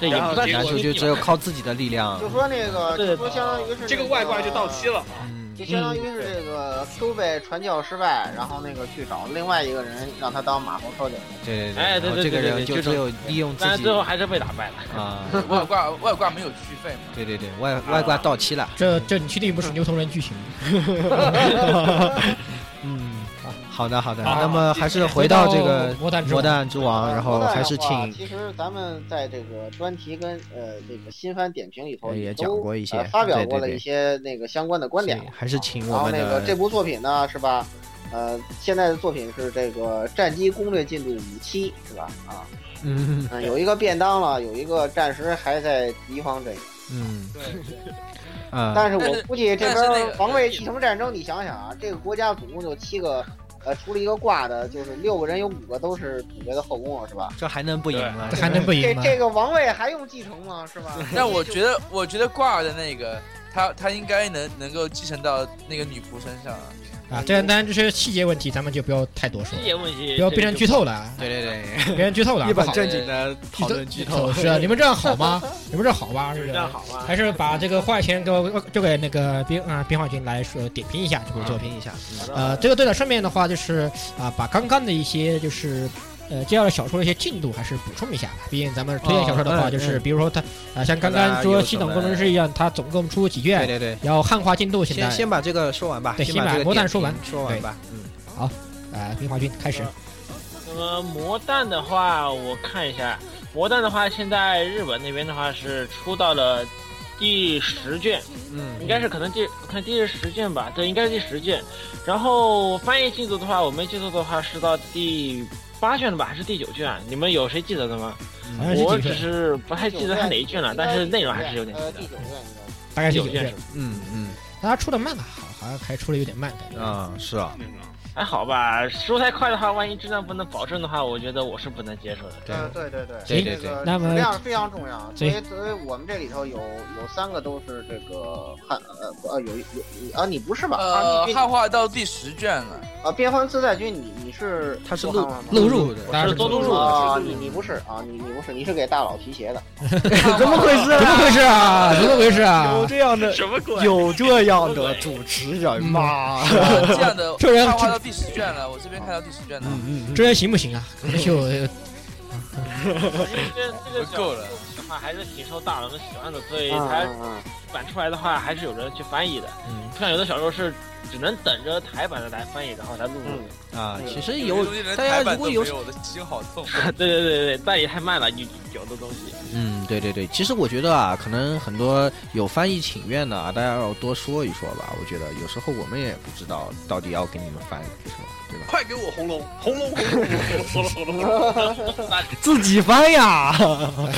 [SPEAKER 6] 这也不算是
[SPEAKER 3] 男主就只有靠自己的力量，
[SPEAKER 4] 就说 那个，
[SPEAKER 6] 对
[SPEAKER 4] 就说相当于是
[SPEAKER 2] 这个外挂就到期
[SPEAKER 4] 了，
[SPEAKER 2] 了啊。
[SPEAKER 3] 嗯
[SPEAKER 4] 就相当于是这个 Q 被传教失败，然后那个去找另外一个人让他当马猴头领。
[SPEAKER 3] 对对对，
[SPEAKER 6] 哎对
[SPEAKER 3] 然后这
[SPEAKER 6] 对
[SPEAKER 3] 个
[SPEAKER 6] 对对
[SPEAKER 3] 人
[SPEAKER 6] 对
[SPEAKER 3] 就
[SPEAKER 6] 这
[SPEAKER 3] 只
[SPEAKER 6] 种
[SPEAKER 3] 有利用
[SPEAKER 6] 但
[SPEAKER 3] 自
[SPEAKER 6] 是
[SPEAKER 3] 己
[SPEAKER 6] 最后还是被打败了。
[SPEAKER 3] 啊，
[SPEAKER 5] 外挂外挂没有续费嘛？
[SPEAKER 3] 对对对， 外
[SPEAKER 6] 啊
[SPEAKER 3] 外挂到期了，
[SPEAKER 1] 这这你确定不是牛头人剧情？
[SPEAKER 3] 嗯，好的好的，
[SPEAKER 2] 好
[SPEAKER 3] 那么啊还是回到这个
[SPEAKER 1] 魔弹之
[SPEAKER 3] 魔
[SPEAKER 1] 王
[SPEAKER 3] 弹之王，啊然后
[SPEAKER 4] 呃
[SPEAKER 3] 还是
[SPEAKER 4] 说到的话
[SPEAKER 3] 请
[SPEAKER 4] 其实咱们在这个专题跟呃这个新番点评里头
[SPEAKER 3] 呃也
[SPEAKER 4] 都
[SPEAKER 3] 讲过一些
[SPEAKER 4] 呃发表
[SPEAKER 3] 对对
[SPEAKER 4] 过了
[SPEAKER 3] 对
[SPEAKER 4] 一些那个相关的观点
[SPEAKER 3] 对。还是请
[SPEAKER 4] 然
[SPEAKER 3] 我
[SPEAKER 4] 后
[SPEAKER 3] 们
[SPEAKER 4] 那个这
[SPEAKER 3] 的
[SPEAKER 4] 部作品呢，是吧？呃，现在的作品是这个《战机攻略进度五期》，是吧？啊，
[SPEAKER 3] 嗯
[SPEAKER 4] 嗯，有一个便当了，有一个暂时还在敌方阵营。
[SPEAKER 3] 嗯
[SPEAKER 5] 对，
[SPEAKER 3] 啊
[SPEAKER 4] 但是我估计这
[SPEAKER 5] 但是那
[SPEAKER 4] 边
[SPEAKER 5] 个
[SPEAKER 4] 防卫继承战争，你想想啊，这个国家总共就七个，呃，除了一个挂的，就是六个人有五个都是主角的后宫了，是吧？
[SPEAKER 3] 这还能不赢吗？
[SPEAKER 1] 这还能不
[SPEAKER 4] 这
[SPEAKER 1] 赢吗？
[SPEAKER 4] 这个王位还用继承吗？是 吧？
[SPEAKER 5] 但我觉得，我觉得挂耳的那个，他他应该能能够继承到那个女仆身上啊。
[SPEAKER 1] 啊，这当然这些细节问题，咱们就不要太多说
[SPEAKER 6] 细，节问题
[SPEAKER 1] 不要变成剧透了 啊，
[SPEAKER 3] 对对对，
[SPEAKER 1] 别成剧透了啊，
[SPEAKER 3] 一本
[SPEAKER 1] 不好
[SPEAKER 3] 正经的讨论剧透，
[SPEAKER 1] 是啊，你们这样好 吗？你们这样好吗？是
[SPEAKER 6] 这
[SPEAKER 1] 不是
[SPEAKER 6] 样好吗？
[SPEAKER 1] 还是把这个话钱给我就给那个边啊边化军来说点评一下这部作
[SPEAKER 3] 作
[SPEAKER 1] 品。
[SPEAKER 3] 品一下，
[SPEAKER 1] 呃，这个对了，顺便的话就是啊、把刚刚的一些就是。呃，接下来小说的一些进度还是补充一下吧，毕竟咱们推荐小说的
[SPEAKER 3] 哦
[SPEAKER 1] 话，
[SPEAKER 3] 嗯
[SPEAKER 1] 就是
[SPEAKER 3] 嗯
[SPEAKER 1] 比如说它，啊、像刚
[SPEAKER 3] 大
[SPEAKER 1] 刚
[SPEAKER 3] 家
[SPEAKER 1] 说
[SPEAKER 3] 有
[SPEAKER 1] 系
[SPEAKER 3] 什
[SPEAKER 1] 统
[SPEAKER 3] 么
[SPEAKER 1] 工程师一样，它总共出几
[SPEAKER 3] 对
[SPEAKER 1] 卷，
[SPEAKER 3] 对对。
[SPEAKER 1] 然后汉化进度现在
[SPEAKER 3] 先先把这个说完吧，
[SPEAKER 1] 对
[SPEAKER 3] 把
[SPEAKER 1] 先把
[SPEAKER 3] 这个
[SPEAKER 1] 魔弹
[SPEAKER 3] 点
[SPEAKER 1] 说完
[SPEAKER 3] 评说完吧，嗯，
[SPEAKER 1] 呃，冰华君开
[SPEAKER 3] 啊
[SPEAKER 1] 始。
[SPEAKER 6] 那么魔弹的话，我看一下，魔弹的话，现在日本那边的话是出到了第十卷，
[SPEAKER 3] 嗯
[SPEAKER 6] 应该是可能第看第十卷吧，对，应该是第十卷。然后翻译进度的话，我没记错的话是到第八卷了吧，还是第九卷？啊你们有谁记得的吗？
[SPEAKER 1] 好像是
[SPEAKER 6] 我
[SPEAKER 1] 几
[SPEAKER 6] 只
[SPEAKER 1] 卷，
[SPEAKER 6] 是不太记得它哪一卷了，但是内容还是有点记
[SPEAKER 7] 呃，
[SPEAKER 6] 得。
[SPEAKER 7] 第九卷应该是
[SPEAKER 1] 大概是
[SPEAKER 6] 九
[SPEAKER 1] 九
[SPEAKER 6] 卷
[SPEAKER 1] 卷
[SPEAKER 6] 是。
[SPEAKER 3] 嗯嗯
[SPEAKER 1] 那他出的慢啊，好，好像还出的有点慢感觉。
[SPEAKER 3] 啊，是啊，
[SPEAKER 2] 那个
[SPEAKER 6] 还哎好吧，说太快的话，万一质量不能保证的话，我觉得我是不能接 受的。
[SPEAKER 3] 对
[SPEAKER 4] 呃，对对
[SPEAKER 3] 对
[SPEAKER 4] 对，这
[SPEAKER 3] 对
[SPEAKER 4] 个
[SPEAKER 3] 对
[SPEAKER 1] 那么
[SPEAKER 4] 质量非常重要，所
[SPEAKER 1] 对
[SPEAKER 4] 以所以我们这里头有有三个都是这个汉呃不呃有有有啊你不是吧？啊
[SPEAKER 5] 呃，
[SPEAKER 4] 你
[SPEAKER 5] 汉化到第十卷了，
[SPEAKER 4] 啊边环自在军你你是
[SPEAKER 3] 他是
[SPEAKER 4] 做
[SPEAKER 3] 录
[SPEAKER 4] 汉化吗
[SPEAKER 1] 录入
[SPEAKER 3] 的，
[SPEAKER 1] 当然
[SPEAKER 6] 是多录入的
[SPEAKER 4] 啊你你不是啊你你不是你是给大佬提鞋的，
[SPEAKER 5] 怎么回事
[SPEAKER 1] 怎么回事 啊？怎么回事啊
[SPEAKER 3] 有？这样的
[SPEAKER 2] 什么鬼？
[SPEAKER 3] 有这样的主持人吗？
[SPEAKER 1] 嗯
[SPEAKER 5] 这样的，
[SPEAKER 1] 这人
[SPEAKER 5] 汉化到第十卷了，我这边看到第十卷了，
[SPEAKER 3] 嗯
[SPEAKER 1] 这人行不行 啊？可能就
[SPEAKER 6] 这这个
[SPEAKER 5] 够了
[SPEAKER 6] 的话还是挺受大人们喜欢的，所以
[SPEAKER 4] 啊
[SPEAKER 6] 它
[SPEAKER 4] 啊啊
[SPEAKER 6] 版出来的话，还是有人去翻译的。
[SPEAKER 1] 嗯
[SPEAKER 6] 不像有的小说是只能等着台版的来翻译，然后来录入。
[SPEAKER 1] 嗯
[SPEAKER 3] 啊，其实有
[SPEAKER 5] 有些东西连
[SPEAKER 3] 大家
[SPEAKER 5] 台版
[SPEAKER 3] 如果
[SPEAKER 5] 都
[SPEAKER 3] 有
[SPEAKER 5] 没有，我的心好痛。
[SPEAKER 6] 对对对对，但也太慢了，有有的东西。
[SPEAKER 3] 嗯，对对对，其实我觉得啊，可能很多有翻译请愿的啊，大家要多说一说吧。我觉得有时候我们也不知道到底要给你们翻什么，对吧？
[SPEAKER 2] 快给我红龙，红龙，红龙，红龙，红龙，红龙！
[SPEAKER 3] 自己翻呀，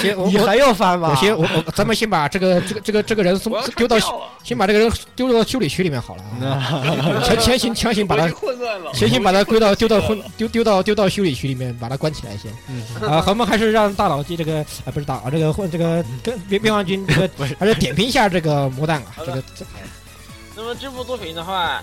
[SPEAKER 1] 先我我
[SPEAKER 3] 要翻
[SPEAKER 1] 我先我我咱们先把这个这个这个这个人送
[SPEAKER 2] 我要
[SPEAKER 1] 丢到
[SPEAKER 2] 睡觉了
[SPEAKER 1] 先把这个人丢到修理区里面好了啊， 强强行强行把
[SPEAKER 2] 我已
[SPEAKER 1] 他
[SPEAKER 2] 经混乱了，
[SPEAKER 1] 先行把它归到丢到混
[SPEAKER 2] 了
[SPEAKER 1] 丢丢到丢到修理区里面，把它关起来先。
[SPEAKER 3] 嗯
[SPEAKER 1] 啊，咱们还是让大佬这这个啊不是大佬这个混这个
[SPEAKER 2] 嗯
[SPEAKER 1] 跟边边防军这个还是点评一下这个魔弹啊，
[SPEAKER 6] 好
[SPEAKER 1] 这
[SPEAKER 6] 的
[SPEAKER 1] 个这
[SPEAKER 6] 那么这部作品的话，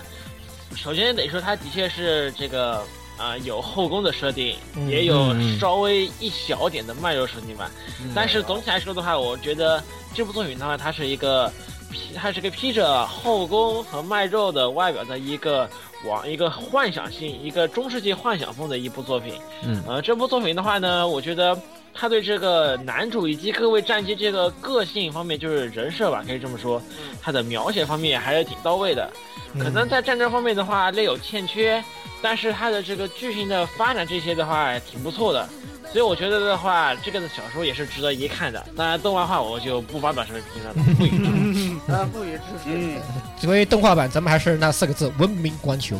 [SPEAKER 6] 首先得说它的确是这个啊、有后宫的设定，
[SPEAKER 2] 哎
[SPEAKER 1] 嗯
[SPEAKER 6] 也有
[SPEAKER 3] 嗯嗯
[SPEAKER 6] 稍微一小点的慢热设定吧。
[SPEAKER 3] 嗯
[SPEAKER 1] 嗯
[SPEAKER 6] 但是总体来说的话，我觉得这部作品的话，它是一个披，它是个披着后宫和卖肉的外表的一个往一个幻想性、一个中世纪幻想风的一部作品。
[SPEAKER 3] 嗯
[SPEAKER 6] 呃，这部作品的话呢，我觉得他对这个男主以及各位战机这个个性方面，就是人设吧，可以这么说，他的描写方面还是挺到位的。
[SPEAKER 3] 嗯
[SPEAKER 1] 嗯
[SPEAKER 6] 可能在战争方面的话略有欠缺，但是它的这个剧情的发展这些的话挺不错的，所以我觉得的话，这个小说也是值得一看的。当然，动画化我就不发表什么评价 了，不予置评。
[SPEAKER 4] 啊不予置评。
[SPEAKER 2] 嗯，
[SPEAKER 1] 所以动画版咱们还是那四个字文明观球。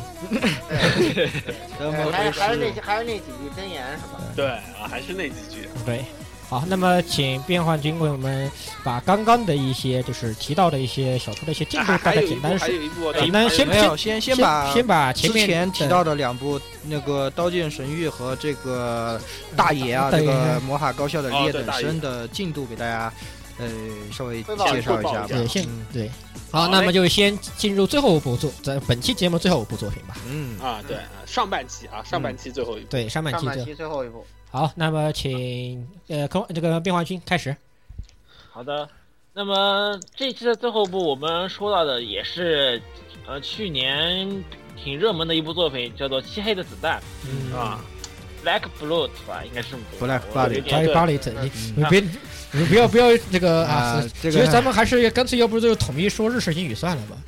[SPEAKER 3] 怎
[SPEAKER 4] 哎还是还是那些还是那几句真言是吧？
[SPEAKER 2] 对啊，还是那几句。
[SPEAKER 1] 对，好，那么请变换君为我们把刚刚的一些就是提到的一些小说的一些进
[SPEAKER 2] 啊
[SPEAKER 1] 度大
[SPEAKER 2] 还
[SPEAKER 1] 概
[SPEAKER 2] 有一
[SPEAKER 1] 简
[SPEAKER 2] 部，
[SPEAKER 1] 单
[SPEAKER 2] 还
[SPEAKER 1] 说，
[SPEAKER 2] 有一部，
[SPEAKER 1] 简单先
[SPEAKER 3] 没有先
[SPEAKER 1] 先
[SPEAKER 3] 把
[SPEAKER 1] 先把前
[SPEAKER 3] 之
[SPEAKER 1] 面
[SPEAKER 3] 前提
[SPEAKER 1] 的
[SPEAKER 3] 到的两部那个《刀剑神域》和这个大爷啊，
[SPEAKER 1] 嗯大
[SPEAKER 3] 这
[SPEAKER 1] 爷嗯
[SPEAKER 3] 个魔法高校的
[SPEAKER 2] 哦
[SPEAKER 3] 劣
[SPEAKER 2] 对
[SPEAKER 3] 等
[SPEAKER 2] 大爷
[SPEAKER 3] 生的进度给大家呃稍微
[SPEAKER 4] 汇报一
[SPEAKER 3] 介绍一
[SPEAKER 2] 下
[SPEAKER 3] 下吧
[SPEAKER 1] 对，先
[SPEAKER 3] 嗯
[SPEAKER 1] 对。
[SPEAKER 2] 好
[SPEAKER 1] 好，那
[SPEAKER 2] 嘞
[SPEAKER 1] 么就先进入最后一部作，咱本期节目最后一部作品吧。
[SPEAKER 3] 嗯，
[SPEAKER 2] 啊，对，啊上半期啊，上半期最后一部。
[SPEAKER 1] 对，上半
[SPEAKER 4] 上
[SPEAKER 1] 期
[SPEAKER 4] 半
[SPEAKER 1] 就
[SPEAKER 4] 期最后一部，
[SPEAKER 1] 好。那么请呃，空这个变换君开始。
[SPEAKER 6] 好的，那么这一期的最后部我们说到的也是，呃，去年挺热门的一部作品，叫做《漆黑的子弹
[SPEAKER 1] 嗯
[SPEAKER 2] 啊，》
[SPEAKER 6] （Black Blood） 吧，应该是这么读
[SPEAKER 3] Black
[SPEAKER 6] 我有
[SPEAKER 3] Blood
[SPEAKER 6] 点对
[SPEAKER 1] 巴黎整，你你别，你不要不要这个啊
[SPEAKER 3] 啊。
[SPEAKER 1] 是
[SPEAKER 3] 这
[SPEAKER 1] 其实咱
[SPEAKER 3] 个
[SPEAKER 1] 们还是干脆，要不就统一说日式英语算了吧。
[SPEAKER 4] 啊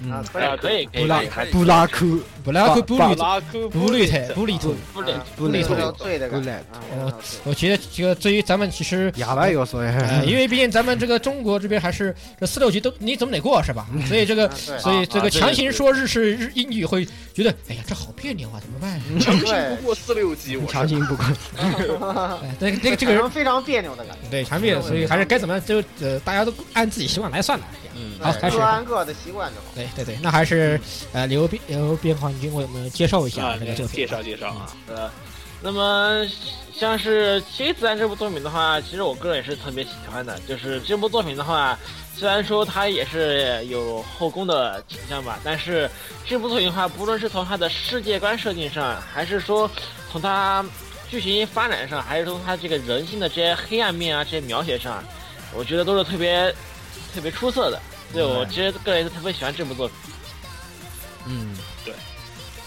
[SPEAKER 3] 嗯，
[SPEAKER 4] 可以
[SPEAKER 6] 哎，可以可以，
[SPEAKER 3] Black
[SPEAKER 6] 可以可以
[SPEAKER 3] 布拉库
[SPEAKER 1] 布拉克
[SPEAKER 3] 巴
[SPEAKER 1] 布
[SPEAKER 3] 巴
[SPEAKER 1] 里
[SPEAKER 2] 拉库
[SPEAKER 1] 布里特布里特，
[SPEAKER 6] 不能
[SPEAKER 4] 啊
[SPEAKER 3] 不累
[SPEAKER 4] 那叫罪的感觉
[SPEAKER 3] 不累
[SPEAKER 4] 啊那叫罪
[SPEAKER 1] 我觉得这个对于咱们其实
[SPEAKER 3] 哑巴有所谓，
[SPEAKER 1] 呃，因为毕竟咱们这个中国这边还是这四六级都你总得过是吧？所以这个
[SPEAKER 4] 啊，对
[SPEAKER 1] 所以这个
[SPEAKER 6] 啊对
[SPEAKER 1] 强行说日式日英语会觉得，哎呀，这好别扭啊，怎么办？
[SPEAKER 2] 强行不过四六级，我
[SPEAKER 3] 强行不过，
[SPEAKER 1] 哎，那个那个这个
[SPEAKER 4] 产
[SPEAKER 1] 人
[SPEAKER 4] 生非常别扭的感觉。
[SPEAKER 1] 对强烈，所以还是该怎么样就呃，大家都按自己习惯来算了。
[SPEAKER 5] 嗯，
[SPEAKER 1] 好
[SPEAKER 4] 对
[SPEAKER 1] 开始嗯
[SPEAKER 4] 各按各的习惯就好。
[SPEAKER 1] 对对对，那还是呃刘边刘边皇君为我们介绍一下
[SPEAKER 2] 啊
[SPEAKER 1] 这个作，品
[SPEAKER 2] 介。绍介绍啊，
[SPEAKER 6] 呃，那么像是《七七自然》这部作品的话，其实我个人也是特别喜欢的。就是这部作品的话，虽然说它也是有后宫的倾向吧，但是这部作品的话，不论是从它的世界观设定上，还是说从它剧情发展上，还是从它这个人性的这些黑暗面啊这些描写上，我觉得都是特别特别出色的。所以我其实个人特别喜欢这部作品。
[SPEAKER 3] 嗯，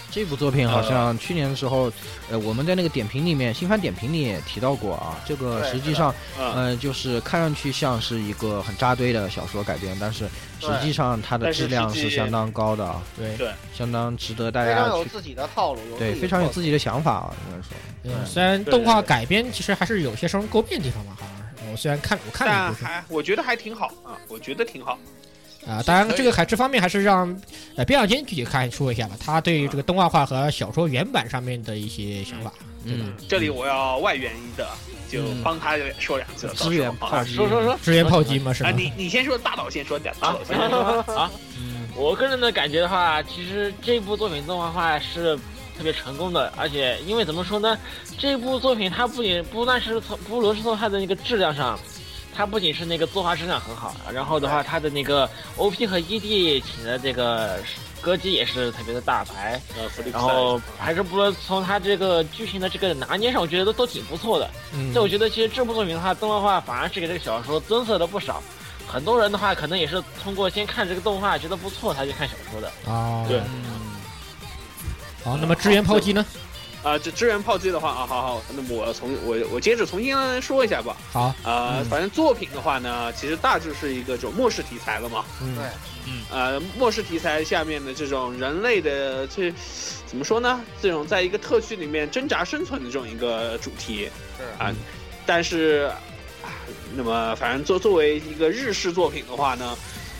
[SPEAKER 3] 这部作品好像去年的时候，呃，我们在那个点评里面，新番点评里也提到过啊。这个
[SPEAKER 5] 对
[SPEAKER 3] 实际上，
[SPEAKER 2] 嗯，
[SPEAKER 3] 呃，就是看上去像是一个很扎堆的小说改编，但是实
[SPEAKER 2] 对
[SPEAKER 3] 际上它的
[SPEAKER 2] 但是
[SPEAKER 3] 质量
[SPEAKER 2] 实
[SPEAKER 3] 是
[SPEAKER 2] 际
[SPEAKER 3] 相当高的啊，对
[SPEAKER 2] 对
[SPEAKER 3] 相当值得大
[SPEAKER 4] 非常
[SPEAKER 3] 家
[SPEAKER 4] 有
[SPEAKER 3] 去
[SPEAKER 4] 自己的套路，有
[SPEAKER 3] 对
[SPEAKER 4] 自己的
[SPEAKER 3] 非常有
[SPEAKER 4] 特色
[SPEAKER 3] 自己的想法啊，应该说。
[SPEAKER 1] 嗯，虽然动画改编其实还是有些稍微诟病的地方吧，好像是。我虽然看我看了
[SPEAKER 2] 但
[SPEAKER 1] 一部分
[SPEAKER 2] 还我觉得还挺好啊，我觉得挺好。
[SPEAKER 1] 啊，当然
[SPEAKER 5] 可以
[SPEAKER 1] 这个还这方面还是让呃边上坚具体看说一下吧，他对于这个动画化和小说原版上面的一些想法。
[SPEAKER 3] 嗯，
[SPEAKER 2] 这里我要外援一的，就
[SPEAKER 3] 嗯
[SPEAKER 2] 帮他说两句，
[SPEAKER 3] 资源
[SPEAKER 2] 到时候
[SPEAKER 3] 炮
[SPEAKER 2] 啊
[SPEAKER 3] 击，
[SPEAKER 6] 说说说
[SPEAKER 1] 支援炮击嘛，是吧
[SPEAKER 2] 啊，？你你先说大岛先说，大
[SPEAKER 6] 啊
[SPEAKER 2] 岛，
[SPEAKER 6] 我
[SPEAKER 2] 先
[SPEAKER 6] 先
[SPEAKER 2] 说。
[SPEAKER 6] 说啊。
[SPEAKER 3] 嗯，
[SPEAKER 6] 我个人的感觉的话，其实这部作品动画化是特别成功的，而且因为怎么说呢，这部作品它不仅不但是从不论是从它的那个质量上，它不仅是那个作画质量很好，然后的话它的那个 OP 和 ED 请的这个歌姬也是特别的大牌，
[SPEAKER 2] 呃，弗利克
[SPEAKER 6] 然
[SPEAKER 2] 斯
[SPEAKER 6] 后还是不论从它这个剧情的这个拿捏上，我觉得都都挺不错的。
[SPEAKER 1] 嗯
[SPEAKER 6] 这我觉得其实这部作品的话，动画化反而是给这个小说增色了不少。很多人的话，可能也是通过先看这个动画觉得不错，才去看小说的。
[SPEAKER 1] 啊，
[SPEAKER 2] 对
[SPEAKER 1] 好，那么支援炮击呢？
[SPEAKER 2] 啊，这支援炮击的话啊，好好，那么我从我我接着重新说一下吧。
[SPEAKER 1] 好，
[SPEAKER 2] 啊、
[SPEAKER 1] 嗯
[SPEAKER 2] 反正作品的话呢，其实大致是一个这种末世题材了嘛。
[SPEAKER 1] 嗯
[SPEAKER 4] 对
[SPEAKER 2] 呃，末世题材下面的这种人类的这怎么说呢？这种在一个特区里面挣扎生存的这种一个主题
[SPEAKER 4] 是
[SPEAKER 2] 啊，但是，啊那么反正作作为一个日式作品的话呢，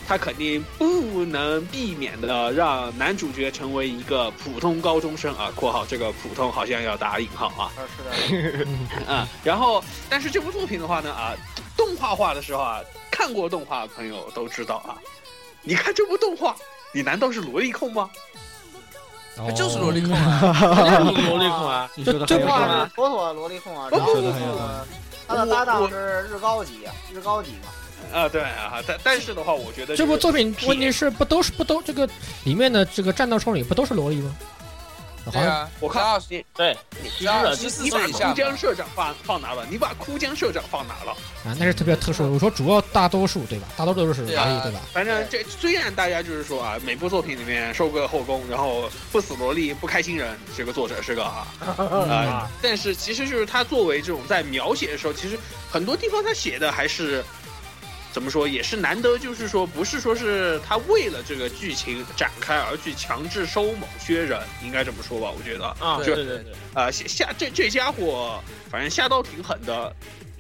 [SPEAKER 2] 它肯定不能避免的让男主角成为一个普通高中生啊（括号这个普通好像要打引号啊）
[SPEAKER 4] 啊是的，
[SPEAKER 2] 啊，然后但是这部作品的话呢啊，动画化的时候啊，看过动画的朋友都知道啊，你看这部动画，你难道是萝莉控吗？
[SPEAKER 5] 他哎就是萝莉控
[SPEAKER 1] 啊。
[SPEAKER 5] 啊，
[SPEAKER 6] 萝莉控啊，
[SPEAKER 3] 你说的
[SPEAKER 1] 这
[SPEAKER 3] 很有
[SPEAKER 1] 话
[SPEAKER 3] 道
[SPEAKER 1] 呢
[SPEAKER 3] 理。
[SPEAKER 4] 是妥妥的萝莉控啊，
[SPEAKER 2] 不
[SPEAKER 4] 然后
[SPEAKER 2] 不不
[SPEAKER 4] 那
[SPEAKER 3] 不
[SPEAKER 4] 个他的搭
[SPEAKER 2] 我
[SPEAKER 4] 档
[SPEAKER 2] 我
[SPEAKER 4] 是日高级，日高级嘛，
[SPEAKER 2] 啊，对啊，但但是的话，我觉得
[SPEAKER 1] 这部
[SPEAKER 2] 就是
[SPEAKER 1] 作品问题是不都是不都这个里面的这个战斗少女不都是萝莉吗？好
[SPEAKER 5] 对
[SPEAKER 1] 像
[SPEAKER 5] 啊，
[SPEAKER 2] 我
[SPEAKER 5] 十
[SPEAKER 2] 靠
[SPEAKER 5] 二
[SPEAKER 2] 你
[SPEAKER 6] 对，
[SPEAKER 5] 十二
[SPEAKER 6] 是
[SPEAKER 5] 十四
[SPEAKER 2] 你把
[SPEAKER 5] 岁以
[SPEAKER 2] 哭
[SPEAKER 5] 下嘛
[SPEAKER 2] 江社长放放哪了？你把哭江社长放哪了？
[SPEAKER 1] 啊，那是特别特殊。我说主要大多数对吧？大多数都是萝
[SPEAKER 5] 对啊
[SPEAKER 1] 莉对吧？
[SPEAKER 2] 反正这虽然大家就是说啊，每部作品里面收个后宫，然后不死萝莉不开心人，这个作者是个啊，啊，但是其实就是他作为这种在描写的时候，其实很多地方他写的还是怎么说，也是难得，就是说不是说是他为了这个剧情展开而去强制收某些人，应该这么说吧，我觉得啊、
[SPEAKER 6] 啊，
[SPEAKER 5] 对
[SPEAKER 6] 对对对，
[SPEAKER 2] 下下这这家伙反正下刀挺狠的，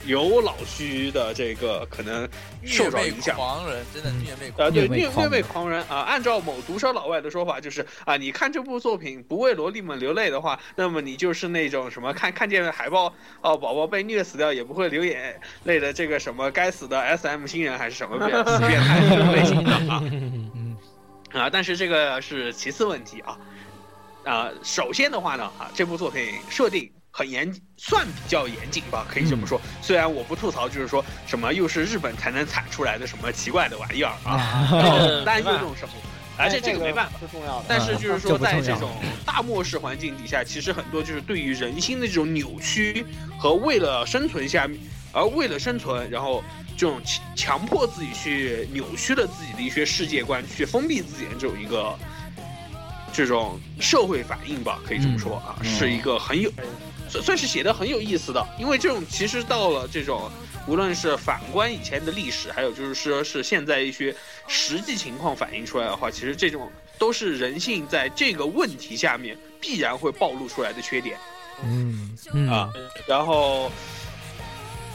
[SPEAKER 2] 有老须的这个可能受
[SPEAKER 5] 虐
[SPEAKER 2] 到
[SPEAKER 5] 妹
[SPEAKER 2] 影响。
[SPEAKER 5] 狂人，真的虐妹狂
[SPEAKER 2] 啊，
[SPEAKER 5] 人。
[SPEAKER 2] 对，
[SPEAKER 3] 虐妹
[SPEAKER 2] 虐
[SPEAKER 3] 狂
[SPEAKER 2] 虐
[SPEAKER 3] 人
[SPEAKER 2] 妹狂人啊，按照某毒舌老外的说法，就是啊，你看这部作品不为萝莉们流泪的话，那么你就是那种什么看看见海报哦，宝宝被虐死掉也不会流眼泪的这个什么该死的 S M 新人还是 什么变死变态这种类型的啊
[SPEAKER 3] 嗯，
[SPEAKER 2] 啊，但是这个是其次问题啊啊，首先的话呢啊，这部作品设定。很严，算比较严谨吧，可以
[SPEAKER 3] 嗯
[SPEAKER 2] 这么说。虽然我不吐槽，就是说什么又是日本才能产出来的什么奇怪的玩意儿啊，然
[SPEAKER 3] 哦
[SPEAKER 2] 后担忧这种生活，
[SPEAKER 6] 哎
[SPEAKER 2] 而且这个没办法。
[SPEAKER 4] 是重要的。
[SPEAKER 2] 但是就是
[SPEAKER 3] 哎这不重
[SPEAKER 2] 说，在
[SPEAKER 3] 要
[SPEAKER 2] 这种大末世环境底下，其实很多就是对于人心的这种扭曲和为了生存下，而为了生存，然后这种强强迫自己去扭曲了自己的一些世界观，去封闭自己的这种一个这种社会反应吧，可以这么说啊，
[SPEAKER 3] 嗯
[SPEAKER 2] 是一个很有算算是写的很有意思的，因为这种其实到了这种。无论是反观以前的历史，还有就是说是现在一些实际情况反映出来的话，其实这种都是人性在这个问题下面必然会暴露出来的缺点。
[SPEAKER 1] 嗯，
[SPEAKER 3] 嗯
[SPEAKER 2] 啊，然后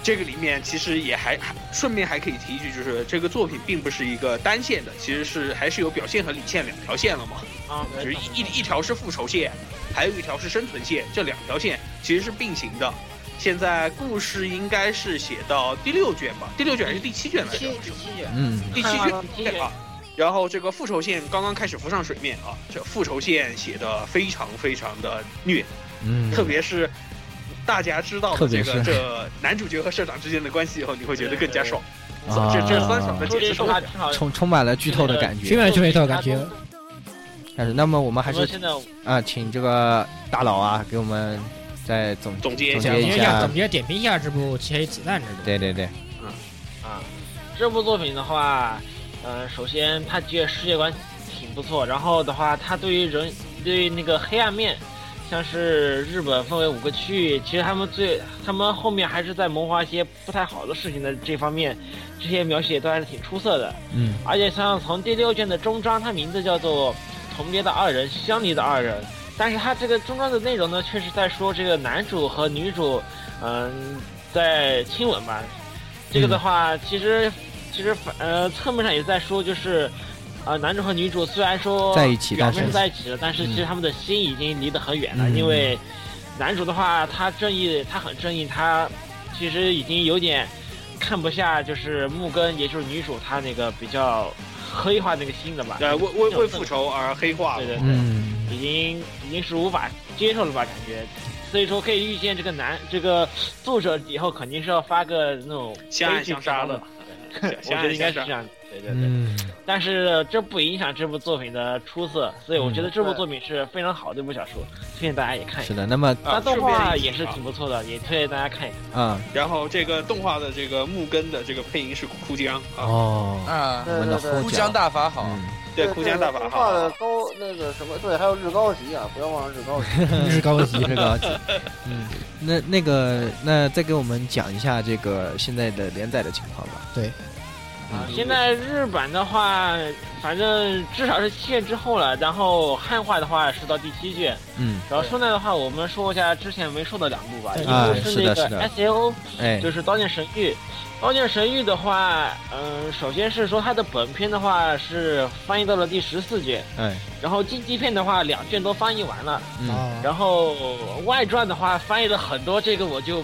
[SPEAKER 2] 这个里面其实也还还顺便还可以提一句，就是这个作品并不是一个单线的，其实是还是有表现和理线两条线了嘛。
[SPEAKER 6] 啊，
[SPEAKER 2] 就是一一一条是复仇线，还有一条是生存线，这两条线其实是并行的。现在故事应该是写到第六卷吧，第六卷还是第七卷来着？
[SPEAKER 4] 七七卷，
[SPEAKER 3] 嗯，
[SPEAKER 2] 第七卷 对啊。然后这个复仇线刚刚开始浮上水面啊，这复仇线写的非常非常的虐，
[SPEAKER 3] 嗯，
[SPEAKER 2] 特别是大家知道
[SPEAKER 3] 特
[SPEAKER 2] 了
[SPEAKER 3] 别
[SPEAKER 2] 这
[SPEAKER 3] 是
[SPEAKER 2] 个这男主角和社长之间的关系以后，你会觉得更加爽。
[SPEAKER 3] 啊
[SPEAKER 2] 这这酸爽的
[SPEAKER 6] 说
[SPEAKER 2] 解
[SPEAKER 6] 这
[SPEAKER 2] 释
[SPEAKER 6] 句
[SPEAKER 2] 都
[SPEAKER 6] 话挺好。
[SPEAKER 3] 充充满了剧透的感
[SPEAKER 1] 去
[SPEAKER 3] 觉。
[SPEAKER 1] 面去面套感觉，
[SPEAKER 3] 但是，那么我们还
[SPEAKER 6] 还
[SPEAKER 3] 是
[SPEAKER 6] 是现在
[SPEAKER 3] 啊，请这个大佬啊，给我们再总
[SPEAKER 2] 总结一
[SPEAKER 3] 总
[SPEAKER 2] 下
[SPEAKER 1] 总
[SPEAKER 3] 结
[SPEAKER 1] 结
[SPEAKER 3] 一
[SPEAKER 1] 一下，
[SPEAKER 3] 下
[SPEAKER 1] 总。结点评一下这部《奇子弹》这部。
[SPEAKER 3] 啊对对对，
[SPEAKER 6] 啊，这部作品的话，呃，首先它这个世界观挺不错，然后的话，它对于人对那个黑暗面，像是日本分为五个区域，其实他们最他们后面还是在谋划一些不太好的事情的这方面，这些描写都还是挺出色的。
[SPEAKER 3] 嗯，
[SPEAKER 6] 而且像从第六卷的终章，它名字叫做《同街的二人，相离的二人》，但是它这个终章的内容呢，却是在说这个男主和女主，嗯、在亲吻吧。这
[SPEAKER 3] 嗯
[SPEAKER 6] 个的话，其实其实反呃侧面上也在说，就是啊、男主和女主虽然说
[SPEAKER 3] 在一起
[SPEAKER 6] 表
[SPEAKER 3] 但是
[SPEAKER 6] 面在一起了，但是其实他们的心已经离得很远了，
[SPEAKER 3] 嗯
[SPEAKER 6] 因为男主的话，他正义，他很正义，他其实已经有点看不下，就是木根，也就是女主，她那个比较黑化那个心了吧？
[SPEAKER 2] 呃，为为为复仇而黑化
[SPEAKER 6] 对
[SPEAKER 2] 了。
[SPEAKER 6] 对对，
[SPEAKER 3] 嗯，
[SPEAKER 6] 已经已经是无法接受了吧？感觉，所以说可以预见这个男这个作者以后肯定是要发个那种
[SPEAKER 2] 相爱
[SPEAKER 6] 悲剧
[SPEAKER 2] 相杀
[SPEAKER 6] 片
[SPEAKER 2] 了相
[SPEAKER 6] 的，我
[SPEAKER 2] 相
[SPEAKER 6] 觉得
[SPEAKER 2] 爱
[SPEAKER 6] 应该
[SPEAKER 2] 相杀。
[SPEAKER 6] 是这样。对对对。
[SPEAKER 3] 嗯，
[SPEAKER 6] 但是这不影响这部作品的出色，所以我觉得这部作品是非常好的一部小说，推荐大家也看一
[SPEAKER 3] 嗯是
[SPEAKER 6] 看。
[SPEAKER 3] 的。那么
[SPEAKER 6] 它
[SPEAKER 2] 啊
[SPEAKER 6] 动画也是
[SPEAKER 2] 顺便一提啊
[SPEAKER 6] 挺不错的，也推荐大家看一看。
[SPEAKER 3] 啊，
[SPEAKER 2] 然后这个动画的这个木根的这个配音是哭江啊，
[SPEAKER 3] 哦，
[SPEAKER 5] 啊，
[SPEAKER 3] 我们的后
[SPEAKER 5] 乌江
[SPEAKER 3] 脚，
[SPEAKER 5] 大法好，
[SPEAKER 3] 嗯，
[SPEAKER 2] 对，哭江大法
[SPEAKER 4] 画的
[SPEAKER 2] 哈。
[SPEAKER 4] 高那个什么，对，还有日高级啊，不要忘了日高级。
[SPEAKER 1] 日高级
[SPEAKER 3] 这个，嗯，那那个，那再给我们讲一下这个现在的连载的情况吧。嗯
[SPEAKER 6] 啊现在日版的话，反正至少是七卷之后了，然后汉化的话是到第七卷。
[SPEAKER 3] 嗯，
[SPEAKER 6] 然后顺带的话，我们说一下之前没说的两部吧，一
[SPEAKER 3] 啊
[SPEAKER 6] 部
[SPEAKER 3] 是的
[SPEAKER 6] 那个
[SPEAKER 3] 是的
[SPEAKER 6] S A O
[SPEAKER 3] 哎，
[SPEAKER 6] 就是《刀剑神域》。《刀剑神域》的话，嗯、首先是说它的本片的话是翻译到了第十四卷，
[SPEAKER 3] 哎，
[SPEAKER 6] 然后竞技片的话两卷都翻译完了，
[SPEAKER 3] 嗯，
[SPEAKER 1] 啊，
[SPEAKER 6] 然后外传的话翻译了很多，这个我就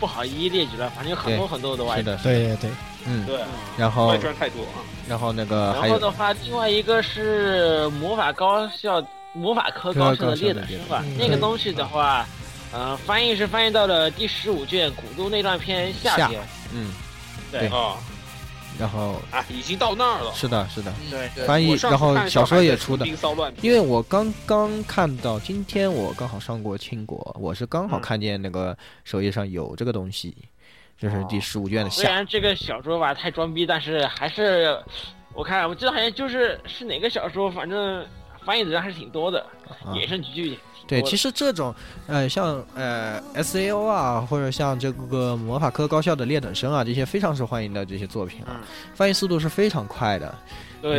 [SPEAKER 6] 不好一一列举了，反正有很多很多的外
[SPEAKER 3] 是
[SPEAKER 6] 传。
[SPEAKER 3] 的，是的，
[SPEAKER 1] 对对对，
[SPEAKER 3] 嗯，
[SPEAKER 2] 对，
[SPEAKER 3] 然后
[SPEAKER 2] 外，传太多啊。
[SPEAKER 3] 然后那个还
[SPEAKER 6] 然后的
[SPEAKER 3] 有，
[SPEAKER 6] 话，另外一个是魔法高校、魔法科高校的劣等生吧
[SPEAKER 1] 嗯，
[SPEAKER 6] 那个东西的话，
[SPEAKER 3] 嗯
[SPEAKER 6] 呃，翻译是翻译到了第十五卷《古都内战篇》
[SPEAKER 3] 夏
[SPEAKER 6] 夏篇，
[SPEAKER 3] 嗯，
[SPEAKER 6] 对
[SPEAKER 2] 啊
[SPEAKER 3] 然后
[SPEAKER 2] 啊，已经到那儿了。
[SPEAKER 3] 是的，是的，
[SPEAKER 5] 嗯对
[SPEAKER 3] 翻译
[SPEAKER 2] 我，上次
[SPEAKER 3] 然后
[SPEAKER 2] 看
[SPEAKER 3] 小
[SPEAKER 2] 上海
[SPEAKER 3] 说也
[SPEAKER 2] 的
[SPEAKER 3] 出的哦
[SPEAKER 2] 出。兵骚乱
[SPEAKER 3] 因为我刚刚看到，今天我刚好上过庆国，我是刚好看见那个首页上有这个东西，这
[SPEAKER 4] 哦
[SPEAKER 3] 是第十五卷的
[SPEAKER 6] 虽
[SPEAKER 3] 下，
[SPEAKER 6] 然这个小说吧太装逼，但是还是，我看我记得好像就是是哪个小说，反正翻译的人还是挺多的，
[SPEAKER 3] 啊
[SPEAKER 6] 衍生几句。
[SPEAKER 3] 对，其实这种，呃，像呃 S A O 啊，或者像这个魔法科高校的劣等生啊，这些非常受欢迎的这些作品啊，
[SPEAKER 4] 嗯
[SPEAKER 3] 翻译速度是非常快的。
[SPEAKER 6] 对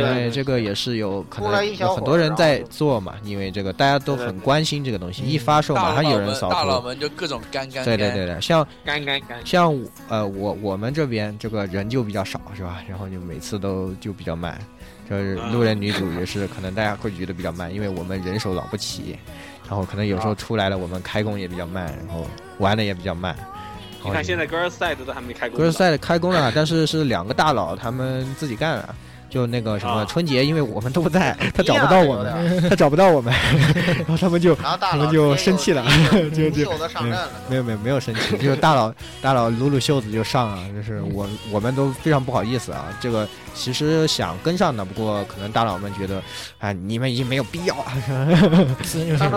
[SPEAKER 3] 因
[SPEAKER 6] 对
[SPEAKER 3] 为
[SPEAKER 6] 对
[SPEAKER 3] 哎这个也是有可
[SPEAKER 4] 出来
[SPEAKER 3] 能
[SPEAKER 4] 一
[SPEAKER 3] 有
[SPEAKER 4] 小
[SPEAKER 3] 很
[SPEAKER 4] 会儿
[SPEAKER 3] 多人
[SPEAKER 4] 然后
[SPEAKER 3] 在
[SPEAKER 4] 就
[SPEAKER 3] 做嘛，因为这个大家都
[SPEAKER 2] 对
[SPEAKER 3] 很
[SPEAKER 2] 对
[SPEAKER 3] 关心这个东西，一发售马
[SPEAKER 5] 嗯大
[SPEAKER 3] 上有
[SPEAKER 5] 佬
[SPEAKER 3] 人
[SPEAKER 5] 们
[SPEAKER 3] 扫
[SPEAKER 5] 大佬
[SPEAKER 3] 出。
[SPEAKER 5] 们就各种干干干，
[SPEAKER 3] 对对对对，像
[SPEAKER 6] 干干 干。
[SPEAKER 3] 像我呃我我们这边这个人就比较少是吧？然后就每次都就比较慢，就是
[SPEAKER 2] 啊
[SPEAKER 3] 路人女主也是可能大家会觉得比较慢，因为我们人手老不齐，然后可能有
[SPEAKER 2] 啊
[SPEAKER 3] 时候出来了我们开工也比较慢，然后玩的也比较慢。
[SPEAKER 2] 你看现在 Girls Side 都还没开工呢，
[SPEAKER 3] 格斯赛的开工了，但是是两个大佬他们自己干了。就那个什么
[SPEAKER 2] 啊
[SPEAKER 3] 春节，因为我们都不在，他 找不到我们，他找不到我 们，然后他们就
[SPEAKER 4] 然后大
[SPEAKER 3] 我
[SPEAKER 4] 佬
[SPEAKER 3] 们 就生气了 就就嗯
[SPEAKER 4] 袖子上阵了。
[SPEAKER 3] 没有没有没有生 气，就是大佬大佬撸撸袖子就上了，就是我我们都非常不好意思啊。这个其实想跟上的，不过可能大佬们觉得，啊，你们已经没有必要啊。
[SPEAKER 1] 是 就是三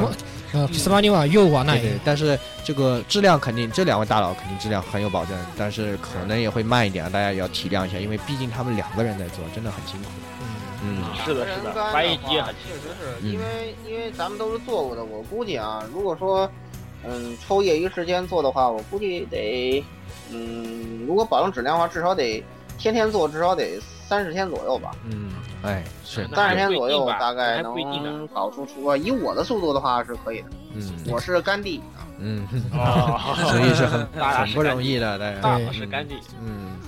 [SPEAKER 1] 毛，呃，斯巴尼瓦又往那
[SPEAKER 3] 对
[SPEAKER 1] 一
[SPEAKER 3] 对，但是这个质量肯定，这两位大佬肯定质量很有保证，但是可能也会慢一点，大家也要体谅一下，因为毕竟他们两个人在做，真的很辛苦。嗯
[SPEAKER 6] 是的，是的，翻译机也很
[SPEAKER 4] 确实是因为因为咱们都是做过的，我估计啊，如果说嗯抽业余时间做的话，我估计得嗯如果保证质量的话，至少得天天做，至少得三十天左右吧。
[SPEAKER 3] 嗯，哎，是，
[SPEAKER 6] 那
[SPEAKER 4] 三
[SPEAKER 6] 还
[SPEAKER 4] 十天
[SPEAKER 6] 不一
[SPEAKER 4] 左
[SPEAKER 6] 定
[SPEAKER 4] 右
[SPEAKER 6] 吧
[SPEAKER 4] 大概
[SPEAKER 6] 还不一定呢
[SPEAKER 4] 能搞出出啊。以我的速度的话是可以的，
[SPEAKER 3] 嗯
[SPEAKER 4] 我是甘地啊，
[SPEAKER 3] 嗯，
[SPEAKER 6] 哦
[SPEAKER 2] 啊，
[SPEAKER 3] 所以是很
[SPEAKER 6] 大家
[SPEAKER 3] 很不容易的，大家，
[SPEAKER 6] 大好是干净。
[SPEAKER 3] 嗯，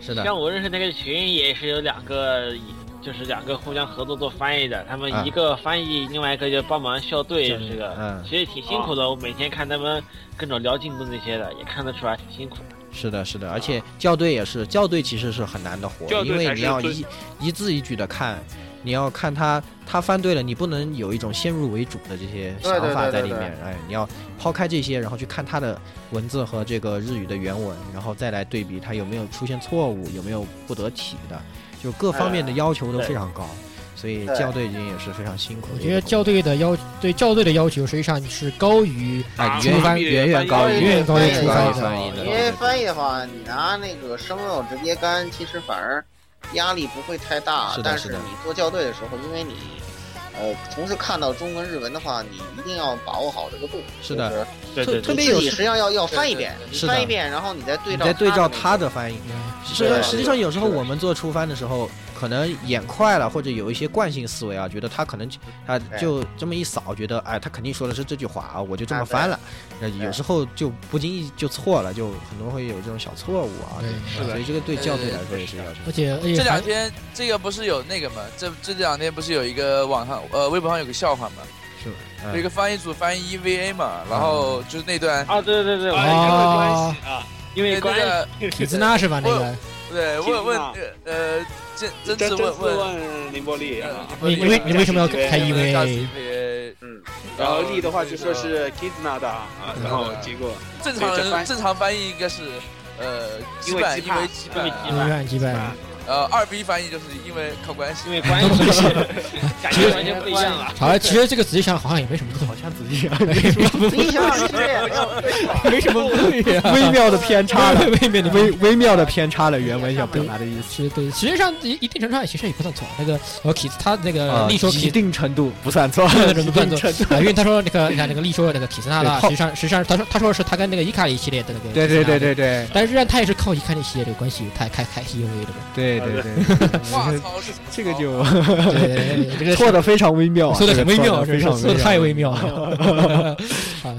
[SPEAKER 3] 是的，
[SPEAKER 6] 像我认识那个群也是有两个，就是两个互相合作做翻译的，他们
[SPEAKER 3] 啊
[SPEAKER 6] 一个翻译，另外一个就帮忙校对
[SPEAKER 1] 校对
[SPEAKER 6] 这个，
[SPEAKER 3] 嗯
[SPEAKER 6] 其实挺辛苦的。我每天看他们各种聊进度那些的，也看得出来挺辛苦的。
[SPEAKER 3] 是的，是的，而且校对也是，校对其实是很难的活，
[SPEAKER 2] 校对
[SPEAKER 3] 因为
[SPEAKER 2] 才
[SPEAKER 3] 你
[SPEAKER 2] 是
[SPEAKER 3] 要
[SPEAKER 2] 最
[SPEAKER 3] 一一字一句的看，你要看他他翻对了，你不能有一种先入为主的这些
[SPEAKER 4] 对
[SPEAKER 3] 想
[SPEAKER 4] 对
[SPEAKER 3] 法
[SPEAKER 4] 对
[SPEAKER 3] 在
[SPEAKER 4] 对
[SPEAKER 3] 里面，哎，你要抛开这些，然后去看他的文字和这个日语的原文，然后再来对比他有没有出现错误，有没有不得体的，就各方面的要求都
[SPEAKER 6] 对
[SPEAKER 3] 非常高，所以
[SPEAKER 4] 对
[SPEAKER 3] 校对已经也是非常辛苦的
[SPEAKER 1] 我
[SPEAKER 3] 一个活。
[SPEAKER 1] 觉得校对的要对校对的要求实际上是高于
[SPEAKER 3] 啊
[SPEAKER 2] 啊
[SPEAKER 3] 远
[SPEAKER 1] 翻
[SPEAKER 3] 远
[SPEAKER 1] 译
[SPEAKER 3] 远远高
[SPEAKER 2] 翻
[SPEAKER 3] 于
[SPEAKER 1] 译远高于
[SPEAKER 4] 翻译
[SPEAKER 1] 出
[SPEAKER 3] 翻
[SPEAKER 1] 翻
[SPEAKER 3] 译
[SPEAKER 1] 译
[SPEAKER 3] 翻译的，
[SPEAKER 4] 因为翻译的话，你拿那个生肉直接干，其实反而压力不会太大。
[SPEAKER 3] 是的
[SPEAKER 4] 但
[SPEAKER 3] 是
[SPEAKER 4] 是
[SPEAKER 3] 的
[SPEAKER 4] 你做校对的时候，因为你呃，同时看到中文日文的话，你一定要把握好这个度。
[SPEAKER 3] 是的，
[SPEAKER 6] 对
[SPEAKER 4] 就
[SPEAKER 6] 对
[SPEAKER 4] 是
[SPEAKER 3] 特
[SPEAKER 6] 对
[SPEAKER 3] 别
[SPEAKER 4] 你自己
[SPEAKER 3] 有
[SPEAKER 4] 实际上要要
[SPEAKER 5] 对
[SPEAKER 4] 翻一
[SPEAKER 5] 对
[SPEAKER 4] 遍，你
[SPEAKER 3] 是
[SPEAKER 4] 翻
[SPEAKER 3] 的
[SPEAKER 4] 一遍，然后你再对
[SPEAKER 3] 你
[SPEAKER 4] 照
[SPEAKER 3] 再对照他
[SPEAKER 4] 的
[SPEAKER 3] 的翻译。实际
[SPEAKER 4] 对对
[SPEAKER 3] 上，
[SPEAKER 4] 对
[SPEAKER 3] 实际上有时候
[SPEAKER 4] 是的
[SPEAKER 3] 我们做初翻的时候，可能眼快了，或者有一些惯性思维啊，觉得他可能就他就这么一扫，觉得哎，他肯定说的是这句话啊，我就这么翻了。那有时候就不经意就错了，就很多会有这种小错误啊。
[SPEAKER 1] 对
[SPEAKER 3] 对所以这个对校对来说也是要求。
[SPEAKER 1] 而且而哎且
[SPEAKER 5] 这两
[SPEAKER 1] 还
[SPEAKER 5] 天这个不是有那个嘛？这这两天不是有一个网上呃微博上有个笑话嘛？
[SPEAKER 3] 是吧嗯
[SPEAKER 5] 有一个翻译组翻译 EVA 嘛，然后就是那段
[SPEAKER 6] 啊，对对对，
[SPEAKER 2] 啊，
[SPEAKER 6] 我
[SPEAKER 1] 哦
[SPEAKER 2] 因为关系啊，
[SPEAKER 6] 因为
[SPEAKER 5] 那
[SPEAKER 6] 关系
[SPEAKER 5] 个
[SPEAKER 1] 痞子呢是吧？那个
[SPEAKER 5] 对问问呃真真
[SPEAKER 2] 真
[SPEAKER 5] 是
[SPEAKER 2] 真
[SPEAKER 5] 问
[SPEAKER 2] 是
[SPEAKER 5] 问呃嗯
[SPEAKER 2] 问林波丽啊，
[SPEAKER 1] 你你为你为什么要开
[SPEAKER 5] 为什么叫
[SPEAKER 1] EVA？
[SPEAKER 5] EVA？
[SPEAKER 2] 嗯，然
[SPEAKER 5] 然后
[SPEAKER 2] 后丽的话就说
[SPEAKER 5] 这
[SPEAKER 2] 是 Kidna 的啊，
[SPEAKER 3] 嗯
[SPEAKER 2] 然后结果
[SPEAKER 5] 正常
[SPEAKER 2] 对这翻
[SPEAKER 5] 人
[SPEAKER 2] 译
[SPEAKER 5] 正常翻译应该是呃羁
[SPEAKER 2] 因为
[SPEAKER 5] 绊，
[SPEAKER 2] 羁
[SPEAKER 5] 因
[SPEAKER 2] 绊
[SPEAKER 5] 为羁
[SPEAKER 1] 因
[SPEAKER 2] 因为
[SPEAKER 5] 绊
[SPEAKER 1] 为
[SPEAKER 5] 啊，
[SPEAKER 1] 让击败了，
[SPEAKER 5] 呃二 B 翻译就是因为靠关系
[SPEAKER 6] 因。为关 系，感觉完全不一样了。
[SPEAKER 1] 好像其实这个仔细想想好像也没什么错，
[SPEAKER 3] 好像仔细啊，
[SPEAKER 4] 你想想，你这也没有对照。
[SPEAKER 1] 没 什么对 呀。
[SPEAKER 3] 微妙的偏差了，
[SPEAKER 1] 未免你
[SPEAKER 3] 微微妙的偏差了原文想表达的意思。
[SPEAKER 1] 是对，实际上一一定程度上其实也不算错。啊那个我 k i 他那个
[SPEAKER 3] 啊，
[SPEAKER 1] 丽说 k
[SPEAKER 3] 一定程度不算错，
[SPEAKER 1] 那种
[SPEAKER 3] 一
[SPEAKER 1] 动
[SPEAKER 3] 定
[SPEAKER 1] 作
[SPEAKER 3] 程度。
[SPEAKER 1] 啊，因为他说那个，你看那个丽说那个体斯纳拉，
[SPEAKER 3] 对
[SPEAKER 1] 实
[SPEAKER 3] 靠
[SPEAKER 1] 际上实际上他说他说的是他跟那个伊卡里系列的那个，
[SPEAKER 3] 对对对，对对
[SPEAKER 1] 但实际上他也是靠伊卡里系列这个关系，他开开 EVA 的 嘛，
[SPEAKER 3] 对对对，
[SPEAKER 5] 哇操，是
[SPEAKER 3] 这个就
[SPEAKER 1] 对对对对，这个
[SPEAKER 3] 错的非常微妙啊，
[SPEAKER 1] 说的很微妙，
[SPEAKER 3] 这
[SPEAKER 1] 是是
[SPEAKER 3] 个错得非常
[SPEAKER 1] 说的太微妙了，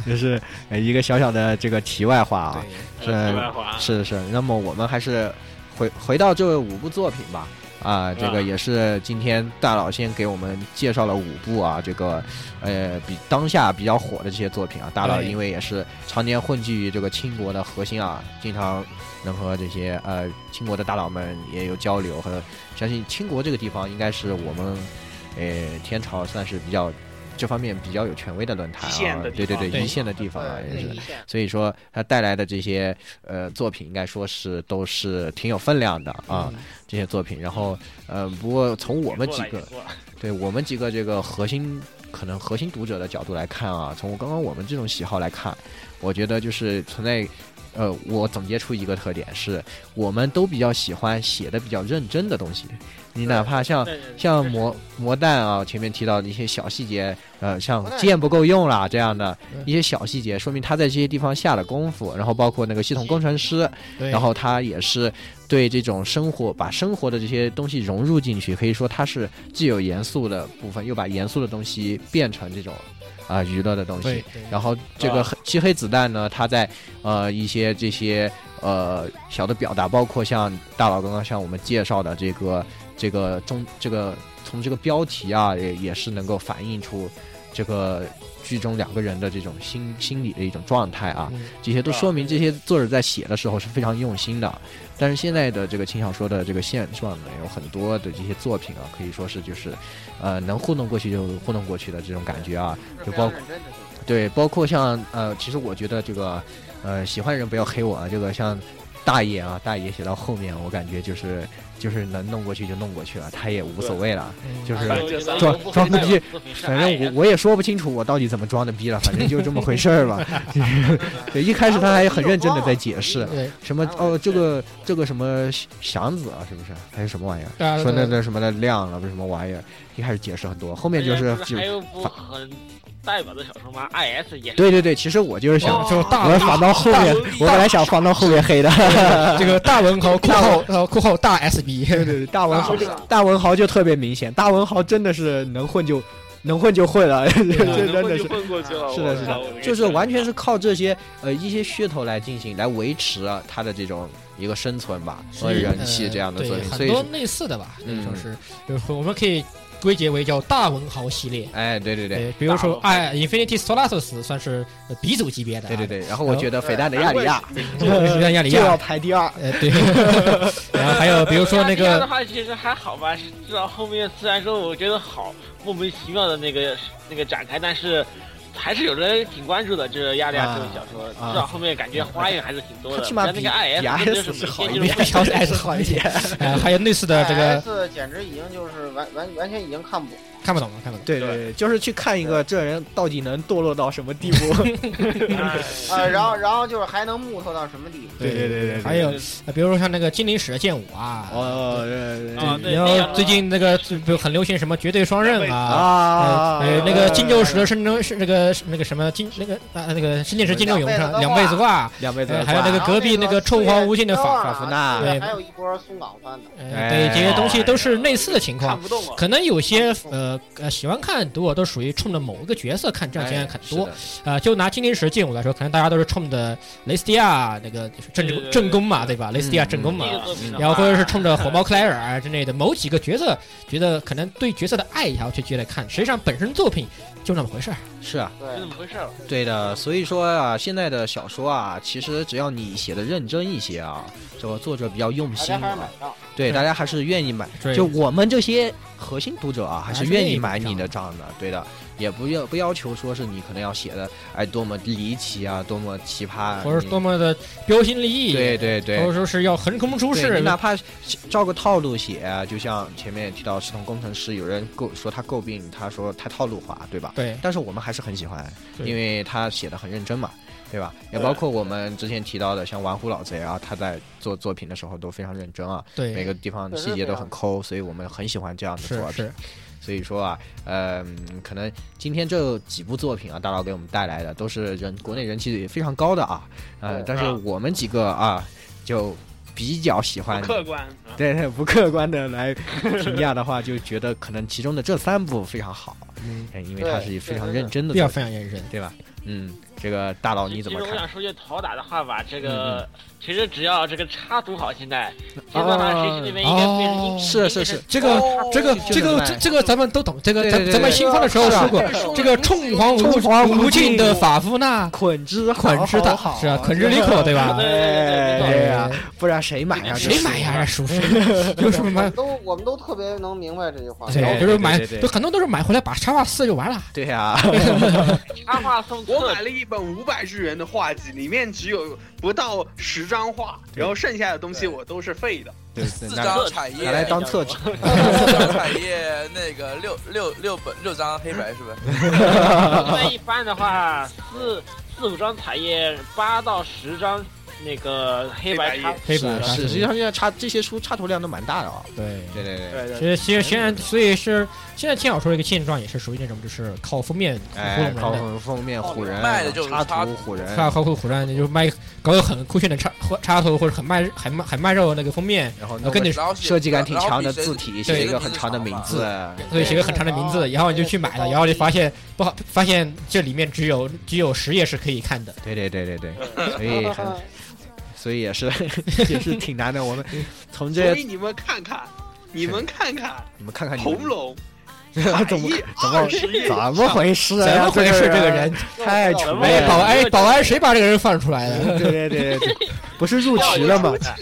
[SPEAKER 3] 就是呃一个小小的这个题外话啊，是
[SPEAKER 2] 呃，外华
[SPEAKER 3] 是是。那么我们还是回回到这五部作品吧。啊，这个也是今天大佬先给我们介绍了五部啊，这个呃比当下比较火的这些作品啊。大佬
[SPEAKER 1] 对
[SPEAKER 3] 因为也是常年混迹于这个清国的核心啊，经常能和这些呃清国的大佬们也有交流，和相信清国这个地方应该是我们呃天朝算是比较这方面比较有权威的论坛
[SPEAKER 2] 一线
[SPEAKER 3] 啊
[SPEAKER 2] 的，
[SPEAKER 3] 对
[SPEAKER 2] 地
[SPEAKER 3] 对
[SPEAKER 2] 方
[SPEAKER 3] 对，
[SPEAKER 1] 对
[SPEAKER 3] 一线的地方啊，也
[SPEAKER 4] 对，
[SPEAKER 3] 是
[SPEAKER 4] 一。线
[SPEAKER 3] 所以说他带来的这些呃作品，应该说是都是挺有分量的啊，
[SPEAKER 1] 嗯
[SPEAKER 3] 这些作品。然后呃，不过从我们几个，
[SPEAKER 2] 啊
[SPEAKER 3] 对我们几个这个核心可能核心读者的角度来看啊，从刚刚我们这种喜好来看，我觉得就是存在。呃，我总结出一个特点是，我们都比较喜欢写的比较认真的东西。你哪怕像像魔魔弹啊，前面提到的一些小细节，呃，像
[SPEAKER 4] 魔弹
[SPEAKER 3] 剑不够用啦这样的
[SPEAKER 1] 嗯
[SPEAKER 3] 一些小细节，说明他在这些地方下了功夫。然后包括那个系统工程师，
[SPEAKER 1] 对，
[SPEAKER 3] 然后他也是对这种生活，把生活的这些东西融入进去，可以说他是既有严肃的部分，又把严肃的东西变成这种啊、娱乐的东西
[SPEAKER 1] 对。，
[SPEAKER 3] 然后这个黑漆黑子弹呢，它在呃一些这些呃小的表达，包括像大佬刚刚向我们介绍的这个这个中这个从这个标题啊，也也是能够反映出这个剧中两个人的这种心心理的一种状态啊。
[SPEAKER 1] 嗯
[SPEAKER 3] 这些都说明这些作者在写的时候是非常用心的。但是现在的这个轻小说的这个现状呢，有很多的这些作品啊，可以说是就是，呃，能糊弄过去就糊弄过去的这种感觉啊。就包括对，包括像呃，其实我觉得这个呃，喜欢人不要黑我啊，这个像大爷啊，大爷写到后面，我感觉就是就是能弄过去就弄过去了，他也无所谓了，
[SPEAKER 1] 嗯
[SPEAKER 3] 就是。
[SPEAKER 6] 装装逼，
[SPEAKER 3] 反正我我也说不清楚我到底怎么装的逼了，反正就这么回事儿吧。 对，一开始他还很认真的在解释
[SPEAKER 1] 对，
[SPEAKER 3] 什么哦，这个这个什么祥子啊，是不是还是什么玩意儿？
[SPEAKER 1] 大家
[SPEAKER 3] 说那那什么的亮了，不是什么玩意儿？一开始解释很多，后面
[SPEAKER 6] 哎
[SPEAKER 3] 就是就
[SPEAKER 6] 还有部很代表的小说吗？IS 也
[SPEAKER 3] 对对对，其实我就是想
[SPEAKER 6] 哦
[SPEAKER 1] 就是大
[SPEAKER 3] 我放到后面，我本来想放到后面黑的。
[SPEAKER 1] 这个大文 豪括号呃括号大 SB，
[SPEAKER 3] 对对对，大文豪， 大文豪就特别明显，大文豪真的是能混就能混 就混了，这
[SPEAKER 1] 对啊
[SPEAKER 3] 真的是。
[SPEAKER 2] 混过去了，
[SPEAKER 3] 是的，是的，就是完
[SPEAKER 6] 啊
[SPEAKER 3] 全是靠这些呃一些噱头来进行来维持啊他的这种一个生存吧和人气这样的
[SPEAKER 1] 呃对
[SPEAKER 3] 作品，所
[SPEAKER 1] 很
[SPEAKER 3] 以
[SPEAKER 1] 多
[SPEAKER 3] 说
[SPEAKER 1] 类似的吧，可以
[SPEAKER 3] 嗯
[SPEAKER 1] 说是，就是我们可以归结为叫大文豪系列。
[SPEAKER 3] 哎对对对
[SPEAKER 1] 对，比如说，哎，Infinity Solaris 算是呃鼻祖级别的啊，
[SPEAKER 3] 对对对，然后我觉得肥蛋的亚里亚
[SPEAKER 1] 对，让亚里
[SPEAKER 3] 就要
[SPEAKER 1] 亚，
[SPEAKER 3] 排第 二，
[SPEAKER 1] 呃，对， 然后还有比如说那
[SPEAKER 6] 的
[SPEAKER 1] 个，
[SPEAKER 6] 话，其实还好吧，至少后面虽然说我觉得好莫名其妙的那个那个展开，但是。还是有人挺关注的，这亚利亚这本小说，
[SPEAKER 1] 啊
[SPEAKER 6] 至少后面感觉花样还是挺多的。那个 IS 真的是
[SPEAKER 1] 小
[SPEAKER 3] 哎
[SPEAKER 1] 矮是好一点，呃，还有类似的这个，
[SPEAKER 4] S 简直已经就是完完完全已经看不
[SPEAKER 1] 看不懂啊，看不懂。
[SPEAKER 3] 对对对， 就是去看一个这人到底能堕落到什么地步。
[SPEAKER 6] 哎啊
[SPEAKER 4] 呃，然后然后就是还能木头到什么地步？
[SPEAKER 3] 对对对对，
[SPEAKER 1] 还有呃比如说像那个精灵使的剑舞啊，
[SPEAKER 3] 哦，对
[SPEAKER 1] 对
[SPEAKER 3] 对
[SPEAKER 2] 啊对
[SPEAKER 1] 然
[SPEAKER 2] 那样
[SPEAKER 1] 后
[SPEAKER 2] 啊
[SPEAKER 1] 最近那个就比如很流行什么绝对双刃啊。
[SPEAKER 3] 啊
[SPEAKER 1] 呃，那个金州石的深圳是那个是那个什么金那个啊那个深圳市金州永上两辈子挂，
[SPEAKER 3] 两辈子
[SPEAKER 1] 呃还有那个
[SPEAKER 4] 然后
[SPEAKER 1] 隔壁那
[SPEAKER 4] 那
[SPEAKER 1] 个臭皇无尽的法
[SPEAKER 4] 法
[SPEAKER 3] 法芙娜
[SPEAKER 1] 对
[SPEAKER 4] 啊还有一波松冈番的，
[SPEAKER 1] 呃对这些东西都是类似的情况
[SPEAKER 2] 看。不动啊。
[SPEAKER 1] 可能有些呃呃喜欢看读者都属于冲着某一个角色看
[SPEAKER 3] 哎
[SPEAKER 1] 这样现象很多，啊，就拿精灵石剑舞来说，可能大家都是冲着雷斯蒂亚那个正
[SPEAKER 6] 对对对嗯
[SPEAKER 1] 正宫嘛，对吧？雷斯蒂亚正宫嘛，
[SPEAKER 6] 那个作品的
[SPEAKER 1] 嗯
[SPEAKER 6] 话
[SPEAKER 1] 然后或者是冲着火猫克莱尔啊之类的某几个角色，觉得可能对角色的爱好去觉得看，实际上本身作品就那么回事儿。
[SPEAKER 3] 是啊，
[SPEAKER 6] 是
[SPEAKER 4] 对
[SPEAKER 6] 怎么回事儿？
[SPEAKER 3] 对的，所以说啊，现在的小说啊，其实只要你写的认真一些啊，这个作者比较用
[SPEAKER 4] 大
[SPEAKER 3] 心
[SPEAKER 4] 家还是买
[SPEAKER 3] 啊，
[SPEAKER 4] 账。
[SPEAKER 3] 对大家还是愿意买。
[SPEAKER 1] 对
[SPEAKER 3] 就我们这些核心读者啊，还是愿意买
[SPEAKER 1] 还是愿意买
[SPEAKER 3] 你的账的，对的，也不要不要求说是你可能要写的哎多么离奇啊，多么奇葩啊，
[SPEAKER 1] 或者
[SPEAKER 3] 你
[SPEAKER 1] 多么的标新立异，
[SPEAKER 3] 对对对，
[SPEAKER 1] 或者说是要横空出
[SPEAKER 3] 对
[SPEAKER 1] 世
[SPEAKER 3] 你，哪怕照个套路写，啊就像前面也提到系统工程师，有人诟说他诟病，他说太套路化，对吧？
[SPEAKER 1] 对
[SPEAKER 3] 但是我们还是很喜欢，
[SPEAKER 1] 对
[SPEAKER 3] 因为他写的很认真嘛，对吧？也包括我们之前提到的，像玩虎老贼啊，他在做作品的时候都非常认真啊，每
[SPEAKER 1] 对，
[SPEAKER 3] 个地方
[SPEAKER 4] 对
[SPEAKER 3] 细节都很抠，所以我们很喜欢这样的
[SPEAKER 1] 是
[SPEAKER 3] 作品
[SPEAKER 1] 是。，
[SPEAKER 3] 所以说啊，呃，嗯可能今天这几部作品啊，大佬给我们带来的都是人国内人气也非常高的啊，呃，
[SPEAKER 4] 对
[SPEAKER 3] 但是我们几个啊，就比较喜
[SPEAKER 2] 不
[SPEAKER 3] 欢。
[SPEAKER 2] 客观啊，
[SPEAKER 3] 对对，不客观的来评价的话，就觉得可能其中的这三部非常好，
[SPEAKER 1] 嗯，
[SPEAKER 3] 嗯，因为它是非常认真的
[SPEAKER 1] 不要
[SPEAKER 3] 作品，
[SPEAKER 1] 非常认真。
[SPEAKER 3] 对吧？嗯，这个大佬你
[SPEAKER 6] 其
[SPEAKER 3] 怎
[SPEAKER 6] 实
[SPEAKER 3] 么
[SPEAKER 6] 我
[SPEAKER 3] 看
[SPEAKER 6] 想？说句讨打的话吧，这
[SPEAKER 1] 嗯
[SPEAKER 6] 个其实只要这个插图好，现在其实
[SPEAKER 3] 哦
[SPEAKER 6] 漫画谁里面应该变成英
[SPEAKER 1] 哦
[SPEAKER 3] 是是是，
[SPEAKER 1] 这个
[SPEAKER 5] 哦
[SPEAKER 1] 这个
[SPEAKER 3] 就
[SPEAKER 1] 这个
[SPEAKER 3] 是
[SPEAKER 1] 这这个咱们都懂，这个
[SPEAKER 3] 对对
[SPEAKER 1] 咱
[SPEAKER 3] 对
[SPEAKER 1] 咱们
[SPEAKER 3] 对
[SPEAKER 1] 新番的时候
[SPEAKER 3] 是啊
[SPEAKER 1] 说过，这个冲皇无
[SPEAKER 3] 冲皇无
[SPEAKER 1] 无尽
[SPEAKER 3] 尽
[SPEAKER 1] 的法夫纳
[SPEAKER 3] 捆之
[SPEAKER 1] 捆之大是啊，捆之里口对吧？
[SPEAKER 3] 哎，
[SPEAKER 6] 对
[SPEAKER 3] 对呀，不然谁买啊呀？
[SPEAKER 1] 谁买呀？
[SPEAKER 5] 啊
[SPEAKER 1] 这书是有什么
[SPEAKER 4] 我
[SPEAKER 1] 买
[SPEAKER 4] 们？都我们都特别能明白这句话。
[SPEAKER 3] 对
[SPEAKER 1] 对，就是买，
[SPEAKER 3] 对对对
[SPEAKER 1] 就很多都是买回来把插画撕就完了。
[SPEAKER 3] 对啊呀，
[SPEAKER 6] 插画送
[SPEAKER 2] 我
[SPEAKER 6] 册
[SPEAKER 2] 买了一本五百日元的画集，里面只有不到十张画，然后剩下的东西我都是废的。
[SPEAKER 3] 对对
[SPEAKER 5] 四
[SPEAKER 3] 拿
[SPEAKER 5] 张产业，
[SPEAKER 3] 拿来当厕纸，
[SPEAKER 5] 四张产业那个 六六六本六张黑白是吧？
[SPEAKER 3] 嗯
[SPEAKER 6] 算一般的话，四四五张彩页，八到十张那个黑白
[SPEAKER 2] 黑白
[SPEAKER 6] 插
[SPEAKER 2] 页
[SPEAKER 1] 黑板
[SPEAKER 3] 是
[SPEAKER 1] 上
[SPEAKER 3] 是，实际上现在插这些书插图量都蛮大的啊。
[SPEAKER 1] 对
[SPEAKER 3] 对对对，
[SPEAKER 1] 其实，其实现在，所以是现在听小说这个现状也是属于那种，就是靠封面糊
[SPEAKER 3] 哎，
[SPEAKER 1] 弄
[SPEAKER 3] 靠
[SPEAKER 1] 人的，
[SPEAKER 3] 封面唬人，
[SPEAKER 5] 卖的就是
[SPEAKER 3] 插
[SPEAKER 5] 插
[SPEAKER 3] 图唬人，
[SPEAKER 1] 靠靠靠胡乱，就是卖搞个很酷炫的插插头或者很卖很卖很卖肉的那个封面，
[SPEAKER 3] 然后
[SPEAKER 1] 我跟你
[SPEAKER 5] 然后
[SPEAKER 3] 设计感挺强的
[SPEAKER 5] 然后比谁
[SPEAKER 3] 字体，
[SPEAKER 1] 对
[SPEAKER 3] 写一个很长的名字，
[SPEAKER 1] 所以写个很长的名字，然后你就去买了，然后就发现不好，发现这里面只有只有十页是可以看的。
[SPEAKER 3] 对对对对对， 所以很，所以 也是也是挺难的。我们从
[SPEAKER 2] 所
[SPEAKER 3] 这
[SPEAKER 2] 以你们看看，你们看看
[SPEAKER 3] 你们看 看
[SPEAKER 2] 《
[SPEAKER 3] 你
[SPEAKER 2] 红
[SPEAKER 3] 们
[SPEAKER 2] 楼》
[SPEAKER 5] 哎
[SPEAKER 3] 怎么 怎
[SPEAKER 2] 二
[SPEAKER 3] 么
[SPEAKER 2] 十页以
[SPEAKER 3] 怎
[SPEAKER 2] 上，
[SPEAKER 3] 么回事啊？
[SPEAKER 1] 怎么回事？这个人，
[SPEAKER 3] 太蠢了！
[SPEAKER 1] 哎，保安，哎保安，谁把这个人放出来的？
[SPEAKER 3] 对对对对对，不是入池了吗？
[SPEAKER 4] 快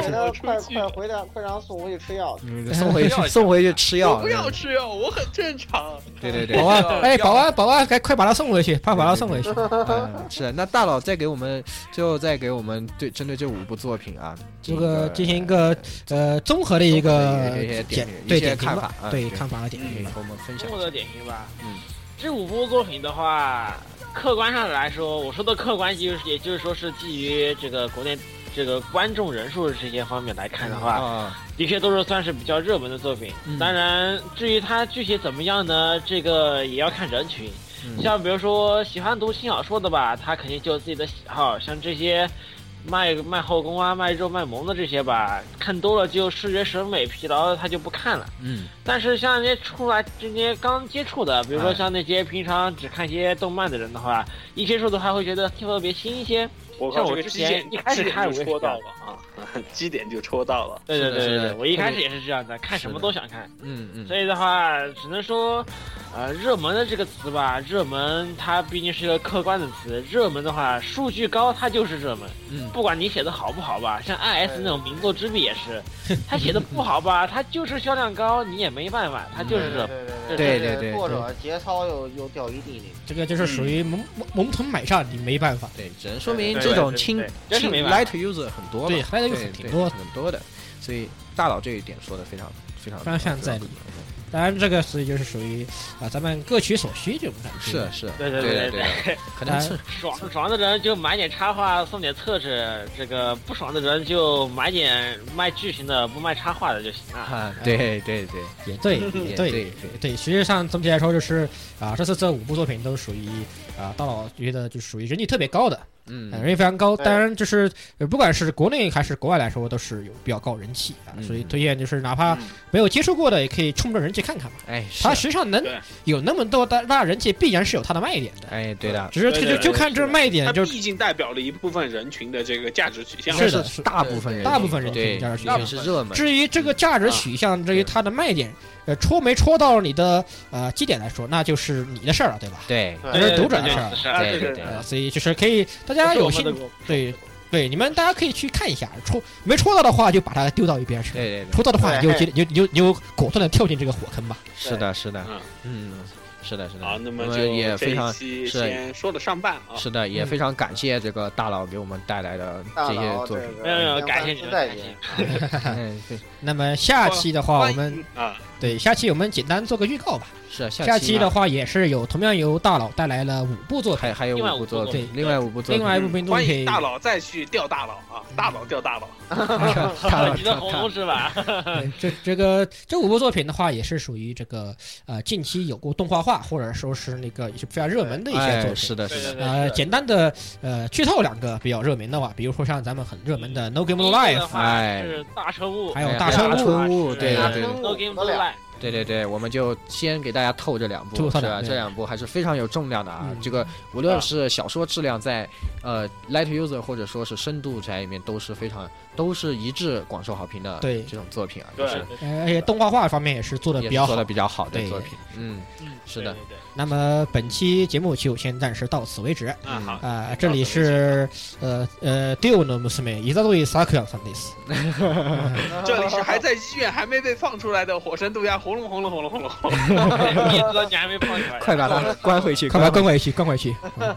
[SPEAKER 4] 给他快快回来，快让他送回去吃 药去。
[SPEAKER 3] 嗯送回去送回去吃
[SPEAKER 2] 我
[SPEAKER 3] 药。
[SPEAKER 2] 不要吃药，我很正常。
[SPEAKER 3] 对对 对
[SPEAKER 1] 保，安，哎，保安，保安，该快把他送回去，快把他送回去。
[SPEAKER 3] 嗯是那大佬再给我们最后再给我们对针对这五部作品啊，
[SPEAKER 1] 这个进行一个呃综合的一个
[SPEAKER 3] 综合的一些
[SPEAKER 1] 简
[SPEAKER 3] 点评
[SPEAKER 1] 对
[SPEAKER 3] 一些
[SPEAKER 1] 点评
[SPEAKER 3] 看
[SPEAKER 1] 吧
[SPEAKER 3] 法啊
[SPEAKER 1] 对
[SPEAKER 3] 对
[SPEAKER 1] 看法和点
[SPEAKER 3] 可以
[SPEAKER 1] 评吧。
[SPEAKER 3] 和我们分享
[SPEAKER 6] 幕
[SPEAKER 3] 一
[SPEAKER 6] 的
[SPEAKER 3] 下。
[SPEAKER 6] 点评吧。
[SPEAKER 3] 嗯，
[SPEAKER 6] 这五部作品的话，客观上来说，我说的客观就是也就是说是基于这个国内这个观众人数这些方面来看的话，
[SPEAKER 3] 啊，
[SPEAKER 6] 的确都是算是比较热门的作品。
[SPEAKER 3] 嗯
[SPEAKER 6] 当然，至于它具体怎么样呢，这个也要看人群。
[SPEAKER 3] 嗯
[SPEAKER 6] 像比如说喜欢读轻小说的吧，他肯定就有自己的喜好。像这些卖卖后宫啊、卖肉、卖萌的这些吧，看多了就视觉审美疲劳，他就不看了。
[SPEAKER 3] 嗯，
[SPEAKER 6] 但是像那些出来这些刚接触的，比如说
[SPEAKER 3] 哎
[SPEAKER 6] 像那些平常只看一些动漫的人的话，一接触的话会觉得特别新鲜。
[SPEAKER 2] 我
[SPEAKER 6] 像
[SPEAKER 2] 靠，
[SPEAKER 6] 我
[SPEAKER 2] 这个基
[SPEAKER 6] 之前
[SPEAKER 2] 点
[SPEAKER 6] 一开始
[SPEAKER 2] 基点
[SPEAKER 6] 看我
[SPEAKER 2] 就
[SPEAKER 6] 也是
[SPEAKER 2] 戳
[SPEAKER 6] 这样
[SPEAKER 2] 到了啊， 基点就戳到了。
[SPEAKER 6] 对对
[SPEAKER 3] 是的
[SPEAKER 6] 对
[SPEAKER 3] 是
[SPEAKER 6] 对
[SPEAKER 3] 的
[SPEAKER 6] 对，我一开始也是这样的，看什么都想看。
[SPEAKER 3] 嗯嗯，
[SPEAKER 6] 所以的话，只能说，呃，热门的这个词吧，热门它毕竟是一个客观的词。热门的话，数据高它就是热门，
[SPEAKER 3] 嗯
[SPEAKER 6] 不管你写的好不好吧。像 I S 那种名作之壁也是，它写的不好吧，它就是销量高，你也没办法，它就是热门。
[SPEAKER 4] 对
[SPEAKER 3] 对对
[SPEAKER 4] 对
[SPEAKER 3] 对
[SPEAKER 4] 作者节操又又掉一地
[SPEAKER 1] 这个就是
[SPEAKER 3] 嗯
[SPEAKER 1] 属于蒙蒙蒙臀买账，你没办法。
[SPEAKER 3] 对，只能说明
[SPEAKER 6] 对
[SPEAKER 3] 这
[SPEAKER 6] 对
[SPEAKER 3] 种
[SPEAKER 6] 对
[SPEAKER 3] 轻
[SPEAKER 6] 对真是
[SPEAKER 3] 轻
[SPEAKER 6] 没办
[SPEAKER 3] light user 很多嘛，
[SPEAKER 1] 对，light user
[SPEAKER 3] 对
[SPEAKER 1] 挺
[SPEAKER 3] 对
[SPEAKER 1] 多的
[SPEAKER 3] 很多的，所以大佬这一点说的非常非常
[SPEAKER 1] 非常像在理
[SPEAKER 3] 非常
[SPEAKER 1] 当然，这个是就是属于啊，咱们各取所需这种感觉。
[SPEAKER 3] 是是，
[SPEAKER 6] 对
[SPEAKER 3] 对
[SPEAKER 6] 对对
[SPEAKER 3] 的的，可能
[SPEAKER 1] 当然
[SPEAKER 3] 是
[SPEAKER 6] 爽爽的人就买点插画送点册子，这个不爽的人就买点卖剧情的不卖插画的就行了。
[SPEAKER 3] 啊，对对对，
[SPEAKER 1] 也对，也
[SPEAKER 3] 也
[SPEAKER 1] 对，
[SPEAKER 3] 对
[SPEAKER 1] 对，实际上总体来说就是啊，这次这五部作品都属于啊，大佬觉得就属于人气特别高的，呃人
[SPEAKER 3] 嗯，
[SPEAKER 1] 气非常高。
[SPEAKER 4] 对
[SPEAKER 1] 当然，就是呃不管是国内还是国外来说，都是有比较高人气啊，
[SPEAKER 3] 嗯
[SPEAKER 1] 所以
[SPEAKER 3] 嗯
[SPEAKER 1] 推荐就是哪怕
[SPEAKER 2] 嗯
[SPEAKER 1] 没有接触过的，也可以冲着人气看看嘛。
[SPEAKER 3] 哎
[SPEAKER 1] 它
[SPEAKER 3] 是，
[SPEAKER 1] 实际上能
[SPEAKER 2] 对
[SPEAKER 1] 有那么多大大人气，必然是有它的卖点的，
[SPEAKER 3] 哎对的，
[SPEAKER 1] 只是
[SPEAKER 2] 对
[SPEAKER 1] 就
[SPEAKER 2] 对
[SPEAKER 1] 就就
[SPEAKER 2] 对
[SPEAKER 1] 看这
[SPEAKER 2] 是的
[SPEAKER 1] 卖点
[SPEAKER 2] 它
[SPEAKER 1] 就
[SPEAKER 2] 毕竟代表了一部分人群的这个价值取向。
[SPEAKER 1] 是的
[SPEAKER 3] 的，大部分人，
[SPEAKER 1] 大部分人
[SPEAKER 3] 对
[SPEAKER 1] 群价值取
[SPEAKER 3] 也
[SPEAKER 1] 向
[SPEAKER 3] 是热门，
[SPEAKER 1] 至于这个价值取向，至于它的卖点，呃，戳没戳到你的呃基点来说，那就是你的事儿了，对吧？
[SPEAKER 3] 对
[SPEAKER 1] 那
[SPEAKER 2] 对
[SPEAKER 1] 是读者的事
[SPEAKER 6] 对
[SPEAKER 1] 儿
[SPEAKER 6] 对，
[SPEAKER 2] 啊
[SPEAKER 3] 对
[SPEAKER 2] 对
[SPEAKER 3] 对对
[SPEAKER 1] 呃，所以就是可以大家有兴对对，你们大家可以去看一下，戳没戳到的话就把它丢到一边去，
[SPEAKER 3] 对对对，
[SPEAKER 1] 戳到的话你
[SPEAKER 4] 对
[SPEAKER 1] 就接你就你就你就果断的跳进这个火坑吧。
[SPEAKER 3] 是的是的
[SPEAKER 2] 嗯，
[SPEAKER 3] 嗯，是的是的，
[SPEAKER 2] 好，那么
[SPEAKER 3] 我
[SPEAKER 2] 就
[SPEAKER 3] 们也
[SPEAKER 2] 这
[SPEAKER 3] 非
[SPEAKER 2] 一
[SPEAKER 3] 常
[SPEAKER 2] 期
[SPEAKER 3] 是
[SPEAKER 2] 先说了上半啊，
[SPEAKER 3] 是的，也非常感谢这个大佬给我们带来的
[SPEAKER 4] 大
[SPEAKER 3] 这
[SPEAKER 4] 佬
[SPEAKER 3] 些
[SPEAKER 4] 这
[SPEAKER 3] 作
[SPEAKER 4] 个
[SPEAKER 3] 品，
[SPEAKER 6] 没有没有，
[SPEAKER 4] 两
[SPEAKER 6] 感
[SPEAKER 4] 番
[SPEAKER 6] 谢
[SPEAKER 4] 自
[SPEAKER 6] 你们，
[SPEAKER 4] 在
[SPEAKER 6] 感谢
[SPEAKER 4] 也
[SPEAKER 6] 你 们。
[SPEAKER 3] 嗯，对，
[SPEAKER 1] 那么下期的话，我
[SPEAKER 2] 欢
[SPEAKER 1] 们
[SPEAKER 2] 啊，
[SPEAKER 1] 对下期我们简单做个预告吧。
[SPEAKER 3] 是
[SPEAKER 1] 下期
[SPEAKER 3] 期
[SPEAKER 1] 的
[SPEAKER 3] 呢，
[SPEAKER 1] 话也是有同样由大佬带来了五部作品
[SPEAKER 3] 还，还有
[SPEAKER 6] 另外
[SPEAKER 3] 五
[SPEAKER 6] 五
[SPEAKER 3] 部作
[SPEAKER 6] 部
[SPEAKER 3] 品
[SPEAKER 1] 作，
[SPEAKER 3] 另外五部作
[SPEAKER 1] 另
[SPEAKER 3] 品，
[SPEAKER 1] 外一部作
[SPEAKER 2] 嗯欢
[SPEAKER 1] 品可以
[SPEAKER 2] 迎大佬再去钓大佬啊，大佬钓大佬，
[SPEAKER 1] 大佬
[SPEAKER 6] 你的红 是吧？
[SPEAKER 1] 对这这个这五部作品的话，也是属于这个呃近期有过动画化，或者说是那个也是比较热门的一些作
[SPEAKER 3] 哎，
[SPEAKER 1] 品。
[SPEAKER 3] 是的是
[SPEAKER 6] 对
[SPEAKER 3] 的
[SPEAKER 6] 对，对，
[SPEAKER 1] 呃，简单的呃剧透两个比较热门的吧，比如说像咱们很热门的《No
[SPEAKER 6] 第
[SPEAKER 1] Game
[SPEAKER 6] 一
[SPEAKER 1] No
[SPEAKER 6] 个
[SPEAKER 1] Life
[SPEAKER 6] 的》，话
[SPEAKER 3] 哎
[SPEAKER 6] 是大车务，
[SPEAKER 1] 还有
[SPEAKER 3] 哎
[SPEAKER 1] 大
[SPEAKER 3] 车
[SPEAKER 1] 车
[SPEAKER 3] 务
[SPEAKER 6] 务
[SPEAKER 3] 对
[SPEAKER 4] 大
[SPEAKER 3] 对
[SPEAKER 4] 车
[SPEAKER 3] 对
[SPEAKER 4] 务
[SPEAKER 6] ，No Game
[SPEAKER 4] 得
[SPEAKER 6] No
[SPEAKER 4] 了
[SPEAKER 6] Life，
[SPEAKER 3] 对对对，我们就先给大家透这两
[SPEAKER 1] 透
[SPEAKER 3] 部，
[SPEAKER 1] 透
[SPEAKER 3] 是
[SPEAKER 1] 两
[SPEAKER 3] 吧？
[SPEAKER 1] 部
[SPEAKER 3] 这两部还是非常有重量的啊
[SPEAKER 1] 嗯！
[SPEAKER 3] 这个无论是小说质量在呃 light user 或者说是深度宅里面都是非常都是一致广受好评的
[SPEAKER 1] 对
[SPEAKER 3] 这种作品啊，就
[SPEAKER 2] 对
[SPEAKER 3] 是
[SPEAKER 1] 呃，而且动画化方面也是做的
[SPEAKER 3] 也
[SPEAKER 1] 比
[SPEAKER 3] 是
[SPEAKER 1] 较
[SPEAKER 3] 做
[SPEAKER 1] 好
[SPEAKER 3] 的。比较好的
[SPEAKER 1] 对
[SPEAKER 3] 作品，嗯，是的，
[SPEAKER 1] 那么本期节目就先暂时到此为止。啊、
[SPEAKER 2] 嗯 好，
[SPEAKER 1] 这里是呃呃 d i o の娘伊扎伊萨克さんです。
[SPEAKER 2] 这里是还在医院还没被放出来的火神渡鸦，轰隆轰隆轰隆轰隆轰隆，
[SPEAKER 6] 你也知道你还没放出来，
[SPEAKER 3] 快把它关回去，
[SPEAKER 1] 快把
[SPEAKER 3] 关
[SPEAKER 1] 关回去，关回去。嗯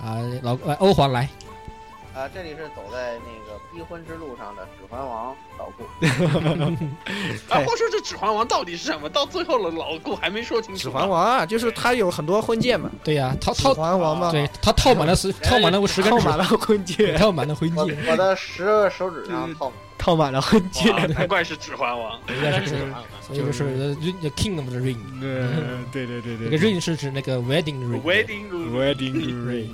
[SPEAKER 1] 啊、老呃欧皇来，
[SPEAKER 4] 啊，这里是走在那个逼婚之路上的《指环王》老 顾，
[SPEAKER 2] 啊，话说这《指环王》到底是什么？到最后了，老顾还没说清楚。
[SPEAKER 3] 指环，王啊，就是它有很多婚戒嘛，
[SPEAKER 1] 对呀、套
[SPEAKER 3] 指
[SPEAKER 1] 套
[SPEAKER 3] 环王嘛，
[SPEAKER 1] 对他套满了十，套满了十根
[SPEAKER 3] 哎套
[SPEAKER 1] 指
[SPEAKER 3] 满，了婚戒，
[SPEAKER 1] 套满了婚
[SPEAKER 4] 我
[SPEAKER 1] 戒，
[SPEAKER 4] 我的十个手指上套满
[SPEAKER 3] 套满了婚戒，
[SPEAKER 2] 哇啊难怪是《指环 王》。
[SPEAKER 1] 应该是，所以就是 the king of the ring。
[SPEAKER 3] 嗯，对对对
[SPEAKER 1] 那个 ring 是指那个 wedding ring。
[SPEAKER 2] Wedding Room，
[SPEAKER 3] ，wedding
[SPEAKER 1] ring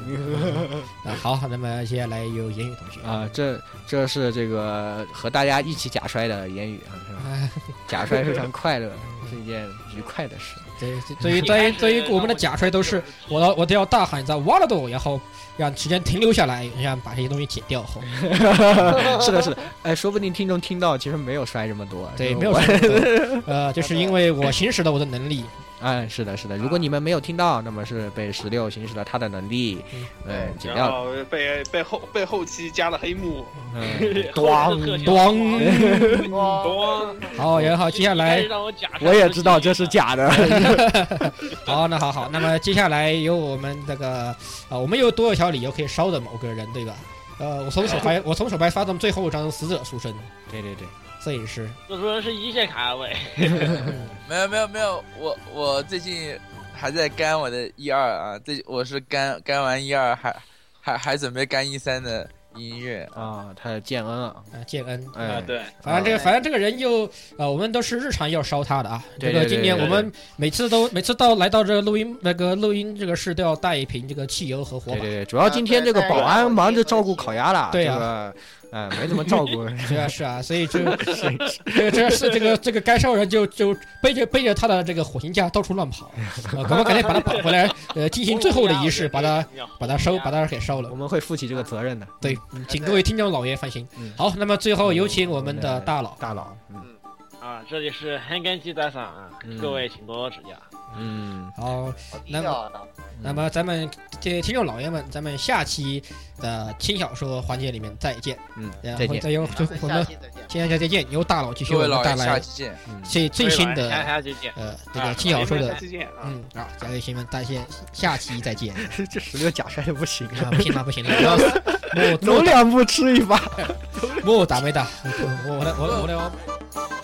[SPEAKER 1] 啊，好，那么接下来由言语同学
[SPEAKER 3] 啊，这这是这个和大家一起假摔的言语啊，是吧？
[SPEAKER 1] 哎
[SPEAKER 3] 假摔非常快乐，是一件愉快的 事。
[SPEAKER 1] 对，对于对于对于我们的假摔都是我要我都要大喊一声 w a l d 然后让时间停留下来，让把这些东西解掉后，
[SPEAKER 3] 是的，是的，哎，说不定听众听到其实没有摔这么多，
[SPEAKER 1] 对，
[SPEAKER 3] 因为
[SPEAKER 1] 没有
[SPEAKER 3] 嗯我
[SPEAKER 1] 什么的，呃，就是因为我行使了我的能力，
[SPEAKER 3] 哎，是的，是的。如果你们没有听到，那么是被十六行使了他的能力，呃，减
[SPEAKER 2] 然
[SPEAKER 3] 掉了，
[SPEAKER 2] 后被被后被后期加了黑幕，
[SPEAKER 3] 嗯，
[SPEAKER 6] 咣
[SPEAKER 1] 咣，
[SPEAKER 3] 哦
[SPEAKER 2] 咚，
[SPEAKER 1] 好，然后接下来
[SPEAKER 6] 让我假，
[SPEAKER 3] 我也知道这是，假的。
[SPEAKER 1] 好，那好好，那么接下来由我们这个啊、我们有多有条理由可以烧的某个人，对吧？呃，我从手牌，我从手牌发动最后一张死者赎身，
[SPEAKER 3] 对对对，
[SPEAKER 1] 摄影师，
[SPEAKER 6] 这说是一线卡位，
[SPEAKER 5] 没有没有没有，我我最近还在干我的一二啊，最我是干干完一二，还还还准备干一三的音乐。
[SPEAKER 3] 啊，他建恩了，
[SPEAKER 1] 啊，建恩，
[SPEAKER 2] 啊
[SPEAKER 3] 哎，，
[SPEAKER 2] 对，
[SPEAKER 1] 反正这个，
[SPEAKER 4] 哎
[SPEAKER 1] 反正这个人又，呃，我们都是日常要烧他的啊。
[SPEAKER 3] 对
[SPEAKER 1] 这个
[SPEAKER 3] 对对
[SPEAKER 1] 今年
[SPEAKER 3] 对
[SPEAKER 1] 我
[SPEAKER 3] 对
[SPEAKER 1] 们每次都每次到来到这个录音那个录音这个室都要带一瓶这个汽油和火
[SPEAKER 3] 对
[SPEAKER 1] 把，
[SPEAKER 3] 对对，主要今天这个保安忙着照顾烤鸭了，
[SPEAKER 1] 对
[SPEAKER 3] 这
[SPEAKER 1] 啊
[SPEAKER 3] 个，哎，没怎么照顾，
[SPEAKER 1] 是啊是啊，所以就这个这个是这个这个该烧人就就背着背着他的这个火刑架到处乱 跑，呃，赶快赶紧把他绑回来，呃，进行最后的仪式，把他把他烧把他给烧了
[SPEAKER 3] 我。们会负起这个责 任的。
[SPEAKER 1] 对，嗯请各位听众老爷反省
[SPEAKER 3] 嗯。
[SPEAKER 1] 好，那么最后有请我们的大佬，
[SPEAKER 3] 大佬，
[SPEAKER 6] 啊，这里是黑根鸡蛋嗓啊，各位请多多指教。
[SPEAKER 3] 嗯，
[SPEAKER 1] 好，
[SPEAKER 4] 好低调的。
[SPEAKER 1] 那么咱们这听众老爷们，咱们下期的轻小说环节里面再见。
[SPEAKER 3] 嗯，
[SPEAKER 1] 然
[SPEAKER 3] 再
[SPEAKER 1] 后
[SPEAKER 3] 见。
[SPEAKER 1] 再由就我
[SPEAKER 4] 下
[SPEAKER 1] 们
[SPEAKER 4] 期再见。
[SPEAKER 1] 今天再见，由大佬继续
[SPEAKER 5] 各
[SPEAKER 1] 为
[SPEAKER 5] 位
[SPEAKER 1] 我们
[SPEAKER 5] 老
[SPEAKER 1] 带
[SPEAKER 5] 爷，下
[SPEAKER 1] 来
[SPEAKER 5] 期见。
[SPEAKER 3] 嗯
[SPEAKER 1] 最最新
[SPEAKER 6] 下
[SPEAKER 1] 的
[SPEAKER 6] 下期见。
[SPEAKER 1] 呃这个轻小说的
[SPEAKER 2] 再见啊，
[SPEAKER 1] 嗯啊，各位新闻，再见，下期再见
[SPEAKER 3] 这十六假摔的不行
[SPEAKER 1] 啊！不行了不行了，不要死莫
[SPEAKER 3] 走两步吃一把。
[SPEAKER 1] 莫打没打，我我我的我的我的。
[SPEAKER 5] 我